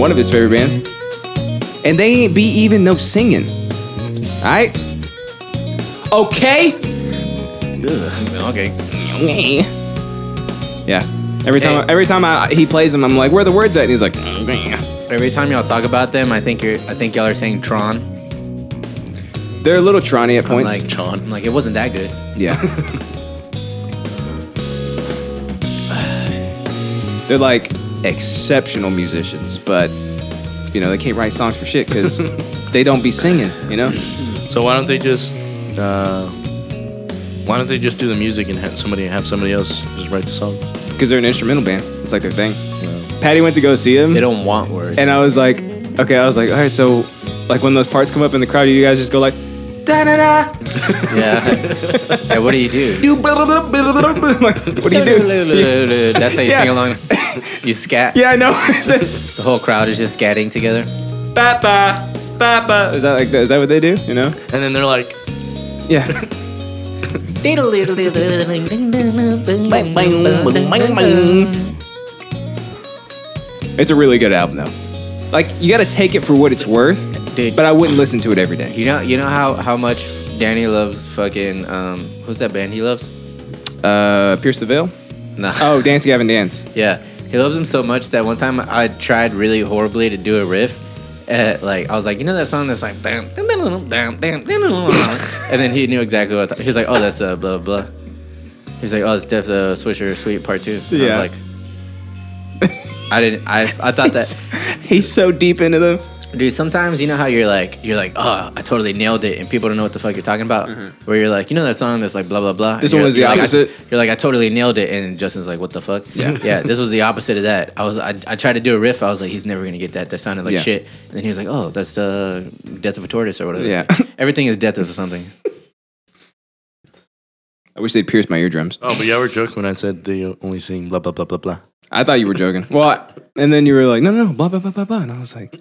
one of his favorite bands. And they ain't be even no singing. Alright? Okay? Okay. Yeah. Every time every time I, he plays them, I'm like, where are the words at? And he's like, Every time y'all talk about them, I think you're. I think y'all are saying Tron. they're a little tronny at I'm points. like Tron. I'm like it wasn't that good. Yeah. They're like exceptional musicians, but you know they can't write songs for shit because they don't be singing. You know, So why don't they just uh, why don't they just do the music and have somebody have somebody else just write the songs? because they're an instrumental band. It's like their thing. Patty went to go see him, They don't want words. and uh, I was like, okay, I was like, all right, so like when those parts come up in the crowd, you guys just go like, da da da, yeah. and what do you do? do blah blah blah blah blah. I'm like, what do you do? That's how you Yeah. sing along. You scat. Yeah, I know. I said, The whole crowd is just scatting together. Papa, Papa. Is that like is that what they do? You know? And then they're like, Yeah. it's a really good album though. Like you got to take it for what it's worth, Dude. but uh, I wouldn't listen to it every day. You know, you know how how much Danny loves fucking um who's that band he loves? Uh, Pierce the Veil. Nah. Oh, Dance Gavin Dance. Yeah, he loves him so much that one time I tried really horribly to do a riff. Uh, like I was like, you know that song that's like bam, bam, bam, bam, bam, bam, and then he knew exactly what I thought. he was like. Oh, that's uh, blah blah. blah. He's like, oh, it's Def the Swisher Sweet Part Two. I Yeah. was like, I didn't. I I thought that, He's so deep into them. dude. Sometimes you know how you're like, you're like, oh, I totally nailed it, and people don't know what the fuck you're talking about. Where you're like, you know that song that's like blah blah blah. This And one you're- was the you're like, I- opposite. you're like, I totally nailed it, and Justin's like, what the fuck? Yeah, yeah. This was the opposite of that. I was, I, I tried to do a riff. I was like, he's never gonna get that. That sounded like Yeah. shit. And then he was like, oh, that's uh, death of a tortoise or whatever. Yeah. everything is death of something. I wish they'd pierce my eardrums. oh, but y'all were joking when I said they only sing blah blah blah blah blah. I thought you were joking. Well, I- and then you were like, no, no, no, blah blah blah blah blah, and I was like,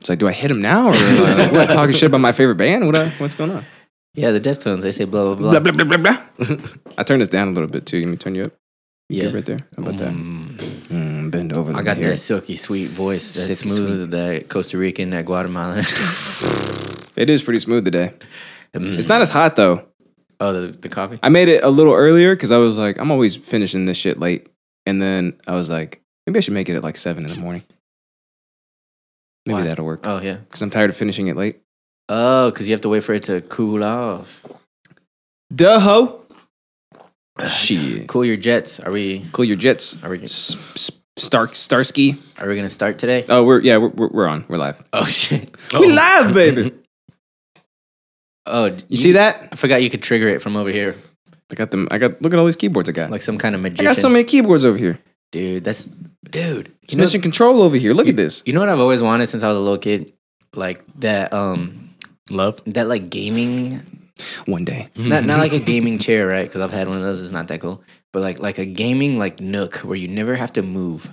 it's like, do I hit him now or uh, we're talking shit about my favorite band? What? I, what's going on? Yeah, the Deftones. They say blah blah blah. Blah blah blah blah blah. I turned this down a little bit too. Let me turn you up. yeah. Right there. How about that? Mm, Mm-hmm. bend over. I got that silky sweet voice, that Silky smooth, that Costa Rican, that Guatemalan. It is pretty smooth today. It's not as hot though. oh, the, the coffee. I made it a little earlier because I was like, I'm always finishing this shit late, and then I was like, maybe I should make it at like seven in the morning. Maybe Why? that'll work Oh yeah. because I'm tired of finishing it late. Oh, because you have to wait for it to cool off. Duh ho. Shit. Cool your jets. Are we? Cool your jets. Are we? S- s- Stark Starsky. Are we gonna start today? Oh, we're yeah, we're, we're, we're on. We're live. Oh shit. We live, baby. Oh, You see that? I forgot you could trigger it from over here, I got them. I got. Look at all these keyboards I got. like some kind of I magician. got so many keyboards over here. Dude, that's dude. It's You know, mission control over here. Look at this. you know what I've always wanted since I was a little kid, like that um Love. that like gaming, One day. not not like a gaming chair, right? Because I've had one of those. It's not that cool, but like like a gaming like nook where you never have to move.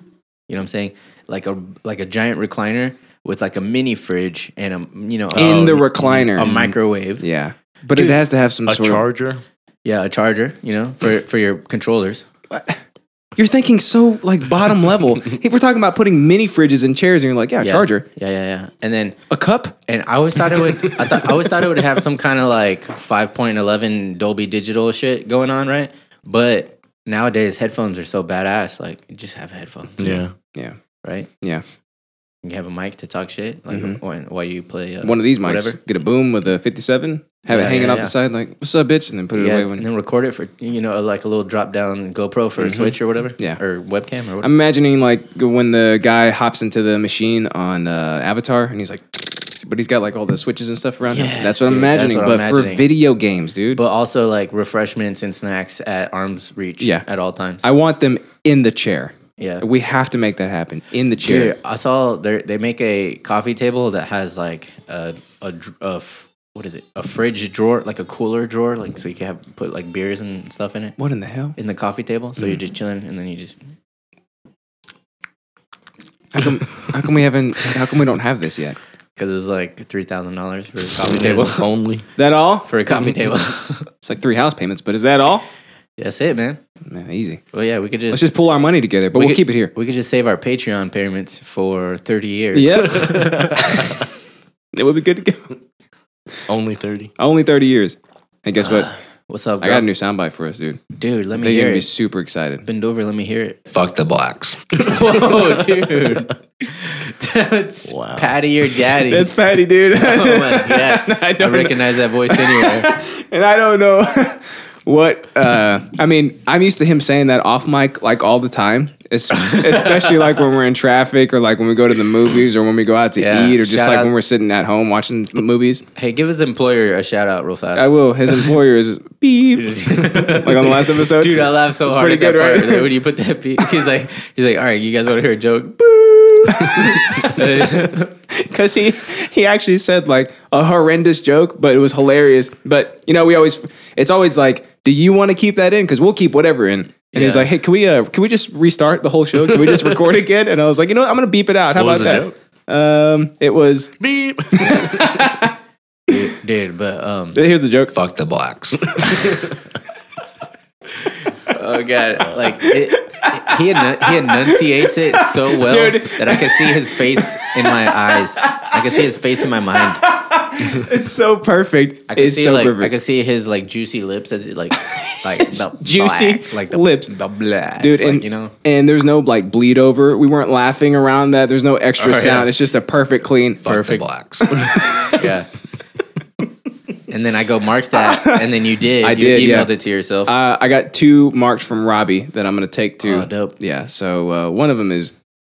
You know what I'm saying? Like a like a giant recliner with like a mini fridge and a you know um, a, in the recliner. Oh, a microwave. Mm-hmm. Yeah, but Dude, it has to have some A sort charger. Yeah, a charger, you know, for for your controllers. of. You're thinking so like bottom level. Hey, We're talking about putting mini fridges in chairs, and you're like, yeah, Yeah. charger, Yeah, yeah, yeah. And then a cup. and I always thought it would I thought I always thought it would have some kind of like 5.11 Dolby digital shit going on, right? But nowadays headphones are so badass like just have headphones, Yeah. Yeah, right? yeah. You have a mic to talk shit like Mhm. when- while you play uh, One of these mics. whatever. Get a boom with a 57. Have Yeah, it hanging yeah, off yeah. the side, like what's up, bitch, and then put it yeah, away and when. Mm-hmm. then record it for you know like a little drop down GoPro for a switch or whatever, Yeah. or webcam or whatever. I'm imagining like when the guy hops into the machine on uh, Avatar, and he's like, but he's got like all the switches and stuff around him. Yes, That's what I'm dude, that's imagining. what but I'm imagining. for video games, dude, but also like refreshments and snacks at arm's reach Yeah. at all times. I want them in the chair. yeah. We have to make that happen in the chair. Dude, I saw they they make a coffee table that has like a a, dr- a f- what is it? A fridge drawer, like a cooler drawer, like so you can have put like beers and stuff in it What in the hell? in the coffee table. So you're just chilling, and then you just How come, how come we haven't? How come we don't have this yet? because it's like three thousand dollars for a coffee table Only. That all? for a coffee table. It's like three house payments, but is that all? That's it, man. Nah, easy. Well, yeah, we could just Let's just pull our money together, but we we could- will keep it here. We could just save our Patreon payments for 30 years. Yep. it would be good to go. Only 30. Only 30 years. And guess what? What's up, I got a bro? new soundbite for us, dude. dude, let me They're hear gonna be it. super excited. Bend over, let me hear it. Fuck the blacks. Whoa, dude. That's Wow. Patty or Daddy. That's Patty, dude. oh my god. I I, don't know. recognize that voice anywhere. and I don't know what. Uh, I mean, I'm used to him saying that off mic like all the time, es- especially like when we're in traffic or like when we go to the movies or when we go out to Yeah, eat or just shout like out- when we're sitting at home watching movies. hey, give his employer a shout out real fast. I will. His employer is beep, like on the last episode. Dude, I laughed so It's hard at pretty that good, part. right? Like, when you put that beat, he's like, he's like, all right, you guys want to hear a joke? Boop. because he he actually said like a horrendous joke, but it was hilarious. But you know, we always it's always like, do you want to keep that in? Because we'll keep whatever in. And he's Yeah. like, hey, can we uh, can we just restart the whole show? Can we just record again? And I was like, you know what? I'm gonna beep it out. How What was about the that? Um, it was Beep. dude, dude, but um, here's the joke. Fuck the blacks. Oh god! Like it, it- he enu- he enunciates it so well Dude. that I can see his face in my eyes. I can see his face in my mind. It's so perfect. I can It's see so like perfect. I can see his like juicy lips as it, like like the Juicy black, like the lips. the black, Dude, like, and, you know. and there's no like bleed over. We weren't laughing around that. There's no extra Oh, yeah. sound. It's just a perfect clean. Fuck the Perfect. blacks. Yeah. and then I go mark that, and then you did. I you did, yeah. Emailed it to yourself. Uh, I got two marked from Robbie that I'm gonna take to. Oh, dope. Yeah, so uh, one of them is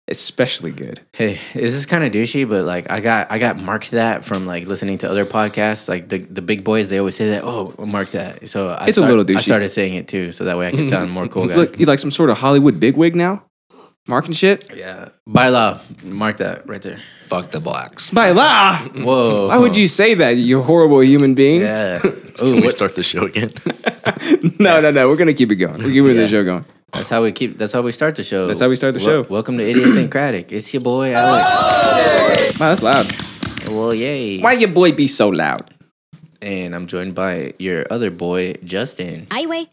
especially good. Hey, this is kind of douchey, but like I got I got marked that from like listening to other podcasts. Like the, the big boys, they always say that. Oh, mark that. So I It's a little douchey. I started saying it too, so that way I could sound more cool guy. Look, you like some sort of Hollywood bigwig now, marking shit yeah, by law, mark that right there. Fuck the blacks. by law. Whoa, Why Mm. would you say that? You horrible human being. Yeah. Can Ooh, we what- start the show again? No, no, no. We're gonna keep it going. We're keeping the Yeah. show going. that's how we keep. That's how we start the show. That's how we start the Wel- show. Oh. Welcome to Idiosyncratic. it's your boy Alex. Wow, that's loud. Well, yay. Why your boy be so loud? And I'm joined by your other boy Justin. I way.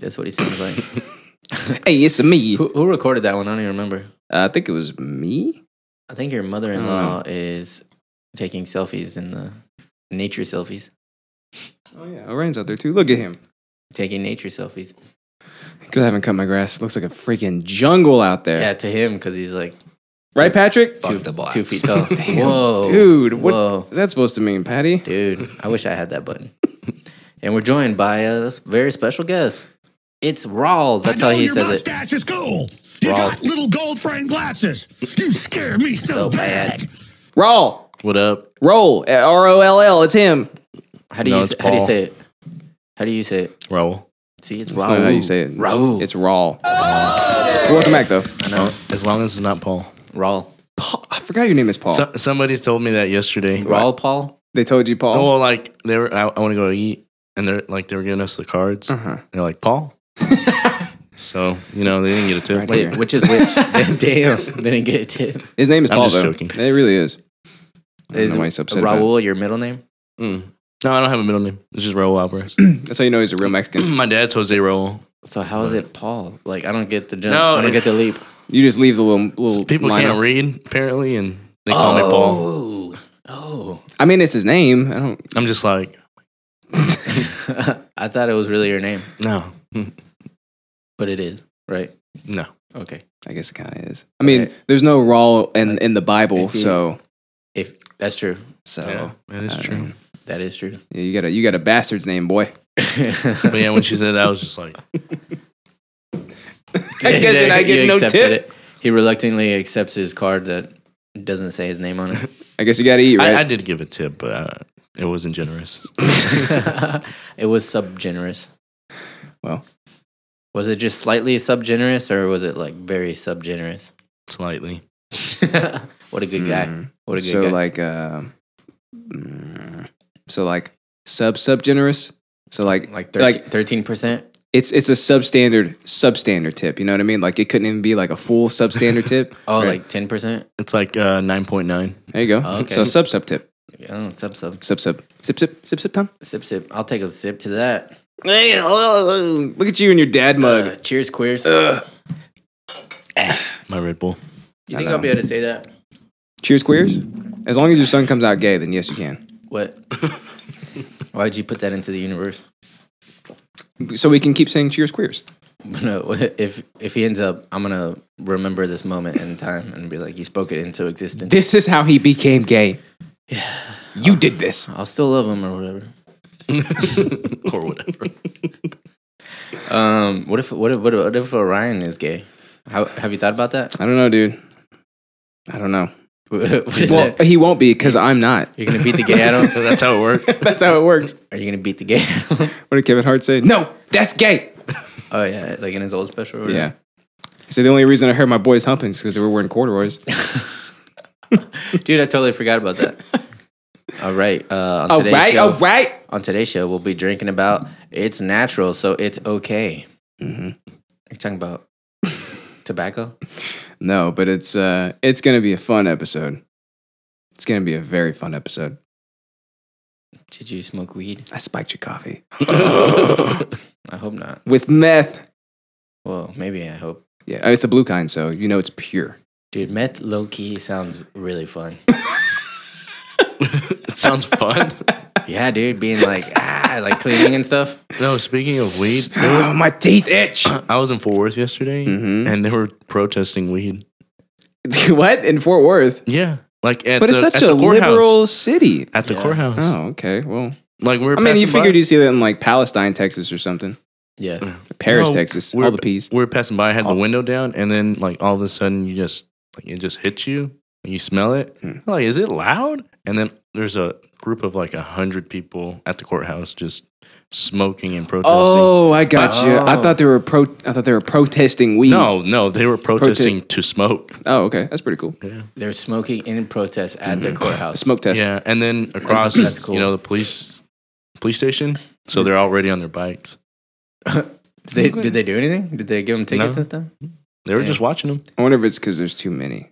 That's what he sounds like. Hey, it's me. Uh, who, who recorded that one? I don't even remember. I think it was me. I think your mother-in-law Mm-hmm. is taking selfies in the nature selfies. Oh yeah, Orion's out there too. Look at him. Taking nature selfies. Cause I haven't cut my grass. Looks like a freaking jungle out there. Yeah, to him because he's like Right, Patrick? Fuck two, the blacks. two feet tall. Damn, Whoa, dude, what- Whoa, Is that supposed to mean, Patty? dude. I wish I had that button. and we're joined by a very special guest. It's Rawl. That's how he your says it. mustache is cool. You Raw. got little gold frame glasses. You scare me so, So bad. bad. Roll. What up? Roll. R O L L. It's him. How do No, you it's s- how do you Paul. say it? How do you say it? Raul. See, it's That's Raul. not how you say it. Raul. It's Rawl. Welcome back, though. I know. As long as it's not Paul. Raul. Paul, I forgot your name is Paul. So, somebody told me that yesterday. Raul Paul. they told you Paul. Oh, well, like they were. I, I want to go eat, and they're like they were giving us the cards. Uh-huh. They're like Paul. so you know they didn't get a tip. Right Wait, here. Wait, which is which? Damn, they didn't get it. Tip. His name is I'm Paul, just though. joking. It really is. I don't Is know why he's upset about Raul your middle name? mm. no, I don't have a middle name. It's just Raul Alvarez. it. That's how you know he's a real Mexican. My dad's Jose Raul. So how is it Paul? Like I don't get the jump. No, I don't it- get the leap. You just leave the little little. People line can't off. read apparently, and they call me Paul. Oh. Oh. I mean, it's his name. I don't. I'm just like I thought it was really your name, no, Mm, but it is, right? no. Okay. I guess it kind of is. I mean, there's no Rawl in in the Bible, If you- so If that's true. so Yeah, that is I true. mean, That is true. yeah, you got a you got a bastard's name, boy. But yeah, when she said that, I was just like, I guess you're not getting no accepted tip. It. He reluctantly accepts his card that doesn't say his name on it. I guess you got to eat, right? I, I did give a tip, but uh, it wasn't generous. it was subgenerous. Well. was it just slightly subgenerous or was it like very subgenerous? Slightly. what a good guy. Mm. What a good so guy. like uh, mm, so like sub sub generous. So like like like- 13 percent. it's it's a substandard substandard tip. You know what I mean? Like it couldn't even be like a full substandard tip. Oh, Right. like 10 percent. It's like uh, nine point nine. There you go. Oh, okay. So sub sub tip. Oh, sub sub Sub sub. Sip sip sip sip Tom. sip sip. I'll take a sip to that. Hey, oh, look at you and your dad mug. Uh, cheers, queers. My Red Bull. you think I'll be able to say that? Cheers, queers. As long as your son comes out gay, then yes, you can. What? Why'd you put that into the universe? So we can keep saying cheers, queers. No, if if he ends up, I'm gonna remember this moment in time and be like, you spoke it into existence. This is how he became gay. You did this. I'll still love him or whatever. or whatever. Um, what if what if what if, what if Orion is gay? How, have you thought about that? I don't know, dude. I don't know. What is well, that? he won't be because I'm not. You're gonna beat the gay idol? That's how it works. That's how it works. Are you gonna beat the gay idol? What did Kevin Hart say? No, that's gay. Oh yeah, like in his old special. or whatever? Yeah. He said the only reason I heard my boys humping is because they were wearing corduroys. dude, I totally forgot about that. All right, uh, on all today's right, show, all right. on today's show, we'll be drinking about it's natural, so it's okay. Mm-hmm. You're talking about tobacco? No, but it's uh, it's gonna be a fun episode. It's gonna be a very fun episode. Did you smoke weed? I spiked your coffee I hope not. with meth. Well, maybe I hope. Yeah, it's the blue kind, so you know it's pure. Dude, meth low key sounds really fun. It sounds fun. yeah, dude, being like ah, like cleaning and stuff. No, speaking of weed, there was- Uh. Oh, my teeth itch. I was in Fort Worth yesterday, Mhm. and they were protesting weed. what in Fort Worth? Yeah, like at But the, it's at such the a courthouse. liberal city. at the Yeah. courthouse. Oh, okay. Well, Like we we're. I mean, you passing by- figured you'd see that in like Palestine, Texas, or something. Yeah. Paris, No, Texas. we All We're, the peas. we We're passing by. I Oh. had the window down, and then like all of a sudden, you just like it just hits you. And you smell it. Hmm. I'm Like, is it loud? And then there's a group of like a hundred people at the courthouse just smoking and protesting. Oh, I got you. I Oh. thought they were pro. I thought they were protesting weed. No, no, they were protesting to smoke. Oh, okay. That's pretty cool. Mm. They're smoking in protest at Mm-hmm. the courthouse. Smoke test. Yeah, and then across, that's is, cool. you know, the police police station. Hmm. So they're already on their bikes. Did they, did they do anything? Did they give them tickets No. and stuff? They were Damn. just watching them. I wonder if it's because there's too many.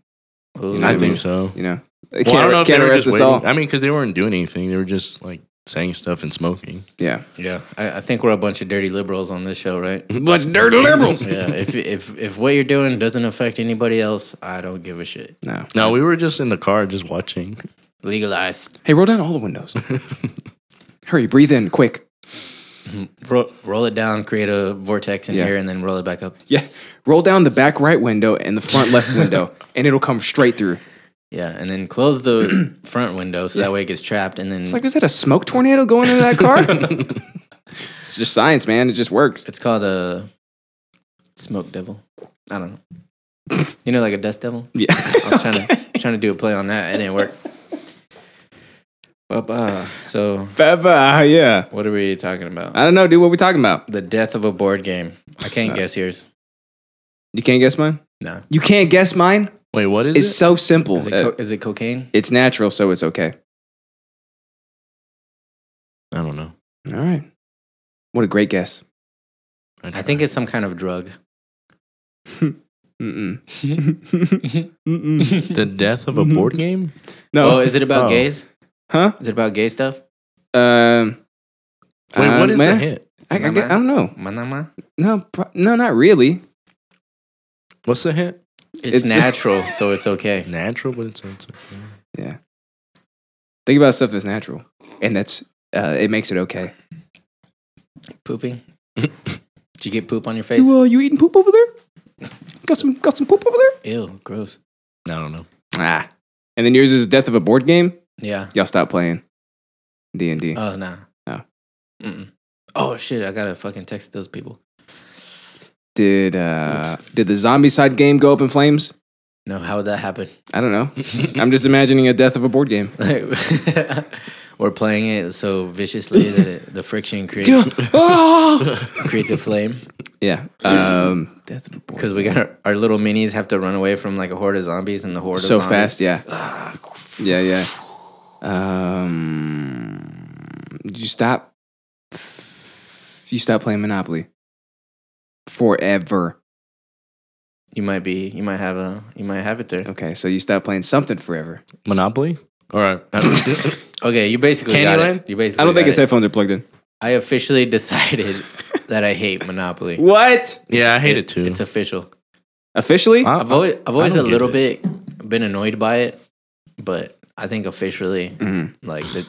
Ooh. I I mean, think so. You know, they Well, I don't know if they can't were arrest just us waiting. all. I mean, because they weren't doing anything. They were just like saying stuff and smoking. Yeah. Yeah, I, I think we're a bunch of dirty liberals on this show, right? Bunch of dirty liberals. yeah, if, if if what you're doing doesn't affect anybody else, I don't give a shit. No. No, we were just in the car just watching. Legalize. Hey, roll down all the windows. Hurry, breathe in quick. Roll, roll it down, create a vortex in Yeah. here, and then roll it back up. Yeah. Roll down the back right window and the front left window, and it'll come straight through. Yeah, and then close the front window so that way it gets trapped, and then Mm. It's like, is that a smoke tornado going into that car? it's just science, man. It just works. it's called a smoke devil. I don't know. You know, like a dust devil. Yeah. I was trying to trying to do a play on that. It didn't work. Well, uh, so Baba, yeah. what are we talking about? I don't know, dude. What we talking about? The death of a board game. I uh, can't guess yours. You can't guess mine? No. You can't guess mine? Wait, what is It's it? so simple. Is it, Uh, co- is it cocaine? it's natural, so it's okay. I don't know. All right. What a great guess. I think it's some kind of drug. Mm-mm. Mm-mm. the death of a Mm-hmm. board game. No. Oh, is it about Oh. gays? huh? Is it about gay stuff? Um, Wait, uh, what is man, the hint? I, I, gue- I don't know. Manama? No, pro- no, not really. What's the hint? It's, It's- natural, so it's okay. Natural, but it sounds. Like, Yeah. Think about stuff that's natural, and that's uh, it makes it okay. Pooping? Did you get poop on your face? uh, you eating poop over there? Got some, got some poop over there. Ew, gross. I don't know. Ah. And then yours is death of a board game. Yeah. Y'all stop playing D and D. Oh, nah. Oh. Mm-mm. Oh, shit. I gotta fucking text those people. Did uh, did the zombie side game go up in flames? No, how would that happen? I don't know. I'm just imagining a death of a board game. We're playing it so viciously that it, the friction creates, creates a flame. Yeah. Um, Because we got our, our little minis have to run away from like a horde of zombies and the horde so of zombies. fast. Yeah. Yeah. Yeah. Um, did you stop? You stop playing Monopoly forever. You might be. You might have a. You might have it there. Okay, so you stop playing something forever. Monopoly. All right. I don't- Okay, you basically got Candyland? it. You basically. I don't think got his it. headphones are plugged in. I officially decided that I hate Monopoly. What? Yeah, I hate it, too. It's official. Officially? I- I've always, I've always a don't get little it. bit been annoyed by it, but I think officially, Mm-hmm. like the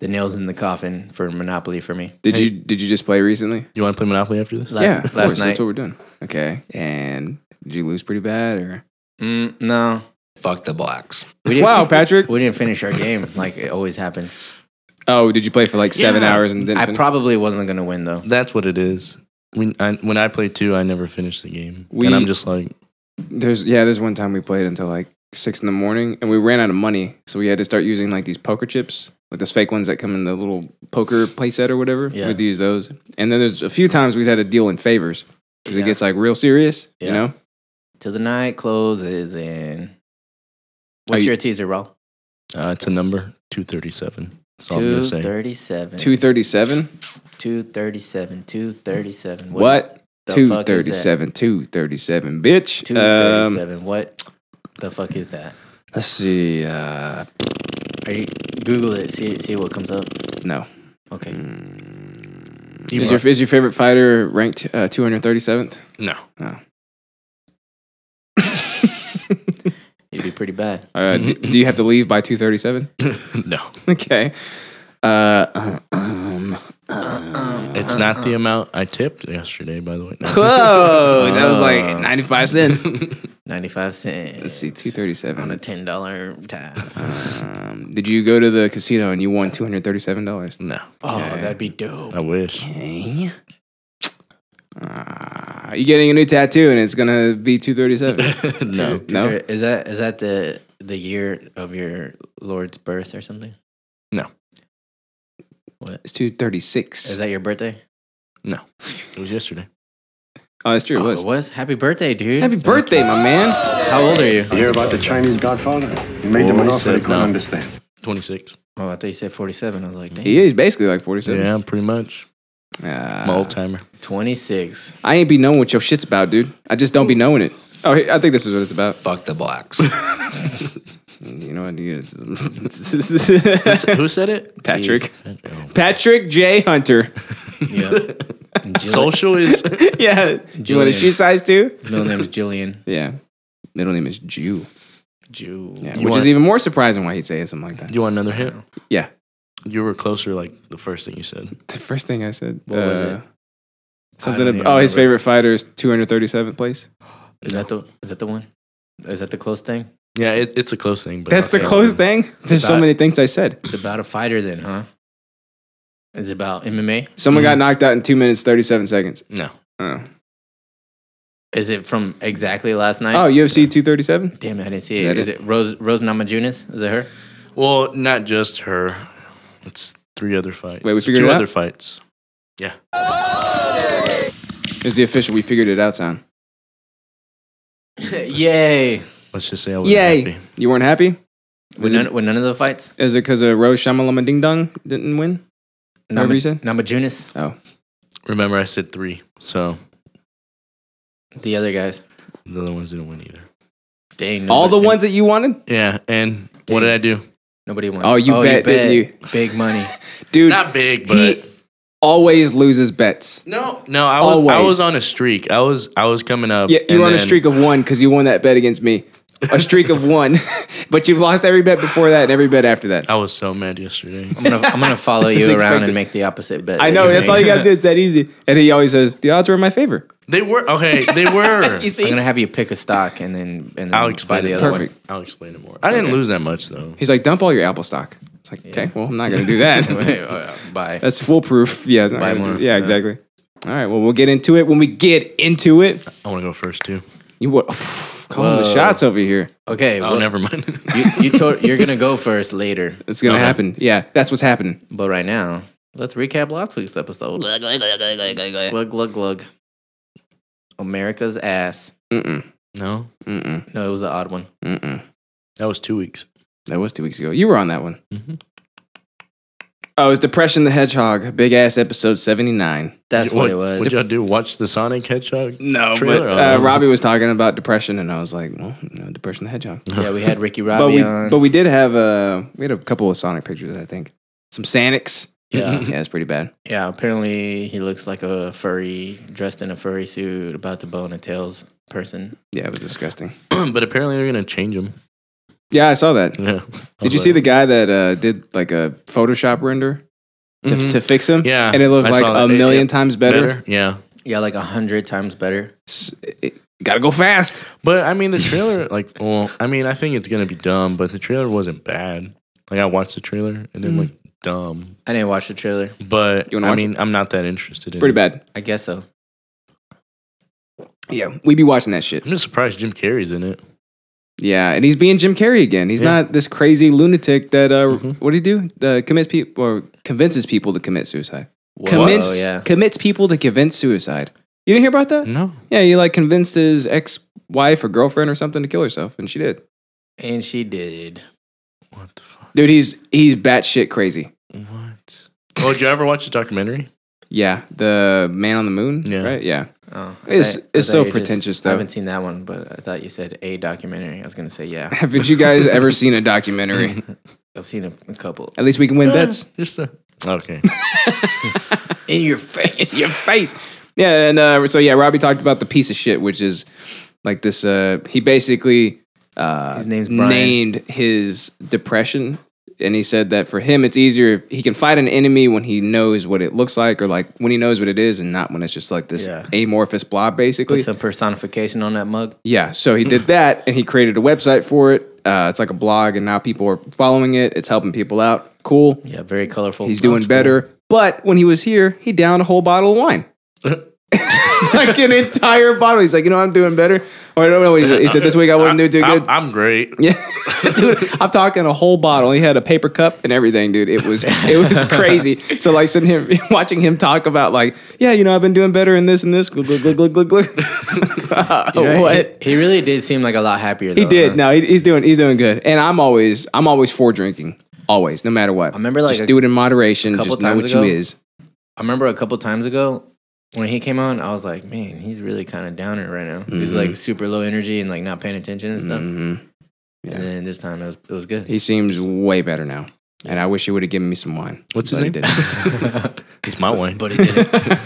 the nails in the coffin for Monopoly for me. Did you did you just play recently? you want to play Monopoly after this? Last, yeah, of last course, night. That's what we're doing. Okay. And did you lose pretty bad or? Mm, no, Fuck the blacks. we didn't, Wow, Patrick. we didn't finish our game. Like it always happens. Oh, did you play for like seven Yeah. hours and didn't? I fin- probably wasn't gonna win though. That's what it is. When I, when I play two, I never finish the game, We- and I'm just like, there's yeah, there's one time we played until like six in the morning, and we ran out of money, so we had to start using like these poker chips, like those fake ones that come in the little poker playset or whatever. Yeah. We'd use those, and then there's a few times we've had to deal in favors because Yeah. it gets like real serious, you Yeah. know. Till the night closes in. What's you- your teaser, Raul? uh, it's a number two thirty seven. That's all I'm Two gonna say. thirty-seven. Two thirty seven. Two thirty-seven. Two thirty-seven. What? the Two fuck is thirty that? seven. Two thirty seven. Bitch. Two Um, thirty-seven. what the fuck is that? let's see. Uh, Are you Google it? See see what comes up. no. Okay. Hmm. You Is your is your favorite fighter ranked uh, two hundred thirty seventh? no, It'd be pretty bad. Uh, d- do you have to leave by two thirty seven? no. Okay. Uh, uh, um, It's not the amount I tipped yesterday, by the way. No. Whoa, that was like ninety five cents. Ninety-five cents. Uh, Let's see, two on thirty a seven. ten dollar tab. Um, did you go to the casino and you won two hundred thirty seven dollars? no, Oh, that'd be dope. I wish. Okay. Uh, you're getting a new tattoo and it's gonna be two thirty seven. no, Two- no. Is that is that the the year of your Lord's birth or something? No. What It's two thirty is six. that your birthday? no. It was yesterday. Oh, that's true. It Oh, was. it was. Happy birthday, dude. Happy birthday, my man. How old are you? You hear about the Chinese Godfather? He Boy, made them an said offer they couldn't no. understand. Twenty six. Oh, I thought you said 47. I was like, damn. He is basically like forty seven. Yeah, pretty much. Yeah. I'm an old timer. 26. I ain't be knowing what your shit's about, dude. I just don't be knowing it. Oh, hey, I think this is what it's about. Fuck the blacks. You know what? yeah, it's- Who said it? Patrick. Oh. Patrick J. Hunter. Yeah. Jill- Social is yeah. You want a Julian. shoe size too? Middle name is Jillian. Yeah. Middle name is Jew. Jew. Yeah. You which want- is even more surprising why he'd say something like that. you want another hit? Yeah. You were closer, like the first thing you said. The first thing I said. uh, What was it? Something I about, don't oh, even his remember. favorite fighter is 237th place. Is that the is that the one? Is that the close thing? Yeah, it, it's a close thing. But That's the Okay. close thing. There's so That- many things I said. It's about a fighter then, huh? Is it about MMA? Someone got knocked out in two minutes, 37 seconds. No. Oh, Is it from exactly last night? oh UFC 237? Damn it, I didn't see it. That Is is- it Rose Rose Namajunas? Is it her? Well, not just her. It's three other fights. Wait, we figured two it out? other fights. Is the official. We figured it out sound. Yay. Let's just say I was happy. You weren't happy? With none, with none of the fights? Is it because of Rose Shamalama Ding Dong didn't win? Whatever you said? Namajunas? Oh. Remember, I said three, so The other guys. the other ones didn't win either. Dang. All the nobody- ones that you wanted? Yeah, and what did I do? Nobody won. Oh, you bet, didn't Big money. Dude, Not big, but he always loses bets. no, no. I was I Always. was on a streak. I was I was coming up. Yeah, you and were on a then- streak of one because you won that bet against me. A streak of one, but you've lost every bet before that and every bet after that. I was so mad yesterday. I'm gonna, I'm gonna follow This is you around expected. and make the opposite bet. I know that's all you gotta do. It's that easy. And he always says the odds are in my favor. they were okay. They were. I'm gonna have you pick a stock and then and then I'll explain buy the it. other Perfect. I'll explain it more. I didn't lose that much though. He's like, dump all your Apple stock. It's like, okay, well, I'm not gonna do one. that. Wait, uh, buy. that's foolproof. Yeah, it's not Buy gonna do- more. yeah, Yeah. exactly. All right, well, we'll get into it when we get into it. I want to go first too. You what? Calling the Whoa. shots over here. Okay, Oh, well, never mind. you, you told you're gonna go first later, It's gonna Okay. happen. Yeah, that's what's happening. but right now let's recap last week's episode. Glug glug glug. America's ass. Mm-mm, no, mm-mm, No, it was the odd one. mm-mm. that was two weeks. That was two weeks ago. You were on that one. Mhm. Oh, it was Depression the Hedgehog, big ass episode 79. That's what, it was. What y'all do? Watch the Sonic Hedgehog? No, Trailer, I but uh, don't know. Robbie was talking about depression, and I was like, well, no, Depression the Hedgehog. yeah, we had Ricky But Robbie we, on. but we did have uh, we had a couple of Sonic pictures, I think. Some Sonics. Yeah. Yeah, it's pretty bad. yeah. Apparently, he looks like a furry, dressed in a furry suit, about to bone a tails person. Yeah, it was disgusting. but apparently they're gonna change him. Yeah, I saw that. Yeah. Did you see the guy that uh, did like a Photoshop render to, Mhm. to fix him? Yeah, and it looked I like saw a that. It- million it- times better. Yeah. Yeah, like a hundred times better. S- it- gotta go fast. But I mean, the trailer, like, well, I mean, I think it's gonna be dumb, but the trailer wasn't bad. Like, I watched the trailer and it didn't look dumb, I didn't watch the trailer. but Mm. You wanna I watch mean, I'm not that interested in. Pretty it. bad. I guess so. Yeah, we be watching that shit. I'm just surprised Jim Carrey's in it. Yeah, and he's being Jim Carrey again. He's Yeah. not this crazy lunatic that uh, Mhm. what do he do? Uh, commits people or convinces people to commit suicide. Whoa, Commits yeah. commits people to convince suicide. You didn't hear about that? No, Yeah, he like convinced his ex wife or girlfriend or something to kill herself, and she did. And she did. what the fuck? Dude, he's he's batshit crazy. What? Oh, did you ever watch the documentary? Yeah, the man on the moon. Yeah. right. Yeah, Oh, I It's- I it's so you just- pretentious, though. I haven't seen that one, but I thought you said a documentary. I was gonna say yeah. haven't you guys ever seen a documentary? I've seen a, a couple. At least we can win bets. Just a okay. In your face. Your face. Yeah, and uh, so yeah, Robbie talked about the piece of shit, which is like this. Uh, he basically uh, His name's Brian. named his depression, and he said that for him, it's easier. If he can fight an enemy when he knows what it looks like, or like when he knows what it is, and not when it's just like this Yeah. amorphous blob, basically. Put some personification on that mug. Yeah, so he did that, and he created a website for it. Uh, it's like a blog, and now people are following it. It's helping people out. Cool. Yeah, very colorful. He's doing better. But when he was here, he downed a whole bottle of wine. like an entire bottle. He's like, you know, I'm doing better. Or I don't know what he said. He said, this week I wouldn't do too I'm- good. I'm great. Yeah, dude, I'm talking a whole bottle. He had a paper cup and everything, dude. It was it was crazy. So like, sitting him watching him talk about like, yeah, you know, I've been doing better in this and this. Glug glug glug glug glug. glug. It's like, uh, You know, what? He, he really did seem like a lot happier. Though, He did. huh? No, he, he's doing he's doing good. And I'm always I'm always for drinking. Always, no matter what. I remember, like, just a do it in moderation. couple Just know times what ago- you is. I remember a couple times ago when he came on, I was like, man, he's really kind of downer right now. Mm-hmm. He's like super low energy and like not paying attention and stuff. Mm-hmm. Mhm. yeah. And then this time it was, it was good. He seems way better now. And I wish he would have given me some wine. What's his But he name? didn't. It's my wine. but he did. yeah,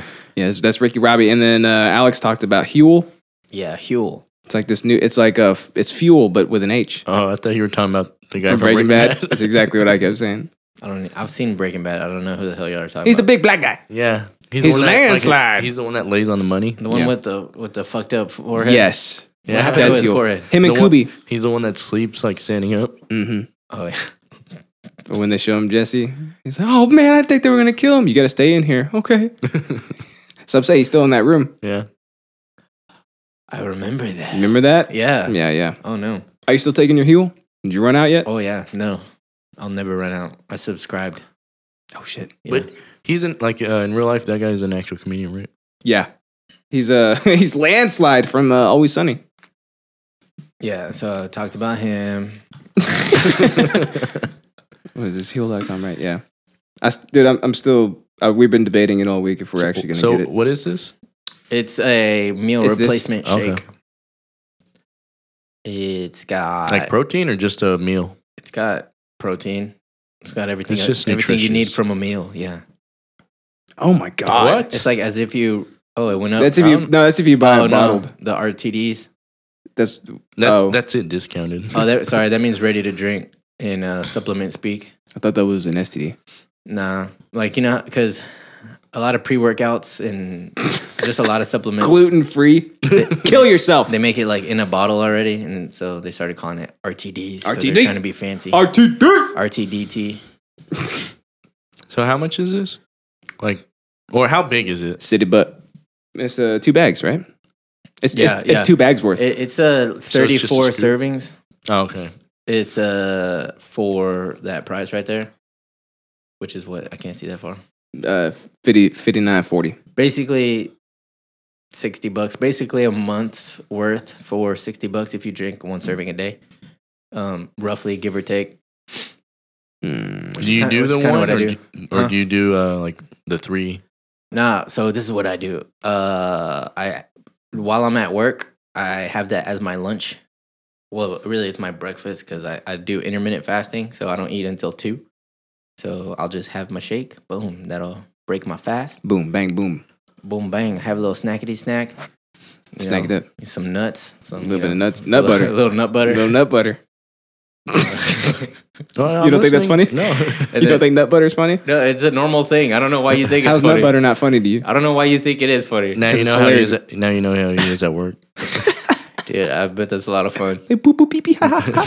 that's, that's Ricky Robbie. And then uh, Alex talked about Huel. yeah, Huel. It's like this new. It's like a. f- It's fuel, but with an H. Oh, I thought you were talking about the guy From from, Breaking Bad. That's exactly what I kept saying. I don't. e, I've seen Breaking Bad. I don't know who the hell y'all are talking He's the about. big black guy. Yeah, He's one that- like, landslide. he's the one that lays on the money. the one yeah. with the with the fucked up forehead. Yes. What Yeah, happened to That's his Huel. forehead? Him and The one- Mm-hmm. Kubi. He's the one that sleeps like standing up. hmm Oh yeah. When they show him Jesse, he's like, "Oh man, I think they were gonna kill him. You gotta stay in here, okay?" so I'm saying he's still in that room. Yeah. I remember that. Remember that? Yeah. Yeah, yeah. Oh no. Are you still taking your heel? Did you run out yet? Oh yeah. No. I'll never run out. I subscribed. Oh shit. Yeah. But he's in like uh, in real life. That guy's an actual comedian, right? Yeah. He's uh he's landslide from uh, Always Sunny. Yeah. So I talked about him. What is this heel.com, right? Yeah. I s- dude, I'm I'm still uh, we've been debating it all week if we're actually gonna so get it. what is this? It's a meal Is this- replacement Okay. shake. It's got Like protein or just a meal? it's got protein. It's got everything. It's just everything you need nutritious. from a meal. Yeah. Oh my god. What? It's like as if you. Oh, it went up. That's if you Um, no, that's if you buy oh it bottled. no, the RTDs. That's That's oh. that's it discounted. Oh, that, sorry, that means ready to drink in uh, supplement speak. I thought that was an STD. Nah, like you know, because a lot of pre workouts and just a lot of supplements. Gluten free. Kill yourself. They make it like in a bottle already, and so they started calling it RTDs. 'cause RTD. They're trying to be fancy. RTD. RTDT. so how much is this? Like, or how big is it? City butt. It's uh, two bags, right? It's Yeah, it's, yeah. it's two bags worth. It, it's a thirty-four scoop? servings. Oh, okay. It's uh for that price right there, which is what I can't see that far. uh 50 59.40. basically 60 bucks basically a month's worth for 60 bucks if you drink one serving a day um roughly give or take Hmm. which Do you kinda- do which the is kinda one, what I or, do. do, or Huh? do you do uh, like the three? nah so this is what i do uh i while i'm at work i have that as my lunch well really it's my breakfast because I, I do intermittent fasting so i don't eat until two So I'll just have my shake. Boom. That'll break my fast. Boom, bang, boom. Boom, bang. Have a little snackety snack. You Snack know, it up. Some nuts. Some, A little you bit know, of nuts, nut little- butter. little nut butter. little nut butter. Oh, You don't think that's funny? No. And you then- don't think nut butter is funny? no, it's a normal thing. I don't know why you think it's How's funny. nut butter not funny to you? I don't know why you think it is funny. now 'Cause it's you know how he hilarious. is. At, now you know how he is at work. Dude, I bet that's a lot of fun. They poo poo pee pee. ha, ha, ha.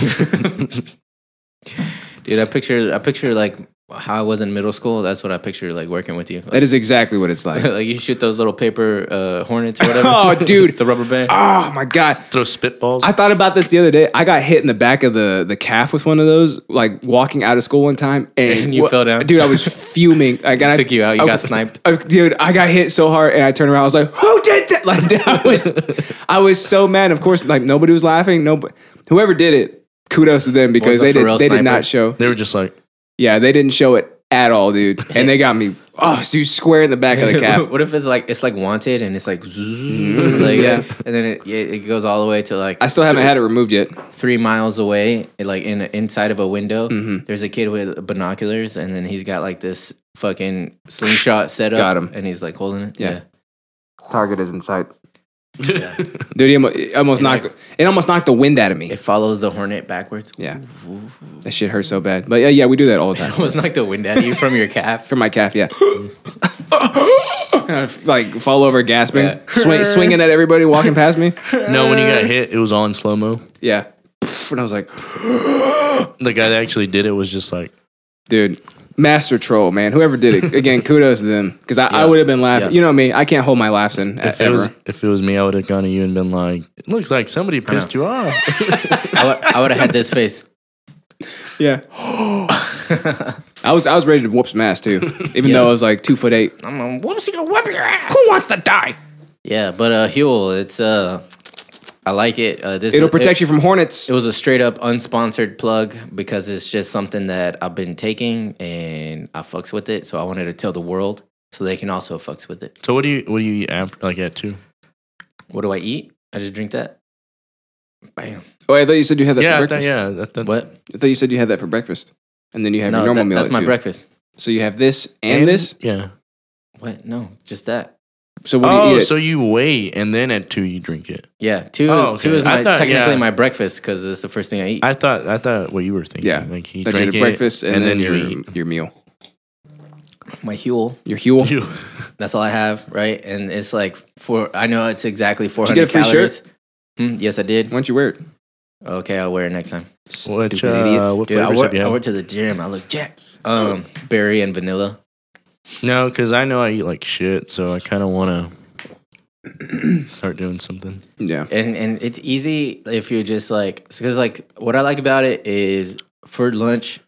Dude, I picture I picture like how I was in middle school. That's what I picture like working with you. That Like, is exactly what it's like. like you shoot those little paper uh, hornets or whatever. Oh, dude. the rubber band. Oh my god. Throw spitballs. I thought about this the other day. I got hit in the back of the the calf with one of those, like walking out of school one time, and, And you wha- fell down? Dude, I was fuming. I got Took you out. You I- got sniped. I- dude, I got hit so hard, and I turned around. I was like, "Who did that?" Like dude, I was, I was so mad. Of course, like nobody was laughing. Nobody, whoever did it, kudos to them because the they did. Pharrell They did sniper? not show. they were just like, Yeah, they didn't show it at all, dude. And they got me. Oh, so you square in the back of the calf. what if it's like it's like wanted and it's like, zzz, like Yeah. and then it, it it goes all the way to like I still haven't had it removed yet. three miles away, like in inside of a window. Mm-hmm. There's a kid with binoculars, and then he's got like this fucking slingshot set up. Got him. and he's like holding it. Yeah. Target is in sight. Yeah. Dude, he almo- it almost knocked. it almost knocked the wind out of me. it follows the hornet backwards. Yeah, that shit hurts so bad. But yeah, yeah, we do that all the time It was like the wind out of you from your calf. for my calf. Yeah, Kind of, like fall over gasping, Yeah. swing, swinging at everybody walking past me. no. When you got hit, it was all in slow mo. Yeah, and I was like, The guy that actually did it was just like, dude, master troll, man. Whoever did it again, kudos to them because I, I would have been laughing. Yeah. You know me, I can't hold my laughs in e-, if ever. it was if it was me, I would have gone to you and been like, it looks like somebody pissed you off. I would, I would have had this face. yeah, I was I was ready to whoop some ass too, even Yeah. though I was like two foot eight. I'm like, whoops, you gonna whip your ass. Who wants to die? Yeah, but uh, Huel, it's uh, I like it. Uh, this It'll it- protect you from hornets. It was a straight up unsponsored plug because it's just something that I've been taking and I fucks with it. So I wanted to tell the world so they can also fucks with it. So what do you what do you eat after like at two? What do I eat? I just drink that. Bam. Oh, I thought you said you had that yeah, for I thought, breakfast. yeah. That, that, What? I thought you said you had that for breakfast, and then you have no, your normal that- meal. that's at my two. breakfast. So you have this and, this. Yeah. What? No, just that. So what do Oh, you eat? so you wait and then at two you drink it. Yeah, two. Oh, okay. Two is I my thought- technically yeah. my breakfast because it's the first thing I eat. I thought I thought what you were thinking. Yeah. Like he at? That you drank had it, breakfast and, then, you your your meal, my Huel. your huel. eat. You, That's all I have, right? And it's like four. I know it's exactly four you get a hundred free calories. Hmm, yes, I did. Why don't you wear it? Okay, I'll wear it next time. which, Stupid idiot. uh, what Dude, I flavors work, have you I had? work to the gym. I look jack. Um, berry and vanilla. No, because I know I eat like shit, so I kind of want to start doing something. Yeah. And and it's easy if you just like because like what I like about it is for lunch,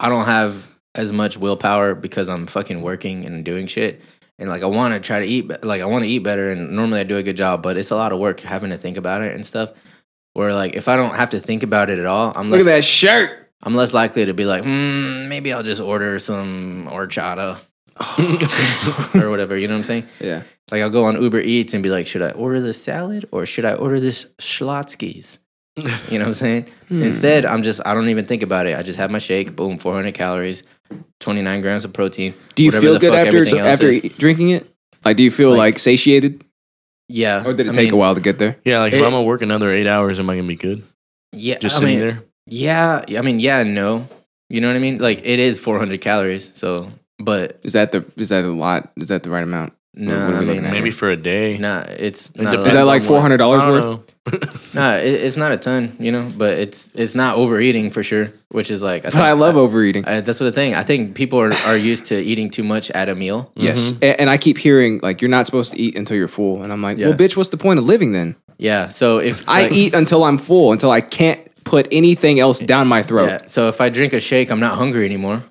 I don't have as much willpower because I'm fucking working and doing shit. And like I want to try to eat, be- like I want to eat better. And normally I do a good job, but it's a lot of work having to think about it and stuff. Where like if I don't have to think about it at all, I'm Look less, at that shirt. I'm less likely to be like, hmm, maybe I'll just order some horchata or whatever. You know what I'm saying? Yeah. Like I'll go on Uber Eats and be like, should I order this salad or should I order this schlotzky's? You know what I'm saying? Instead, I'm just I don't even think about it. I just have my shake, boom, 400 calories, 29 grams of protein. Do you whatever feel the good fuck after everything else after is. e- drinking it? Like, do you feel like, Like- satiated, Yeah. or did it I take mean, a while to get there? Yeah, like It- if I'm gonna work another eight hours, am I gonna be good? Yeah, Just I sitting mean, there. Yeah, I mean, yeah, and no. You know what I mean? Like it is 400 calories, so but Is that the is that a lot? Is that the right amount? no, what are I we mean, looking at Maybe for a day. nah, it's not a depends lot. Is that on like what- four hundred dollars I don't worth? know. Nah, it, it's not a ton, you know, but it's it's not overeating for sure, which is like I, But I love overeating. Uh, that's the thing. I think people are, are used to eating too much at a meal. yes, Mm-hmm. A- and, I keep hearing like you're not supposed to eat until you're full, and I'm like, well, Yeah. bitch, what's the point of living then? Yeah. So if I like- eat until I'm full, until I can't put anything else down my throat. Yeah. So if I drink a shake, I'm not hungry anymore.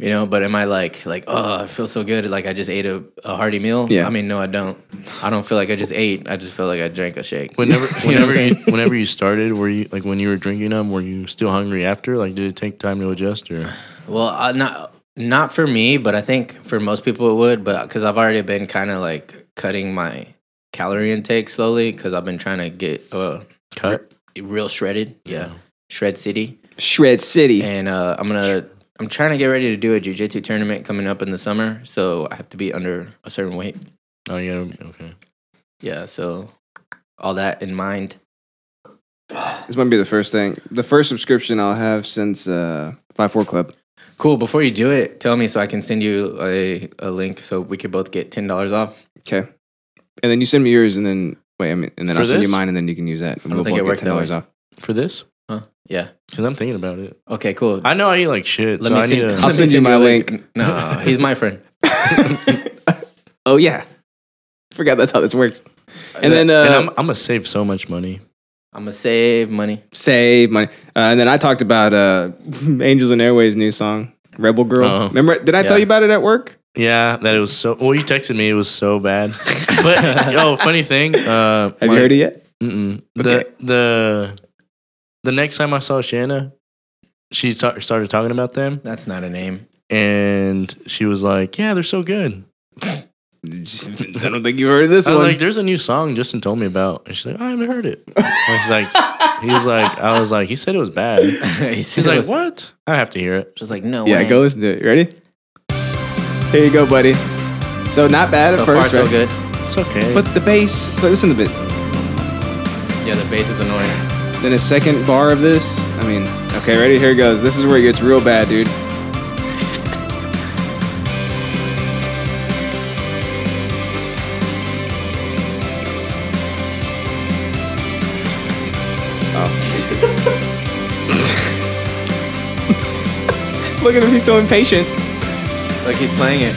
You know, but am I like like oh I feel so good like I just ate a, a hearty meal? Yeah. I mean, no, I don't. I don't feel like I just ate. I just feel like I drank a shake. Whenever, You know what I'm whenever, you, saying? whenever you started, were you like when you were drinking them? Were you still hungry after? Like, did it take time to adjust? Or Well, uh, not not for me, but I think for most people it would. But because I've already been kind of like cutting my calorie intake slowly because I've been trying to get uh, cut? real shredded. Yeah. Shred City. Shred City. and uh, I'm gonna I'm trying to get ready to do a jujitsu tournament coming up in the summer, so I have to be under a certain weight. Oh, you gotta okay. Yeah, so all that in mind. This might be the first thing, the first subscription I'll have since uh, Five Four Club. Cool. Before you do it, tell me so I can send you a, a link so we could both get ten dollars off. Okay, and then you send me yours, and then wait, I mean, and then For I'll send you this? mine, and then you can use that. And don't think it both works get that way. $10 off. For this, Huh? Yeah. because I'm thinking about it. Okay. Cool. I know I eat like shit, so I need let to. I'll me send you my a No, he's my friend. Oh yeah, forgot that's how this works. And then uh, and I'm, I'm gonna save so much money. I'm gonna save money. save money. Uh, and then I talked about uh, Angels and Airways new song, Rebel Girl. Oh. Remember? Did I Yeah. tell you about it at work? Yeah, that it was so. Well, you texted me. It was so bad. But oh, funny thing. Uh, Have you heard it yet? Mm-mm. Okay. The the the next time I saw Shanna, she ta- started talking about them, That's not a name. and she was like, "Yeah, they're so good." I don't think you've heard of this I one. was like, "There's a new song Justin told me about," and she's like, "I haven't heard it." I was like, "He's like," I was like, "He said it was bad." he's He's like, "What?" I have to hear it. Just like no. Oh, yeah, way. go listen to it. You ready? Here you go, buddy. So not bad So at first, far, so right? good. It's okay. But the bass, but listen to it. Yeah, the bass is annoying. Then a second bar of this. I mean, okay, ready? Here goes. This is where it gets real bad, dude. Oh. Oh. Look at him, he's so impatient. Like he's playing it.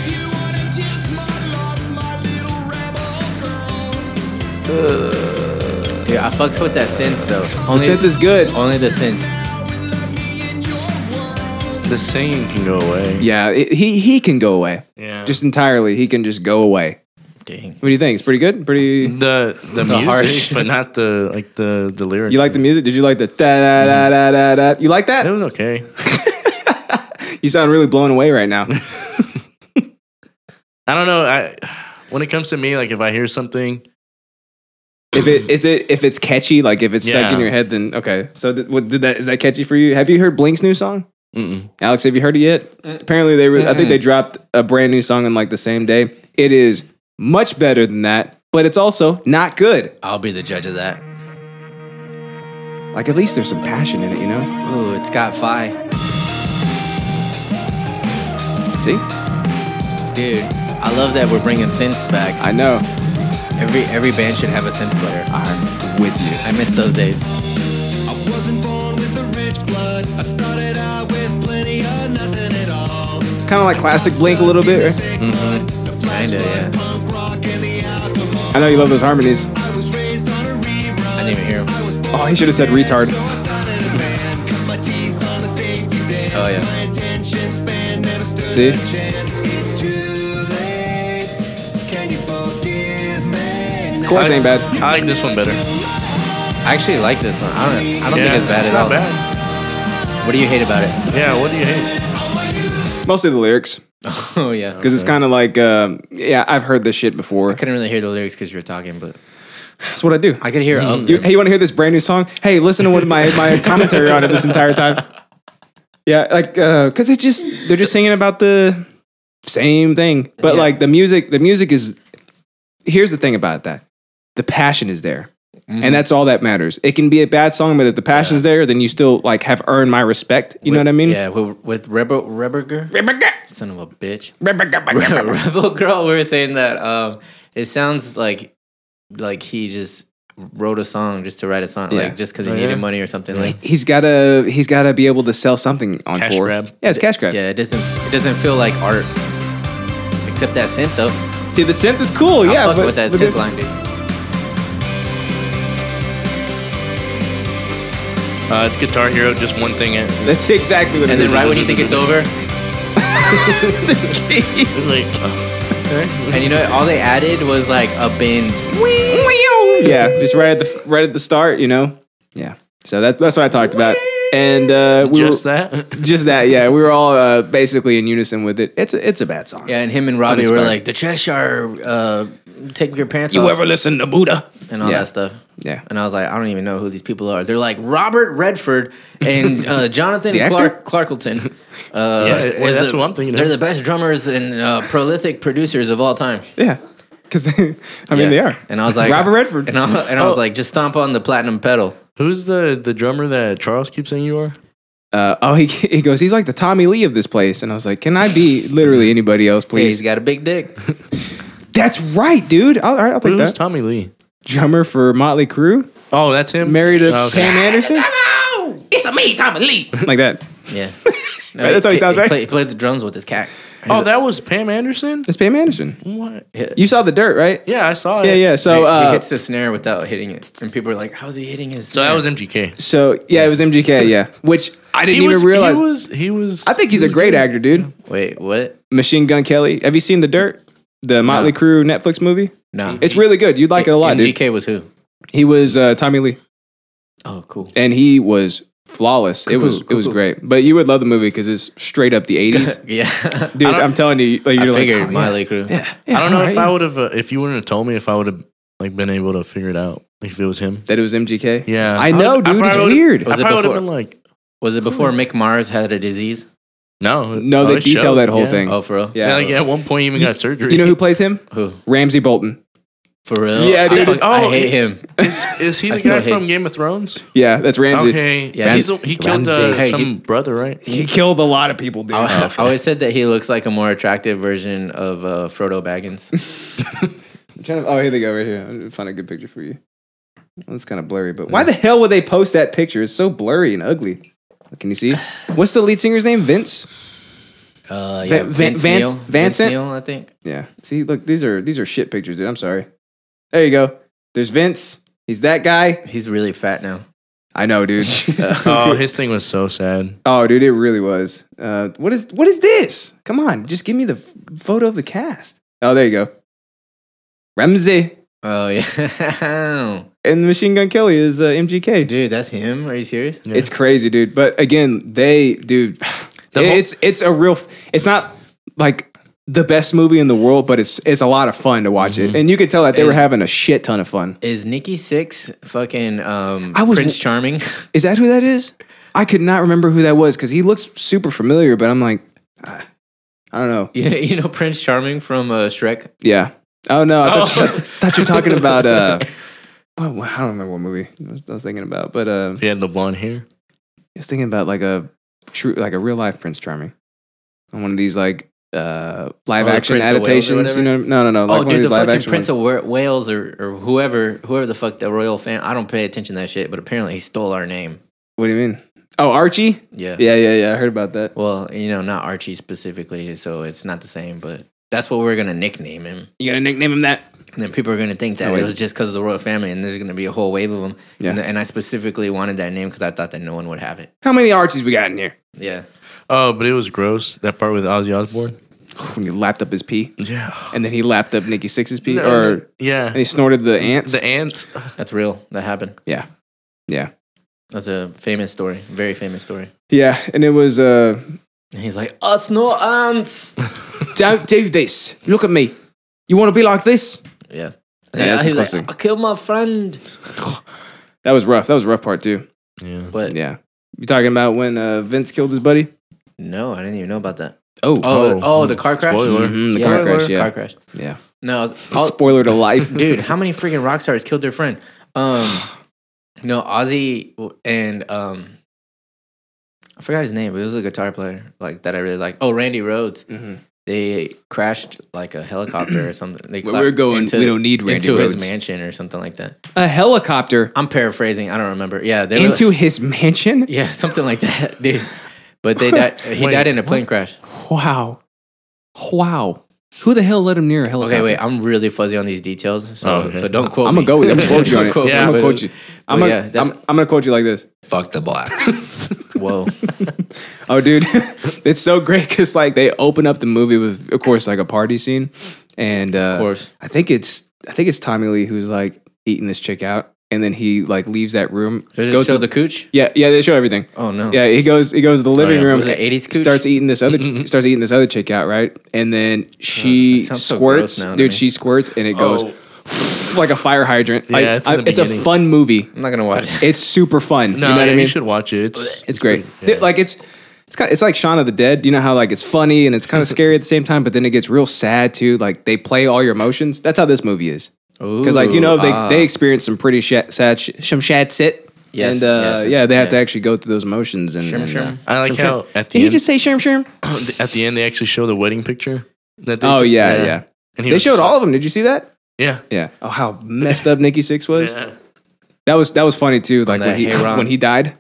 Yeah, I fucks with that synth though. The Only synth is good. only the synth. the singing can go away. Yeah, it, he he can go away. Yeah. Just entirely. He can just go away. Dang. What do you think? It's pretty good? Pretty the the So music, harsh. but not the like the the lyrics. You like the music? Did you like the da Mm-hmm. da da da da da? You like It that? was okay. You sound really blown away right now. I don't know. I when it comes to me, like if I hear something, if it is it if it's catchy, like if it's stuck in Yeah. your head, then okay. So th- what did that? Is that catchy for you? Have you heard Blink's new song? mm-mm. Alex, have you heard it yet? Apparently, they were, I think they dropped a brand new song on like the same day. It is much better than that, but it's also not good. I'll be the judge of that. Like at least there's some passion in it, you know. Ooh, it's got fi. See, Dude, I love that we're bringing synths back. I know. Every every band should have a synth player. I'm with you. I miss those days. I wasn't born with the rich blood. I started out with plenty of nothing at all. Kind of like classic Blink a little bit. Right? Kinda, yeah. Punk rock and the alcohol. I know you love those harmonies. I was raised on a rerun. I didn't even hear them. Oh, he should have said retard. So I started a band. Cut my teeth on a safety dance. Oh, yeah. My attention span never stood See? a chance. It's too late. Can you forgive me? Of course, ain't bad. I like this one better. I actually like this one. I don't I don't Yeah, think it's bad it's at not all. bad. What do you hate about it? Yeah. What do you hate? Mostly the lyrics. Oh yeah. because it's kind of like um, yeah i've heard this shit before I couldn't really hear the lyrics because you were talking, but that's what i do I could hear of You- them. hey you want to hear this brand new song hey listen to what my, my commentary on it this entire time yeah like because it's just they're just singing about the same thing but Yeah. like the music the music is here's the thing about that the passion is there Mm-hmm. and that's all that matters it can be a bad song but if the passion's there then you still like have earned my respect you know what i mean Yeah, with, with Rebel Reberger. Son of a bitch. Rebel Girl, we were saying that um, it sounds like like he just wrote a song just to write a song, Yeah. like just because he Oh, needed yeah? money or something. Like, he's gotta he's gotta be able to sell something on Cash tour grab. yeah it's cash grab yeah, it doesn't it doesn't feel like art, except that synth though. See, the synth is cool. I yeah, fuck but, with that but synth it- line, dude. Uh, it's Guitar Hero. Just one thing. At, That's exactly what. And then right when you think it's over, right, just keeps. it's like uh, and you know what? all they added was like a bend. Yeah, just right at the right at the start, you know. Yeah. So that, that's what I talked about. And uh, we Just were, that? Just that, yeah. We were all uh, basically in unison with it. It's a, it's a bad song. Yeah, and him and Robbie were Uninspired. like, the Cheshire, uh, take your pants You off. ever listen to Buddha? and all Yeah. that stuff. Yeah. And I was like, I don't even know who these people are. They're like Robert Redford and uh, Jonathan The actor? Clark Clarkleton. Uh, Yeah, yeah, was that's the- what I'm thinking of. They're the best drummers and uh, prolific producers of all time. Yeah. Because, I mean, Yeah. they are. And I was like, Robert Redford. Oh. And I, and I was like, just stomp on the platinum pedal. Who's the the drummer that Charles keeps saying you are? uh, oh, he, he goes, he's like the Tommy Lee of this place. And I was like, can I be literally anybody else, Yeah, he's please? got a big dick. That's right, dude. I'll, all right, I'll take Who's that. Tommy Lee? Drummer for Motley Crue, Oh, that's him. married to Okay. Sam Anderson, it's a me, Tommy Lee. like that. Yeah. No, That's how he sounds, right? play- he plays the drums with his cat. Oh, that was Pam Anderson. That's Pam Anderson. What? You saw the dirt, right? Yeah, I saw it. Yeah, yeah. He- So, he uh, hits the snare without hitting it. And people are like, how's he hitting his So that snare? was MGK. so yeah, it was MGK. Yeah, which I didn't He even was, realize. he was. He was. I think he's a great actor, dude. Wait, what? Machine Gun Kelly. Have you seen the dirt? The Motley Crue Netflix movie. No. It's really good. You'd like it a lot, dude. MGK was who? He was uh, Tommy Lee, Oh, cool. and he was flawless. it was Cuckoo, it was cuckoo. great. But you would love the movie because it's straight up the '80s, Yeah. dude. I'm telling you, like I you're like, figured oh, yeah. Miley Crew. Yeah. I don't know if alright. I would have. Uh, if you wouldn't have told me, if I would have like been able to figure it out, like, if it was him. that it was MGK. Yeah, I know, would- dude. It's probably would've- weird. Was I it probably would before- have been like, Was it before Mick Mars had a disease? no, No, oh, they it detail showed, that whole yeah. thing. Oh, for real? Yeah. Yeah, like at one point, he even got surgery. You know who plays him? Who? Ramsey Bolton. For real? Yeah, dude. I, fuck- I Oh, hate he- him. is, is he I the still guy hate- from Game of Thrones? Yeah, that's Ramsey. Okay, Yeah, yeah, he's, he's- he killed Ramsay. uh, Hey, some he- brother, right? He killed a lot of people, dude. Oh, I, I always said that he looks like a more attractive version of uh, Frodo Baggins. I'm trying to- oh, here they go, right here. I'm gonna find a good picture for you. Well, It's kind of blurry, but why the hell would they post that picture? It's so blurry and ugly. Can you see? What's the lead singer's name? Vince. Uh, yeah, Van- Vince, Van- Neil. Vincent? Vince Neil, I think. Yeah. See, look, these are these are shit pictures, dude. I'm sorry. There you go. There's Vince. He's that guy. He's really fat now. I know, dude. Oh, his thing was so sad. oh, dude, it really was. Uh, what is what is this? Come on, just give me the f- photo of the cast. Oh, there you go. Ramsey Oh, yeah. and Machine Gun Kelly is uh, MGK. Dude, that's him? Are you serious? Yeah. It's crazy, dude. But again, they, dude, The whole- it's it's a real. It's not like the best movie in the world, but it's it's a lot of fun to watch it, and you could tell that they were Is- having a shit ton of fun. Is Nikki Six fucking um, I was- Prince Charming? Is that who that is? I could not remember who that was because he looks super familiar, but I'm like, ah, I don't know. you, know, you know Prince Charming from uh, Shrek? Yeah. Oh no, I thought, you, thought you were talking about. uh what- what- I don't remember what movie I was, I was thinking about, but uh, If he had the blonde hair. I was thinking about like a true, like a real life Prince Charming, on one of these like uh, live Oh, like action Prince of Wales or adaptations. You know, no, no, no. Oh, one of dude, these the live fucking action Prince ones. of Wa- Wales or, or whoever, whoever the fuck the royal fan. I don't pay attention to that shit, but apparently he stole our name. What do you mean? Oh, Archie. Yeah. Yeah, yeah, yeah. I heard about that. Well, you know, not Archie specifically, so it's not the same, but that's what we're gonna nickname him. You gonna nickname him that? And then people are gonna think that Oh, wait. it was just because of the royal family, and there's gonna be a whole wave of them. Yeah. And, and I specifically wanted that name because I thought that no one would have it. How many Archies we got in here? Yeah. Oh, but it was gross. That part with Ozzy Osbourne. When he lapped up his pee, Yeah. and then he lapped up Nikki Six's pee, No, or no, yeah, and he snorted the ants. the ants. That's real. That happened. yeah, yeah, That's a famous story. Very famous story. yeah. And it was uh, And he's like, Us no ants. don't do this. Look at me. You want to be like this? yeah. Yeah, that's disgusting. I killed my friend. That was rough. That was a rough part too. Yeah. But Yeah. You talking about when uh, Vince killed his buddy? no, I didn't even know about that. Oh, Oh, oh, Oh. the car crash? Spoiler. Mhm, the Yeah. car crash. Yeah, Car crash. yeah. No, I'll- Spoiler to life, dude how many freaking rock stars killed their friend um no ozzy w- and um i forgot his name but he was a guitar player like that i really like oh randy rhodes Mm-hmm. they crashed like a helicopter or something they Where we're clapped going, we don't need Randy into Rhodes. his mansion or something like that A helicopter i'm paraphrasing i don't remember yeah they were- into his mansion. yeah something like that dude but they died he Wait, died in a plane crash Wow, wow. Who the hell let him near a helicopter? okay wait i'm really fuzzy on these details so, Oh, okay. so don't quote I'm me. gonna go with it. I'm gonna quote you on Don't it. quote me, I'm but gonna it quote was- you. I'm but gonna, yeah, that's- I'm, I'm gonna quote you like this. Fuck the blacks. whoa Oh, dude, it's so great because like they open up the movie with, of course, like a party scene, and uh, of course I think it's I think it's Tommy Lee who's like eating this chick out, and then he like leaves that room. So goes just to- show the cooch. yeah, yeah, they show everything. Oh, no. Oh, Yeah, he goes he goes to the living yeah. room. Was it 80s cooch? Starts eating this other starts eating this other chick out, right? And then she Oh, that sounds so squirts, gross now to dude. me. Oh. She squirts and it goes like a fire hydrant. Yeah, Like, it's I- in the it's a beginning. fun movie. I'm not gonna watch. it. It's super fun. No, you know what I yeah, mean? you should watch it. It's, It's great. Yeah. Like it's it's kind of, it's like Shaun of the Dead. You know how like it's funny and it's kind of scary at the same time, but then it gets real sad too. Like they play all your emotions. That's how this movie is. Because like you know they ah. they experience some pretty sha- sad sh- some sad shit. Yes, and uh, yes, yeah, they have yeah. to actually go through those emotions and. and, uh, Shim, I like shim, how shim. at the Did he end, just say shim shim? at the end they actually show the wedding picture. That they Oh took. yeah, yeah. And he They was showed just all like- of them. Did you see that? Yeah, Yeah. Oh, how messed up Nikki Six was. yeah. That was that was funny too. Like when that he Heron. when he died.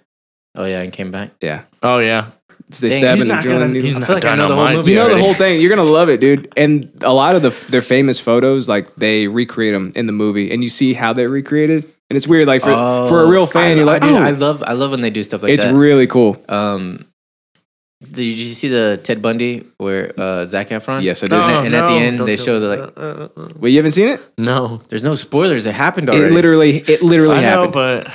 Oh yeah, and came back. Yeah. Oh yeah. They Dang, stab he's him and not drill gonna- him. he's I not feel like I done know on the whole mine. movie. You know the already. whole thing. You're gonna love it, dude. And a lot of the their famous photos, like they recreate them in the movie, and you see how they're recreated. And it's weird, like for, Oh, for a real I, fan, you're like, I, dude, oh, I love, I love when they do stuff like it's that. really cool. um, did you see the Ted Bundy where uh, Zach Efron? Yes, I did. And, No, and at the end, they show the uh, like. Wait, you haven't seen it? No, There's no spoilers. It happened It already. literally, it literally I know, happened. but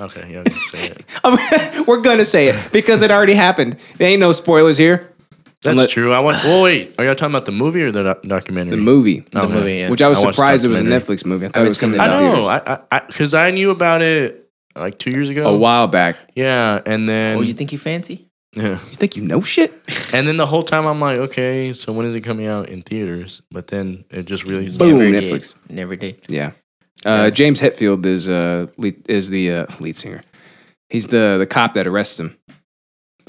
okay, yeah, I'm gonna say it. We're gonna say it because it already happened. There ain't no spoilers here. That's Unless- true. I want. Well, wait. Are y'all talking about the movie or the doc- documentary? The movie, the movie. Yeah. which I was I watched surprised it was a documentary. Netflix movie. I thought it was coming I out in theaters know. I I because I, knew about it like two years ago. a while back. Yeah, and then oh, um, you think you fancy? yeah. You think you know shit? and then the whole time I'm like, okay, so when is it coming out in theaters? But then it just released. Boom. Never Netflix. Did. Never did. Yeah. Uh, James Hetfield is uh lead, is the uh, lead singer. He's the the cop that arrests him.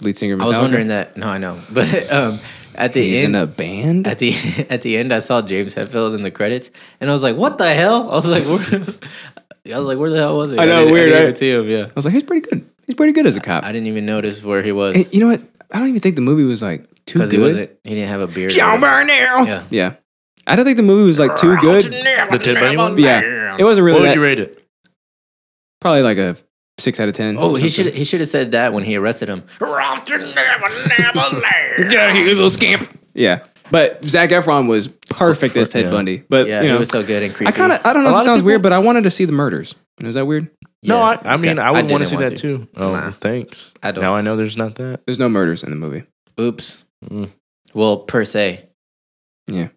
Lead singer. Metallica. I was wondering that. No, I know, but um, at the He's end, in a band. at the at the end, I saw James Hetfield in the credits, and I was like, "What the hell?" I was like, where, "I was like, where the hell was it?" I know, didn't- I weird, didn't right? even see him. Yeah, I was like, he's pretty good. He's pretty good as a cop. I didn't even notice where he was And you know what? I don't even think the movie was like too because good. he wasn't. He didn't have a beard. or John whatever. Bernal. Yeah. Yeah. I don't think the movie was like too good. The Ted Bundy one. Yeah. It wasn't What really would that- you rate it? probably like a six out of ten. Oh, he should he should have said that when he arrested him. Yeah. But Zach Efron was perfect as Ted Yeah. Bundy. But Yeah, you he know, was so good and creepy. I kind of I don't A know lot if it of sounds weird, people- but I wanted to see the murders. Is that weird? No, Yeah. I, I mean, Okay. I I would want didn't to see want that to. too. Oh, Nah. thanks. I don't. Now I know there's not that. There's no murders in the movie. Oops. Mm. Well, per se, Yeah.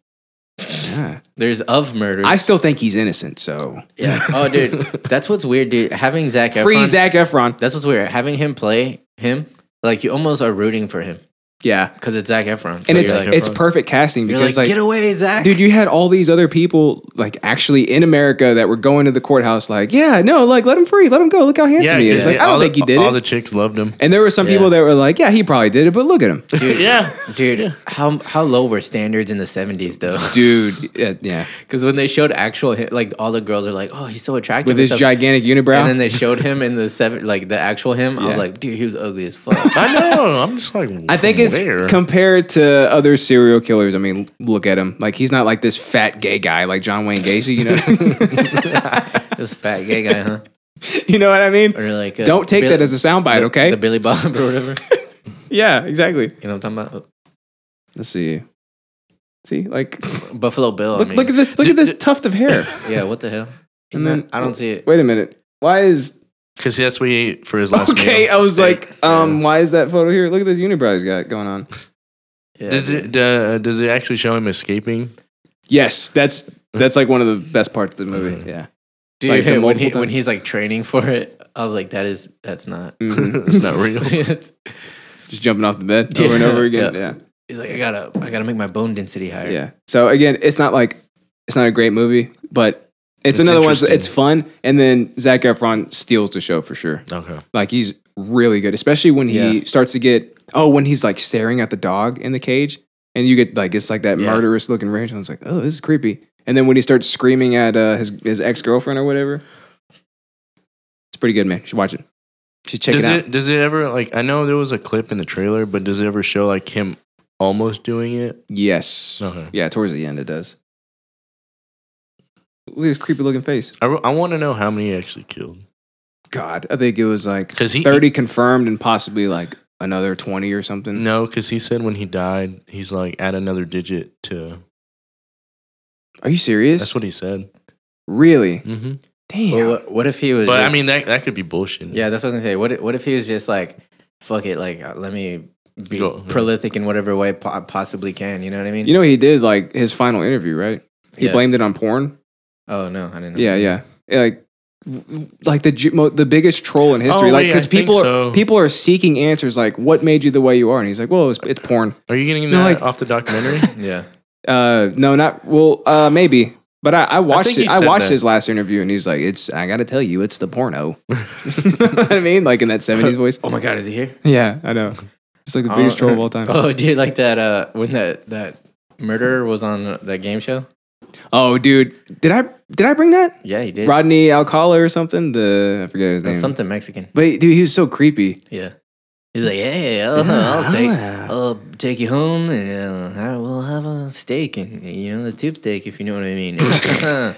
there's of murder. I still think he's innocent, so yeah. Oh, dude, that's what's weird, dude. Having Zach Efron. free Zach Efron. That's what's weird. Having him play him, like you almost are rooting for him Yeah. because it's Zach Efron. So And it's you're like, it's perfect casting you're because like, like, get away, Zach. dude, you had all these other people like actually in America that were going to the courthouse like, yeah, no, like let him free, let him go, look how handsome he is. 'cause Like I all don't the- think he did All it. the chicks loved him. and there were some people that were like, yeah, he probably did it, but look at him. dude, Yeah. dude. How how low were standards in the seventies though? Dude, uh, yeah. Because when they showed actual, hi- like all the girls are like, oh, he's so attractive With and his stuff. gigantic unibrow. And then they showed him in the seven, like the actual him. I was Yeah. like, dude, he was ugly as fuck. I know. I'm just like. I think from it's where? compared to other serial killers. I mean, look at him. Like he's not like this fat gay guy like John Wayne Gacy, you know. this fat gay guy, huh? you know what I mean? Or like, uh, Don't take Bill- that as a soundbite, the- okay? The Billy Bob or whatever. yeah, exactly. You know what I'm talking about? Let's see. See, like look, Buffalo Bill. I mean. look at this, look at this tuft of hair. Yeah, what the hell? He's And not- then- I don't see it. Wait a minute. Why is Because that's what he ate for his last meal. okay? I was Steak. like, um, why is that photo here? Look at this unibrow he's got going on. Yeah, Does dude. it uh, does it actually show him escaping? Yes, that's that's like one of the best parts of the movie. Mhm. Yeah, Dude, like the when, multiple he, when times? he's like training for it, I was like, that is, that's not. it's not real. It's- Mm-hmm. just jumping off the bed over and Yeah. over again. Yeah. Yeah. he's like, I gotta, I gotta make my bone density higher. Yeah. So again, it's not like it's not a great movie, but it's, It's another one. interesting. It's fun, and then Zach Efron steals the show for sure. Okay. Like he's really good, especially when he starts to get oh when he's like staring at the dog in the cage, and you get like it's like that Yeah. murderous looking range. I was like, oh, this is creepy. And then when he starts screaming at uh, his his ex girlfriend or whatever, it's pretty good, man. You should watch it. You should check does it out. it does it ever like I know there was a clip in the trailer, but does it ever show like him almost doing it? yes. Okay. Yeah, towards the end it does. Look at his creepy looking face. I, re- I want to know how many he actually killed. God, I think it was like 'Cause he- 30 confirmed and possibly like another 20 or something. No, because he said when he died, he's like add another digit to. Are you serious? That's what he said. really? Mm-hmm. Damn. But what, what if he was? But just- I mean, that that could be bullshit. yeah, that's what I was gonna say. What if, what if he was just like, fuck it, like uh, let me be Go, yeah. prolific in whatever way po- I possibly can. You know what I mean? You know he did like his final interview, right? He Yeah. blamed it on porn. oh no, I didn't. Mm-hmm. know. Yeah, yeah. Yeah, Like like the ju- mo- the biggest troll in history, Oh, like wait, because I think people are so. people are seeking answers, like what made you the way you are, and he's like, well, it's, it's porn. Are you getting No, that like- off the documentary? yeah. Uh, no, not well, uh, maybe. But I, I watched think it. he I said watched that. his last interview, and he's like, "It's I gotta tell you, it's the porno." You know what I mean, like in that '70s voice. Oh my god, is he here? Yeah, I know. It's like the biggest Oh, troll of all time. Oh, dude, like that uh when that that murderer was on that game show? Oh, dude, did I did I bring that Yeah, he did. Rodney Alcala or something? The I forget his It name. was something Mexican. But dude, he was so creepy. Yeah. He's like, hey, I'll, I'll take, I'll take you home, and uh, I will have a steak, and you know the tube steak, if you know what I mean.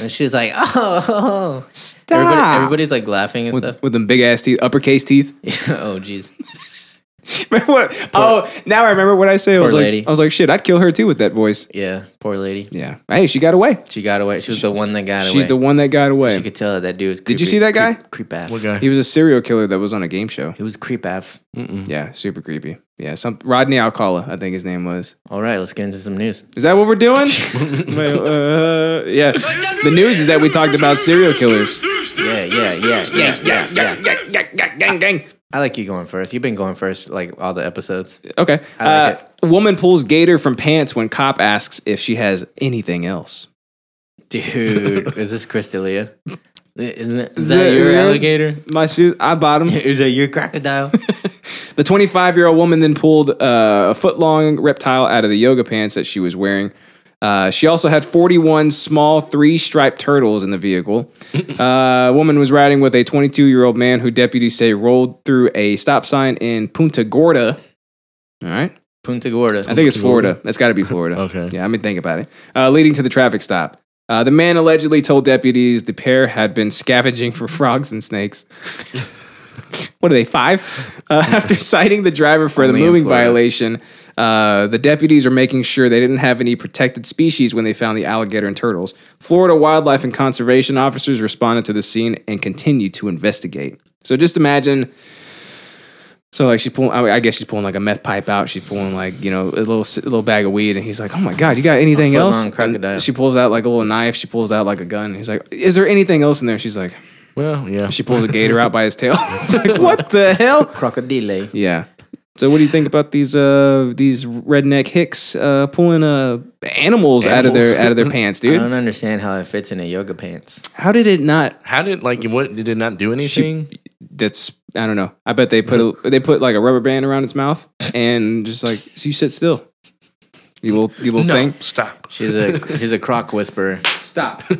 and she's like, oh, Stop. Everybody, everybody's like laughing and with, with them big ass teeth, uppercase teeth. stuff. oh, jeez. Remember what? Oh, now I remember what I say. I was Poor like, lady. I was like, shit, I'd kill her too with that voice. Yeah, poor lady. Yeah. Hey, she got away. She got away. She was the one that got away. She's the one that got She away. could tell that that dude was. Creepy, Did you see that guy? Creep, creep ass. what guy? He was a serial killer that was on a game show. He was creep af. Yeah, super creepy. Yeah, some Rodney Alcala, I think his name was. All right, let's get into some news. Is that what we're doing? Wait, uh, yeah. The news is that we talked about serial killers. Yeah, yeah, yeah, yeah, yeah, yeah, yeah. Gang, gang. I like you going first. You've been going first, like all the episodes. Okay. I like uh, Woman pulls gator from pants when cop asks if she has anything else. Dude, is this Chris D'Elia? Isn't it, is that that your it? alligator? My shoes, I bought them. Is that your crocodile? The 25 year old woman then pulled uh, a foot long reptile out of the yoga pants that she was wearing. Uh, she also had 41 small three striped turtles in the vehicle. uh, woman was riding with a 22 year old man who deputies say rolled through a stop sign in Punta Gorda. All right. Punta Gorda. I think it's Florida. That's got to be Florida. Okay. Yeah, I mean, think about it. Uh, leading to the traffic stop. Uh, the man allegedly told deputies the pair had been scavenging for frogs and snakes. what are they, five? Uh, after citing the driver for Only the in moving Florida. violation, uh, the deputies were making sure they didn't have any protected species when they found the alligator and turtles. Florida wildlife and conservation officers responded to the scene and continued to investigate. So just imagine so like she's pulling, I I guess she's pulling like a meth pipe out. She's pulling like you know a little s- little bag of weed, and he's like, "Oh my god, you got anything foot else?" long crocodile. And She pulls out like a little knife. She pulls out like a gun. And he's like, "Is there anything else in there?" She's like, Well, yeah. she pulls a gator out by his tail. it's like, what the hell? Crocodile. Yeah. So what do you think about these uh these redneck hicks uh pulling uh animals, out of their Animals. out of their pants, I dude? don't understand how it fits in a yoga pants. How did it not? How did like what did it not do anything? That's I don't know. I bet they put a, they put like a rubber band around its mouth and just like so you sit still. You little you little thing. stop. She's a she's a croc whisperer. Stop.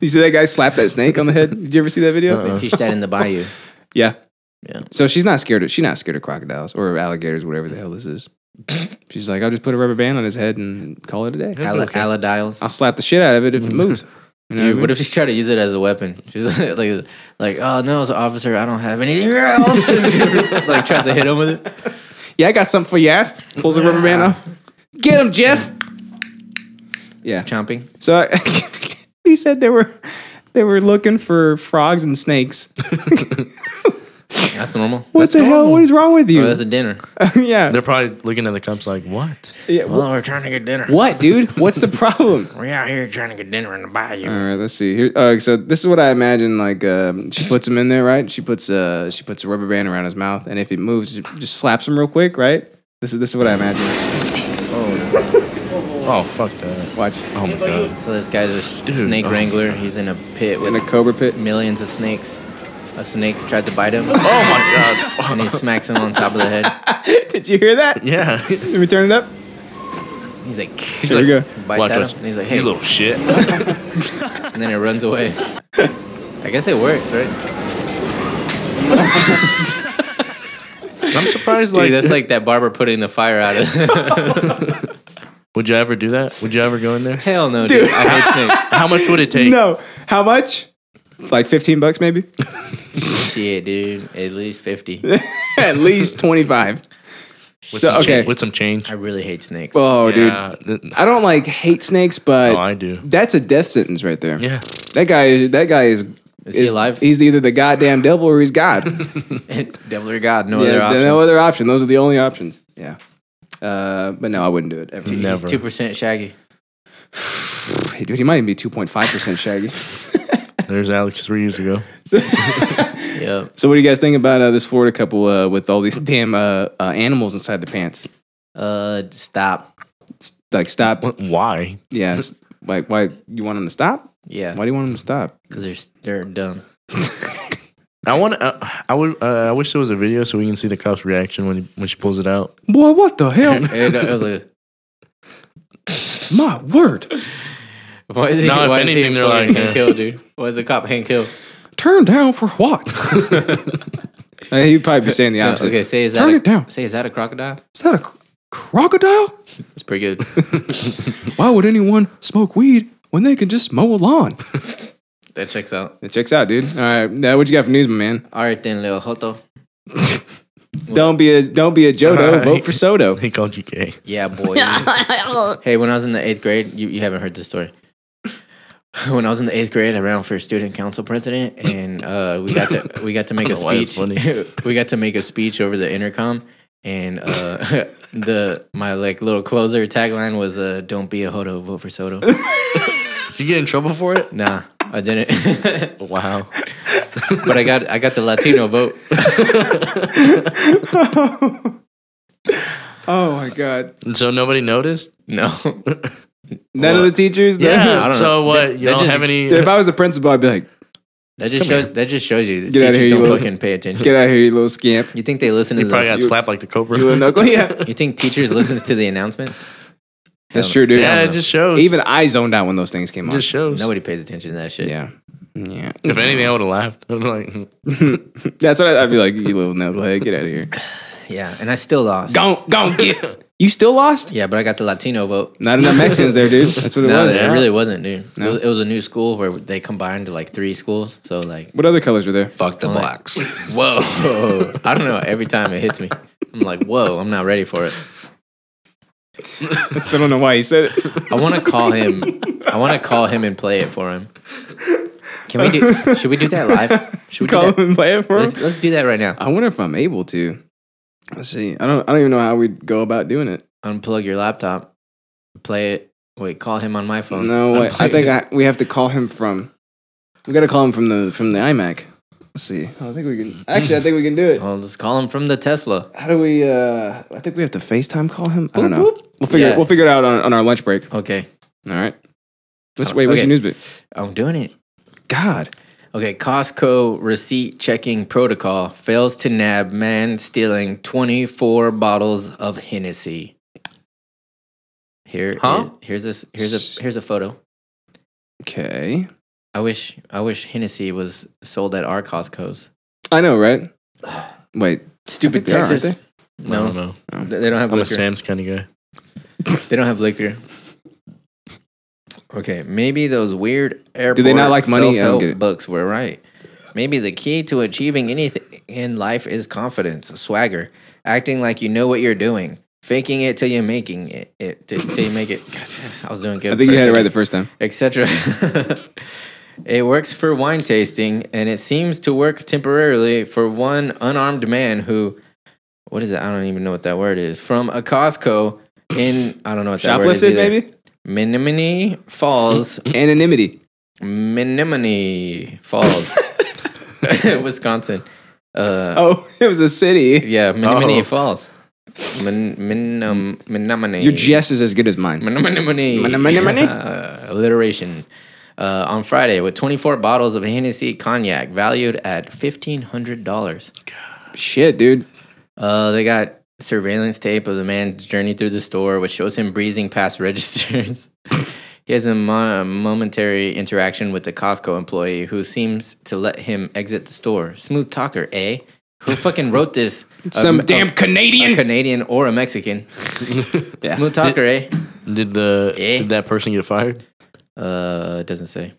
you see that guy slap that snake on the head? Did you ever see that video? They teach that in the bayou. Yeah. Yeah. So she's not scared of she's not scared of crocodiles or alligators, whatever the hell this is. She's like, I'll just put a rubber band on his head and call it a day. Al- Allodials. I'll slap the shit out of it if Mm-hmm. it moves. You know Dude, what what I if she tried to use it as a weapon? She's like, like, like, oh no, it's an officer. I don't have anything else. like tries to hit him with it. mean? yeah, I got something for your ass. Pulls the rubber band off. Get him, Jeff. Yeah. Chomping. So he said they were they were looking for frogs and snakes. That's normal. What the hell? What is wrong with you? Oh, that's a dinner. yeah. They're probably looking at the cops like, what? yeah. wh- Well, we're trying to get dinner. What, dude? What's the problem? We're out here trying to get dinner in the bayou. All right, let's see. Here, uh, so this is what I imagine. Like um, she puts him in there, right? She puts uh, she puts a rubber band around his mouth, and if it moves, she just slaps him real quick, right? This is this is what I imagine. Oh fuck that. Watch Oh my god. So this guy's a Dude, snake oh. wrangler. He's in a pit in with the cobra pit. millions of snakes. A snake tried to bite him, Oh my god. and he smacks him on top of the head. Did you hear that? Yeah. Let me turn it up. He's like, There you go. bites Watch at us. him, and he's like, You hey, little shit. and then it runs away. I guess it works, right? I'm surprised Dude, like, that's like that barber putting the fire out of. Would you ever do that? Would you ever go in there? Hell no, dude. I hate snakes. How much would it take? No, how much? Like fifteen bucks, maybe. Shit, dude. At least fifty. At least twenty five. With So, some cha- okay. with some change. I really hate snakes. Oh, dude. yeah, th- I don't like hate snakes, but Oh, I do. that's a death sentence right there. yeah. That guy. That guy is. Is he alive? He's either the goddamn devil or he's God. Devil or God, no yeah, other there's options. no other option. Those are the only options. Yeah. Uh, but no, I wouldn't do it ever. No. Never. Two percent Shaggy. Hey, dude, he might even be 2.5 percent shaggy. There's Alex three years ago. Yeah. so, what do you guys think about uh, this Florida couple uh, with all these damn uh, uh, animals inside the pants? Uh, stop. S- Like, stop. What, why? Yeah. s- Like, why you want them to stop? Yeah. Why do you want them to stop? Because they're s- they're dumb. I want. Uh, I would. Uh, I wish there was a video so we can see the cop's reaction when he, when she pulls it out. Boy, what the hell? It, it was like, My word. why is he? No, if why is anything, he they're employing like, hand uh, kill, dude? Why is the cop hand kill? Turn down for what? Uh, he'd probably be saying the No, opposite. okay, say is that Turn a, it down. Say is that a crocodile? Is that a cr- crocodile? It's pretty good. Why would anyone smoke weed when they can just mow a lawn? that checks out. It checks out, dude. All right, now what you got for news, my man? All right then, Lil Joto. Don't be a don't be a Jodo. Vote for Soto. He called you gay. Yeah, boy. hey, when I was in the eighth grade, you, you haven't heard this story. When I was in the eighth grade, I ran for student council president, and uh, we got to we got to make a know why it's speech. we got to make a speech over the intercom, and uh, the my like little closer tagline was uh, "Don't be a hodo, vote for Soto." Did you get in trouble for it? nah, I didn't, Wow. but I got I got the Latino vote. Oh my god! So nobody noticed. No, None of the teachers. No? I don't so know. what? They- you they don't just- have any? If I was a principal, I'd be like, that just shows that just shows you that Get outta teachers here, don't you little- fucking pay attention. "Get out of here, you little scamp! You think they listen to You the? probably got slapped like the cobra. You little knuckle." Yeah, you think teachers listens to the announcements? that's true, dude. yeah, it just shows. Even I zoned out when those things came it on. just shows. Nobody pays attention to that shit. Yeah, yeah. If anything, I would have laughed. I'd be like, hmm. That's what I, I'd be like. You little knucklehead, get out of here. Yeah, and I still lost. Go, go, get. You still lost? Yeah, but I got the Latino vote. Not enough Mexicans there, dude. That's what it No, was. it really wasn't, dude. It, was, it was a new school where they combined like three schools. So like, What other colors were there? Fuck the blacks. whoa, I don't know. Every time it hits me, I'm like, whoa, I'm not ready for it. I still don't know why he said it. I want to call him. I want to call him and play it for him. Can we do? Should we do that live? Should we do Call that? him and play it for him. Let's, let's do that right now. I wonder if I'm able to. Let's see. I don't. I don't even know how we'd go about doing it. Unplug your laptop. Play it. Wait, call him on my phone. No, way. I Unplug think it. I, we have to call him from. We gotta call him from the from the iMac. Let's see. Oh, I think we can. Actually, I think we can do it. Well, let's call him from the Tesla. How do we? uh I think we have to FaceTime call him. I don't know. We'll figure. Yeah. We'll figure it out on, on our lunch break. Okay, All right. Let's wait. What's Oh, Okay. your news bit? I'm doing it. God. Okay, Costco receipt checking protocol fails to nab man stealing 24 bottles of Hennessy. Here, i- Huh? here's this. Here's a here's a photo. Okay. I wish I wish Hennessy was sold at our Costco's. I know, right? Wait. Stupid they are, aren't Texas. I no, don't know. they they don't have I'm a liquor. Sam's kind of guy. They don't have liquor. Okay, maybe those weird airport they not like money? I don't self-help get it. books were right. Maybe the key to achieving anything in life is confidence, swagger, acting like you know what you're doing, faking it till you're making it, it till, till you make it. God, I was doing good. I think for you a had it second right the first time. etc. it works for wine tasting, and it seems to work temporarily for one unarmed man who, what is it? I don't even know what that word is. From a Costco in, I don't know what that word is Shoplifted, either. maybe. Menominee Falls, Anonymity. Menominee Falls, Wisconsin. Uh, Oh, it was a city. yeah, Menominee Oh. Falls. Men, men, um, Menominee. Your jest is as good as mine. Menominee. Menominee. Uh, alliteration. Uh, on Friday, with 24 bottles of Hennessy cognac valued at $1,500. Shit, dude. Uh, they got surveillance tape of the man's journey through the store, which shows him breezing past registers. he has a mo- momentary interaction with the Costco employee who seems to let him exit the store. Smooth talker, eh? Who fucking wrote this? Some uh, A- damn Canadian. a Canadian or a Mexican. Smooth talker, eh? Did the Eh. did that person get fired? Uh, it doesn't say.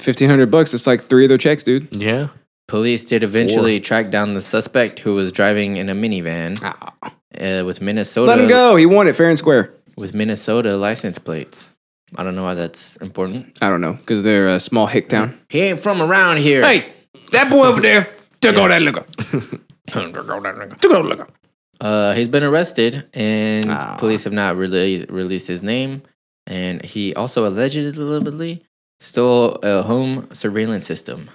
Fifteen hundred bucks. It's like three of their checks, dude. Yeah. Police did eventually track down the suspect who was driving in a minivan uh, with Minnesota. Ah. Let him go. He won it fair and square. With Minnesota license plates. I don't know why that's important. I don't know because they're a small hick town. He ain't from around here. Hey, that boy over there took all that liquor. took all that liquor. Uh, he's been arrested, and Ah. police have not rele- released his name. And he also allegedly stole a home surveillance system,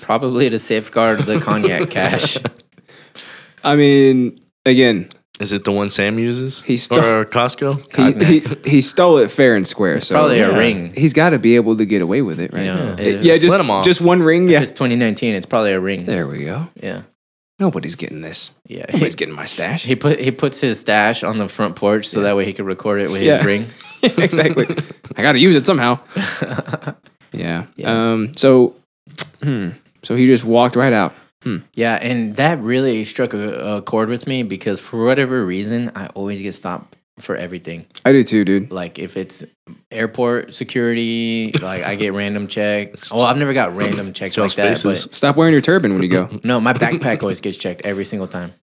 probably to safeguard the cognac cash. I mean, again, Is it the one Sam uses? He stole- or Costco? he, he he stole it fair and square. so Probably yeah. a ring. He's got to be able to get away with it, right? You know, yeah. if- yeah, just Let him off. just one ring. if Yeah, it's 2019. It's probably a ring. there we go. Yeah, Nobody's getting this. yeah. He, Nobody's getting my stash. he put he puts his stash on the front porch so that way he could record it with Yeah. his ring. exactly. I got to use it somehow. yeah. Um. So, hmm. so he just walked right out. Yeah, and that really struck a, a chord with me because for whatever reason, I always get stopped for everything. I do too, dude. Like if it's airport security, like I get random checks. Oh, I've never got random checks like Just that. faces. Stop wearing your turban when you go. But no, my backpack always gets checked every single time.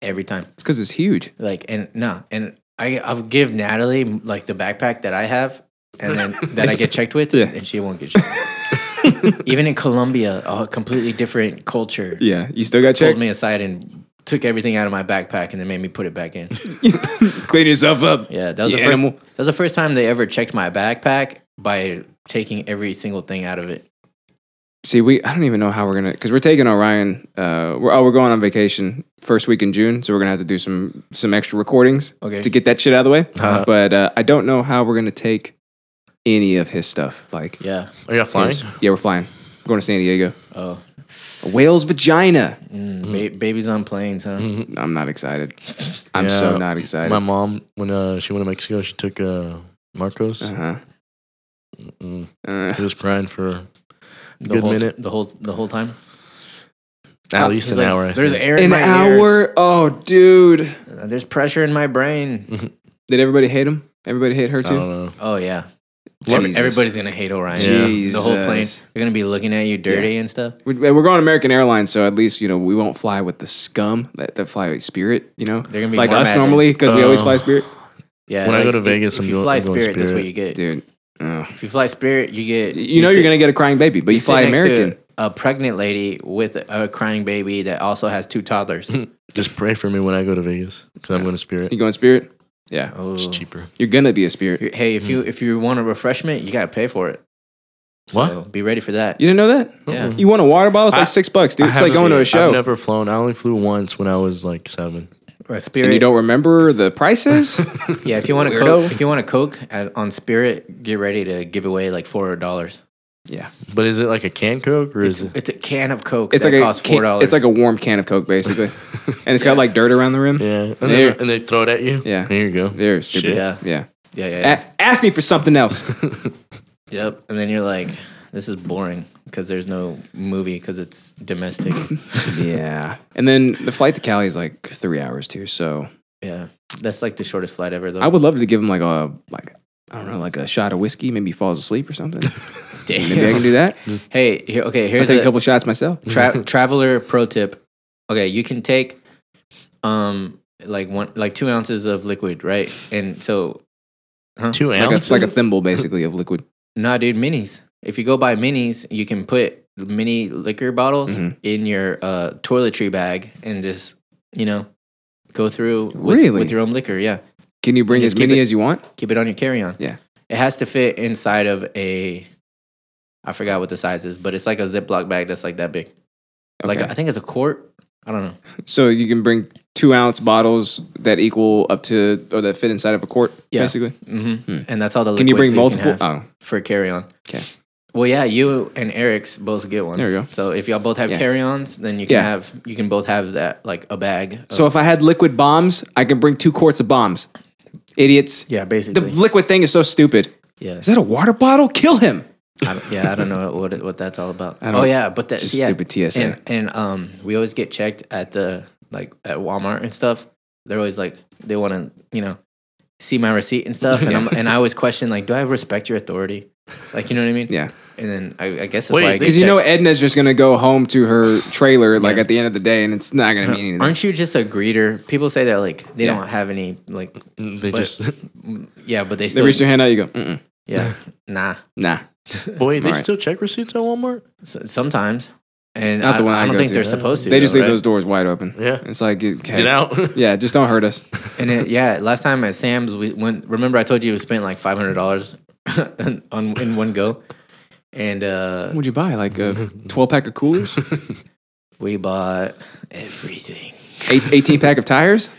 Every time. It's because it's huge. Like and nah, and I I'll give Natalie like the backpack that I have and then that I get checked with Yeah. and she won't get checked. Even in Colombia, a completely different culture. Yeah. You still got pulled checked. me aside and took everything out of my backpack and then made me put it back in. Clean yourself up. Yeah, that was You the first. animal. That was the first time they ever checked my backpack by taking every single thing out of it. See, we I don't even know how we're gonna because we're taking Orion. Uh, we're oh we're going on vacation first week in June, so we're gonna have to do some some extra recordings Okay. to get that shit out of the way. But uh, I don't know how we're gonna take any of his stuff. Like, Yeah. Are you Oh, flying? his- yeah, we're flying. We're going to San Diego. Oh, A whale's vagina. Mm, Mm-hmm. ba- babies on planes, huh? I'm not excited. I'm Yeah, so not excited. Mm-hmm. My mom, when uh, she went to Mexico, she took uh, Marcos. Uh-huh. Mm. Uh, She was crying for The Good whole, minute. The whole the whole time. at least He's an like, hour. I There's think. air in an my hour. Oh, dude. ears. There's pressure in my brain. Did everybody hate him? Everybody hate her I too. don't know. Oh yeah. Jesus. Every- Everybody's gonna hate Orion. Yeah. The whole plane. Jesus. They're gonna be looking at you dirty and stuff. We're, we're going American Airlines, so at least you know we won't fly with the scum that, that fly with Spirit. You know, They're gonna be like more us mad than- normally because we always Oh. fly Spirit, Yeah. When I like, go to if- Vegas, if I'm you go- fly I'm going spirit, that's what Spirit. you get. dude. ugh. If you fly Spirit, you get You know you're sit- gonna get a crying baby, but you, sit fly next to American. A pregnant lady with a crying baby that also has two toddlers. Just pray for me when I go to Vegas because I'm going to Spirit. You going Spirit? Yeah, It's Mm-hmm. Ooh. cheaper. you're gonna be a Spirit. You Oh. Hey, if you if you want a refreshment, you gotta pay for it. What? So be ready for that. didn't know that? Yeah. You want a water bottle? It's like I- six bucks, dude. I It's like haven't- going to a show. I've never flown. I only flew once when I was like seven. Or and you Spirit. don't remember the prices? Yeah, if you want a coke, if you want a coke at, on Spirit, get ready to give away like four dollars. yeah, But is it like a can Coke or is it? It's a can of coke. it's that like a costs can- four dollars. It's like a warm can of Coke, basically, and it's got like dirt around the rim. Yeah. And, There. then, and they throw it at you. Yeah. There you go. There, stupid. Shit. Yeah, Yeah. yeah. yeah, yeah, yeah. A- ask me for something else. yep. And then you're like, this is boring because there's no movie because it's domestic. yeah, and then the flight to Cali is like three hours too. So yeah, that's like the shortest flight ever though. I would love to give him like a like I don't know, like a shot of whiskey. Maybe he falls asleep or something. Maybe I can Damn. do that. Hey, here, okay, I'll here's take a a- couple shots myself. Tra- traveler pro tip. Okay, you can take um like one like two ounces of liquid, right? And so Two Like ounces. a, like a thimble, basically, of liquid. nah dude, minis. If you go buy minis, you can put mini liquor bottles Mm-hmm. in your uh toiletry bag and just, you know, go through with, Really? with your own liquor, yeah. Can you bring You as just keep many it- as you want? Keep it on your carry-on. Yeah. It has to fit inside of a I forgot what the size is, but it's like a Ziploc bag that's like that big. Like Okay. I think it's a quart. I don't know. So you can bring two ounce bottles that equal up to or that fit inside of a quart, Yeah. basically. hmm And that's all the Can you liquids bring can multiple? have Oh, for carry on. Okay. Well, yeah, you and Eric's both get one. There we go. So if y'all both have Yeah. carry ons, then you can Yeah. have you can both have that like a bag. of- so if I had liquid bombs, I can bring two quarts of bombs. Idiots. yeah, The basically. liquid thing is so stupid. yeah. Is that a water bottle? Kill him. I don't- yeah, I don't know what it- what that's all about. I Oh don't- yeah, but that's just yeah. stupid TSA. And, and um, we always get checked at the like at Walmart and stuff. They're always like they want to you know see my receipt and stuff, and I'm, and I always question like, do I respect your authority? Like you know what I mean? Yeah. And then I, I guess that's Wait, why. I Because you know text- Edna's just gonna go home to her trailer like at the end of the day, and it's not gonna mean anything. aren't you just a greeter? People say that like they don't have any like They But- just yeah, but they they still reach your hand out, you go, Mm-mm, yeah nah. nah. boy, they Right. still check receipts at Walmart. S- sometimes, and Not I, the one I I don't go think to. they're supposed to. They just though, leave right? those doors wide open. Yeah. it's like okay. Get out. Yeah, just don't hurt us. And it, yeah, last time at Sam's, we went. Remember, I told you we spent like five hundred dollars on in one go, and uh, What'd you buy? Like a twelve pack of coolers, we bought everything. Eight, eighteen pack of tires.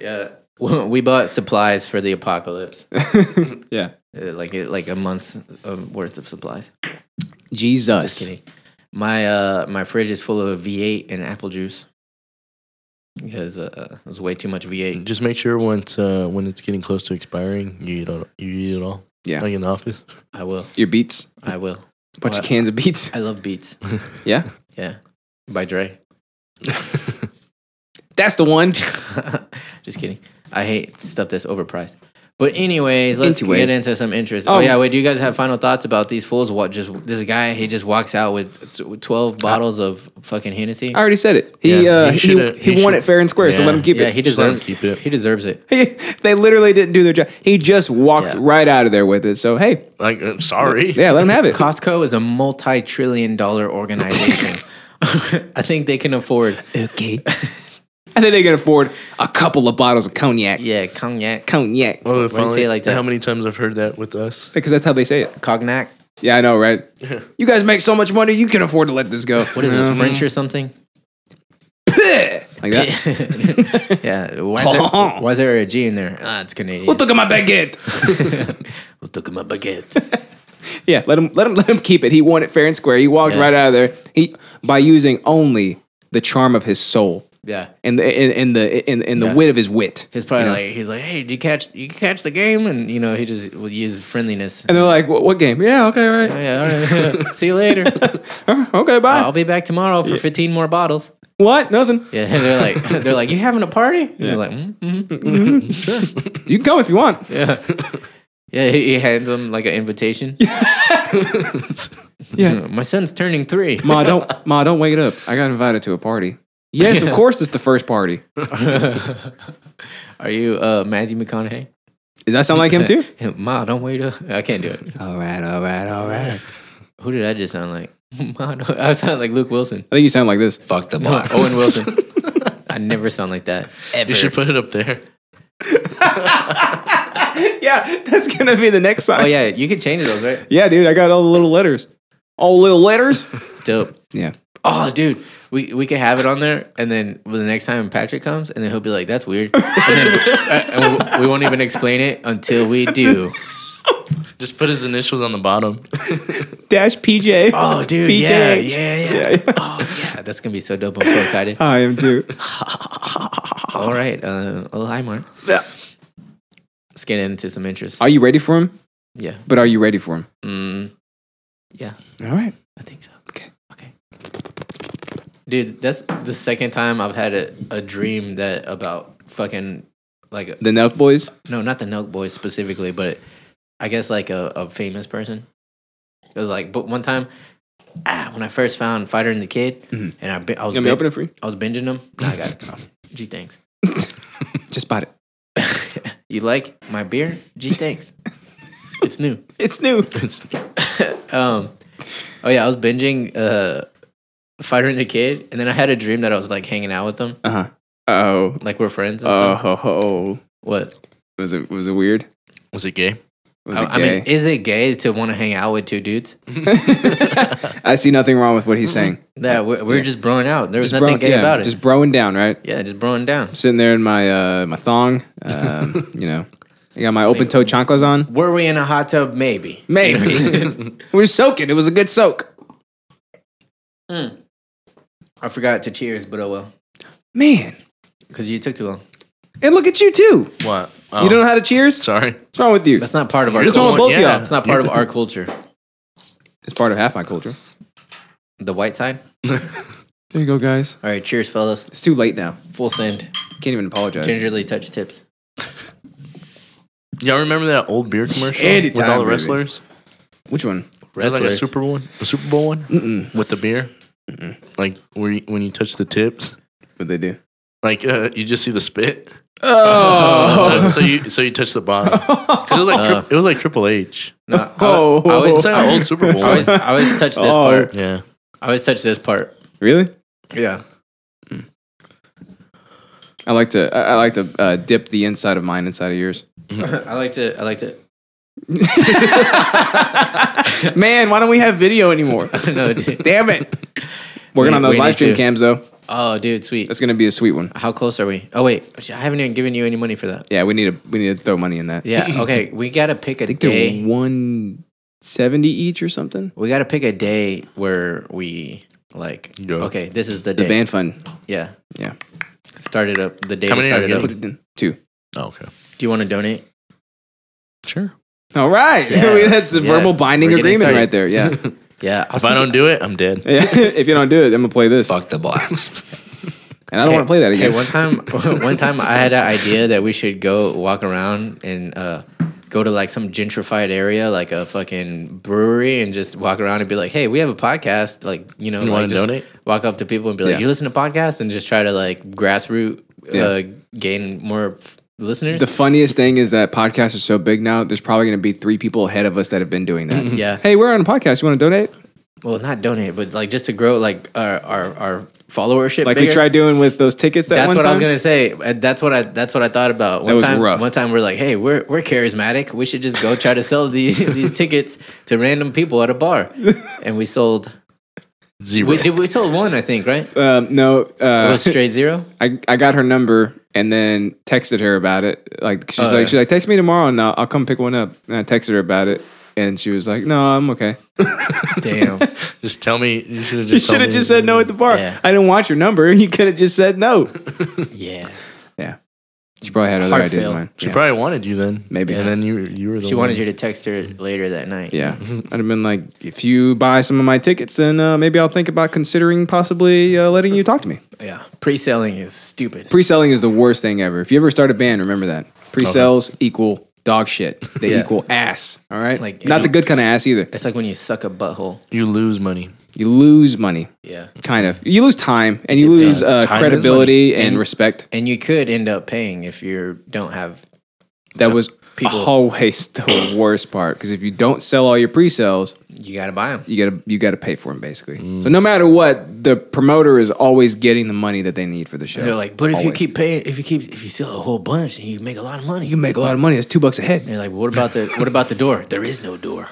Yeah, we bought supplies for the apocalypse, uh, Yeah, like like a month's uh, worth of supplies. Jesus. Kidding. My uh, my fridge is full of V8 and apple juice because uh, it was way too much V8. Just make sure once uh, when it's getting close to expiring, you eat all, you eat it all. Yeah. like in the office. I will, Your beets, I will. bunch of Well, cans of beets. I love Beats. Yeah, Yeah, by Dre. that's the one. Just kidding. I hate stuff that's overpriced. But anyways, let's Anyways. get into some interest. Um, Oh, Oh. yeah, wait. Do you guys have final thoughts about these fools? What just this guy? He just walks out with t- twelve bottles of fucking Hennessy. I already said it. He Yeah, uh, he he he, should've- he won should- it fair and square, so Yeah. let him keep yeah, it. he Just let him deserves keep it. He deserves it. they literally didn't do their job. He just walked Yeah. right out of there with it. So hey, Like, I'm sorry. yeah, let him have it. Costco is a multi-trillion-dollar organization. I think they can afford. Okay. I think they can afford a couple of bottles of cognac. Yeah, cognac, Cognac. Oh, if Why do you only- say it like that? How many times I've heard that with us? Because that's how they say it. cognac. Yeah, I know, right? you guys make so much money, you can afford to let this go. Uh, What is this French or something? Like that. yeah. Why is, there, why is there a G in there? Ah, it's Canadian. Look at my baguette. We'll took him a baguette. Yeah, let him let him let him keep it. He won it fair and square. He walked Yeah. right out of there. He by using only the charm of his soul yeah. and the and, and the and, and the Yeah. wit of his wit. He's probably You know? like he's like, hey, did you catch you catch the game? And you know he just will use friendliness. and they're like, what, what game? Yeah, okay, all Oh, right. yeah, all right. See you later. Uh, Okay, bye. I'll be back tomorrow for 15 more bottles. What? Nothing. Yeah, and they're like they're like you having a party? And You're like, mm, mm You can go if you want. yeah. Yeah, he he hands him like an invitation. Yeah. My son's turning three. Ma, don't Ma, don't wake it up. I got invited to a party. Yes, of course it's the first party. Are you uh, Matthew McConaughey? Does that sound like him too? Ma, don't wait. up. I can't do it. all right, all right, all right. Who did I just sound like? Ma, don't- I sound like Luke Wilson. I think you sound like this. Fuck the blacks. Owen Wilson. I never sound like that. Ever. You should put it up there. Yeah, that's gonna be the next song. oh yeah, you can change those, right? Yeah, dude, I got all the little letters. All little letters? Dope. yeah. Oh, dude, we we could have it on there, and then well, the next time Patrick comes, and then he'll be like, "That's weird," and, then, uh, and we, we won't even explain it until we do. Just put his initials on the bottom. Dash PJ. Oh, dude, yeah, PJH. yeah, yeah, Yeah, yeah. Oh, yeah, that's gonna be so dope. I'm so excited. I am too. All right, uh, oh, hi, Mark. Let's get into some interest. Are you ready for him? Yeah, But are you ready for him? mm, yeah, All right. I think so. Okay. okay. Dude, that's the second time I've had a, a dream that about fucking like The Nelk Boys. no, not the Nelk Boys specifically, but I guess like a, a famous person. It was like, but one time, ah, when I first found Fighter and the Kid, and I, bi- I was You want me bin- to Mm-hmm. open it for you? I was binging them. Nah, I got it. Oh, gee, thanks. Just bought it. You like my beer? Gee, thanks. it's new. It's new. Um, oh yeah, I was binging uh, Fighter and the Kid, and then I had a dream that I was like hanging out with them, Uh-huh. Oh. like we're friends. And Oh stuff. ho ho. What? Was it was it weird? Was it gay? Was I, Oh, it I mean, gay? is it gay to want to hang out with two dudes? I see nothing wrong with what he's saying. Yeah, we're, we're just broing out. There was Just nothing broing- gay yeah, about it. Just broing down, right? yeah, just broing down. Sitting there in my uh, my thong, um, you know, I got my open toed chanclas on. Were we in a hot tub? Maybe. Maybe we're soaking. It was a good soak. I forgot to cheers, but oh well. Man, Because you took too long. and look at you too. What? Oh, You don't know how to cheers? Sorry. What's wrong with you? Oh. That's not part of our It's wrong with culture. both yeah. y'all. It's not part of our culture. It's part of half my culture. The white side. There you go, guys. All right, cheers, fellas. It's too late now. Full send. Can't even apologize. Gingerly touch tips. Y'all remember that old beer commercial Any with all time, the baby. wrestlers? Which one? Is that like a Wrestlers. Super Bowl one? A Super Bowl one? With the beer? Like where you, when you touch the tips? What they do? Like uh, you just see the spit? Oh, So, so you so you touch the bottom. 'Cause It was like tri- it was like Triple H. No, I, Oh. I always, It's like an old Super Bowl. I always, I always touch this Oh. part. yeah. I always touch this part. really? Yeah. I like to I I like to uh, dip the inside of mine inside of yours. I liked it. I liked it. Man, why don't we have video anymore? no, dude. Damn it! Working We- on those we need live stream to. cams though. Oh, dude, sweet. That's gonna be a sweet one. How close are we? Oh wait, Shit, I haven't even given you any money for that. Yeah, we need to we need to throw money in that. Yeah. Okay, we gotta pick a I think they're day. one seventy each or something. We gotta pick a day where we like. Go. Okay, this is the day. The band fund. Yeah. Yeah. Start it up. The day How to many start are it you up. Put Do it in two. Oh, okay. you want to donate? Sure. All right, Yeah. that's a Yeah. verbal binding We're getting agreement started. right there. Yeah. Yeah. I If I don't do it, I'm dead. Yeah, if you don't do it, I'm gonna play this, and Fuck the blacks. I don't want to play that Hey, again. one time, one time I had an idea that we should go walk around and uh, go to like some gentrified area, like a fucking brewery, and just walk around and be like, "Hey, we have a podcast." Like, you know, You like wanna just donate? Walk up to people and be like, Yeah. "You listen to podcasts?" and just try to like grassroot uh, Yeah. gain more f- listeners. the funniest thing is that podcasts are so big now. There's probably gonna be three people ahead of us that have been doing that. yeah. Hey, we're on a podcast. You want to donate? Well, not donate, but like just to grow like our our, our followership. Like we bigger. tried doing with those tickets that That's one what I was time? gonna say. Uh, That's what I. That's what I thought about. One was time, rough. one time we're like, "Hey, we're we're charismatic. We should just go try to sell these these tickets to random people at a bar." And we sold. Zero. We did. We sold one, I think. Right? It Um, no, uh, was straight zero. I, I got her number and then texted her about it. Like Oh, she's like yeah. she's like text me tomorrow and I'll, I'll come pick one up. And I texted her about it and she was like, "No, I'm okay." Damn. Just tell me. You should have just. You told should have me. just said no at the bar. Yeah. I didn't want your number. You could have just said no. yeah. yeah, she probably had other Hard ideas. fail. in mind. She yeah. probably wanted you then. Maybe. And then you you were the She one. wanted you to text her later that night. Yeah, Mhm. I'd have been like, if you buy some of my tickets, then uh, maybe I'll think about considering possibly uh, letting you talk to me. Yeah. Pre-selling is stupid. Pre-selling is the worst thing ever. If you ever start a band, remember that pre-sales equal dog shit. They Yeah. equal ass. All right, Like, if not the you- good kind of ass either. It's like when you suck a butthole. You lose money. You lose money, Yeah. kind of. You lose time, and you lose does. uh, Time is credibility and, And- respect. And you could end up paying if you don't have. That was people- always the worst part because if you don't sell all your pre-sales, You gotta buy them. you gotta you gotta pay for them basically. So no matter what, the promoter is always getting the money that they need for the show. They're like, but if you Always. keep paying, if you keep, if you sell a whole bunch, then you make a lot of money. you make a lot of money. It's two bucks a head. And you're like, what about the what about the door? There is no door.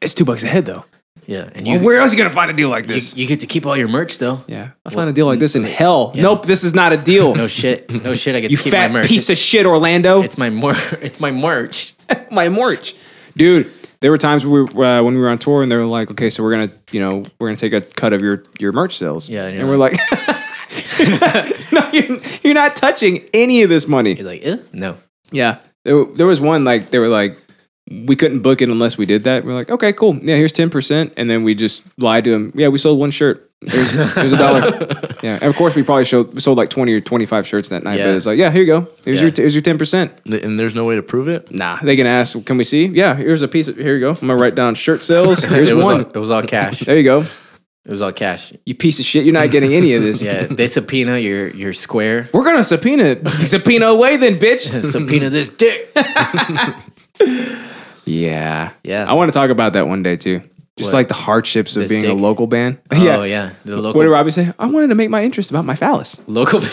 It's two bucks a head though. Yeah, and Well, you where else you gonna find a deal like you, this? you get to keep all your merch though. yeah, mm, I find a deal like this in hell. Nope, this is not a deal. No shit, no shit. I get you to keep my fat merch. piece of shit, Orlando. it's my mer- it's my merch. my merch, dude. There were times we, uh, when we were on tour, and they were like, "Okay, so we're gonna, you know, we're gonna take a cut of your your merch sales." Yeah, and and, you're we're like, "No, you're, you're not touching any of this money." You're like, eh? no. Yeah. There, there was one like they were like we couldn't book it unless we did that. We're like, okay, cool. Yeah, here's ten percent, and then we just lied to him. Yeah, we sold one shirt. Here's, here's a dollar. Yeah, and of course we probably showed, sold like twenty or twenty five shirts that night. Yeah. But it's like, yeah, here you go. Here's Yeah. your here's your ten percent. Th- And there's no way to prove it. Nah, they can ask. Can we see? Yeah, here's a piece. Of, here you go. I'm gonna write down shirt sales. Here's it was one. All, it was all cash. it there you go. was all cash. You piece of shit. You're not getting any of this. Yeah, they subpoena your your square. We're gonna subpoena subpoena away then, bitch. subpoena this dick. Yeah. Yeah. I want to talk about that one day too. Just What? like the hardships of This being a dick? local band. Oh yeah, the local What did Robbie say? I wanted to make my interest about my phallus. local.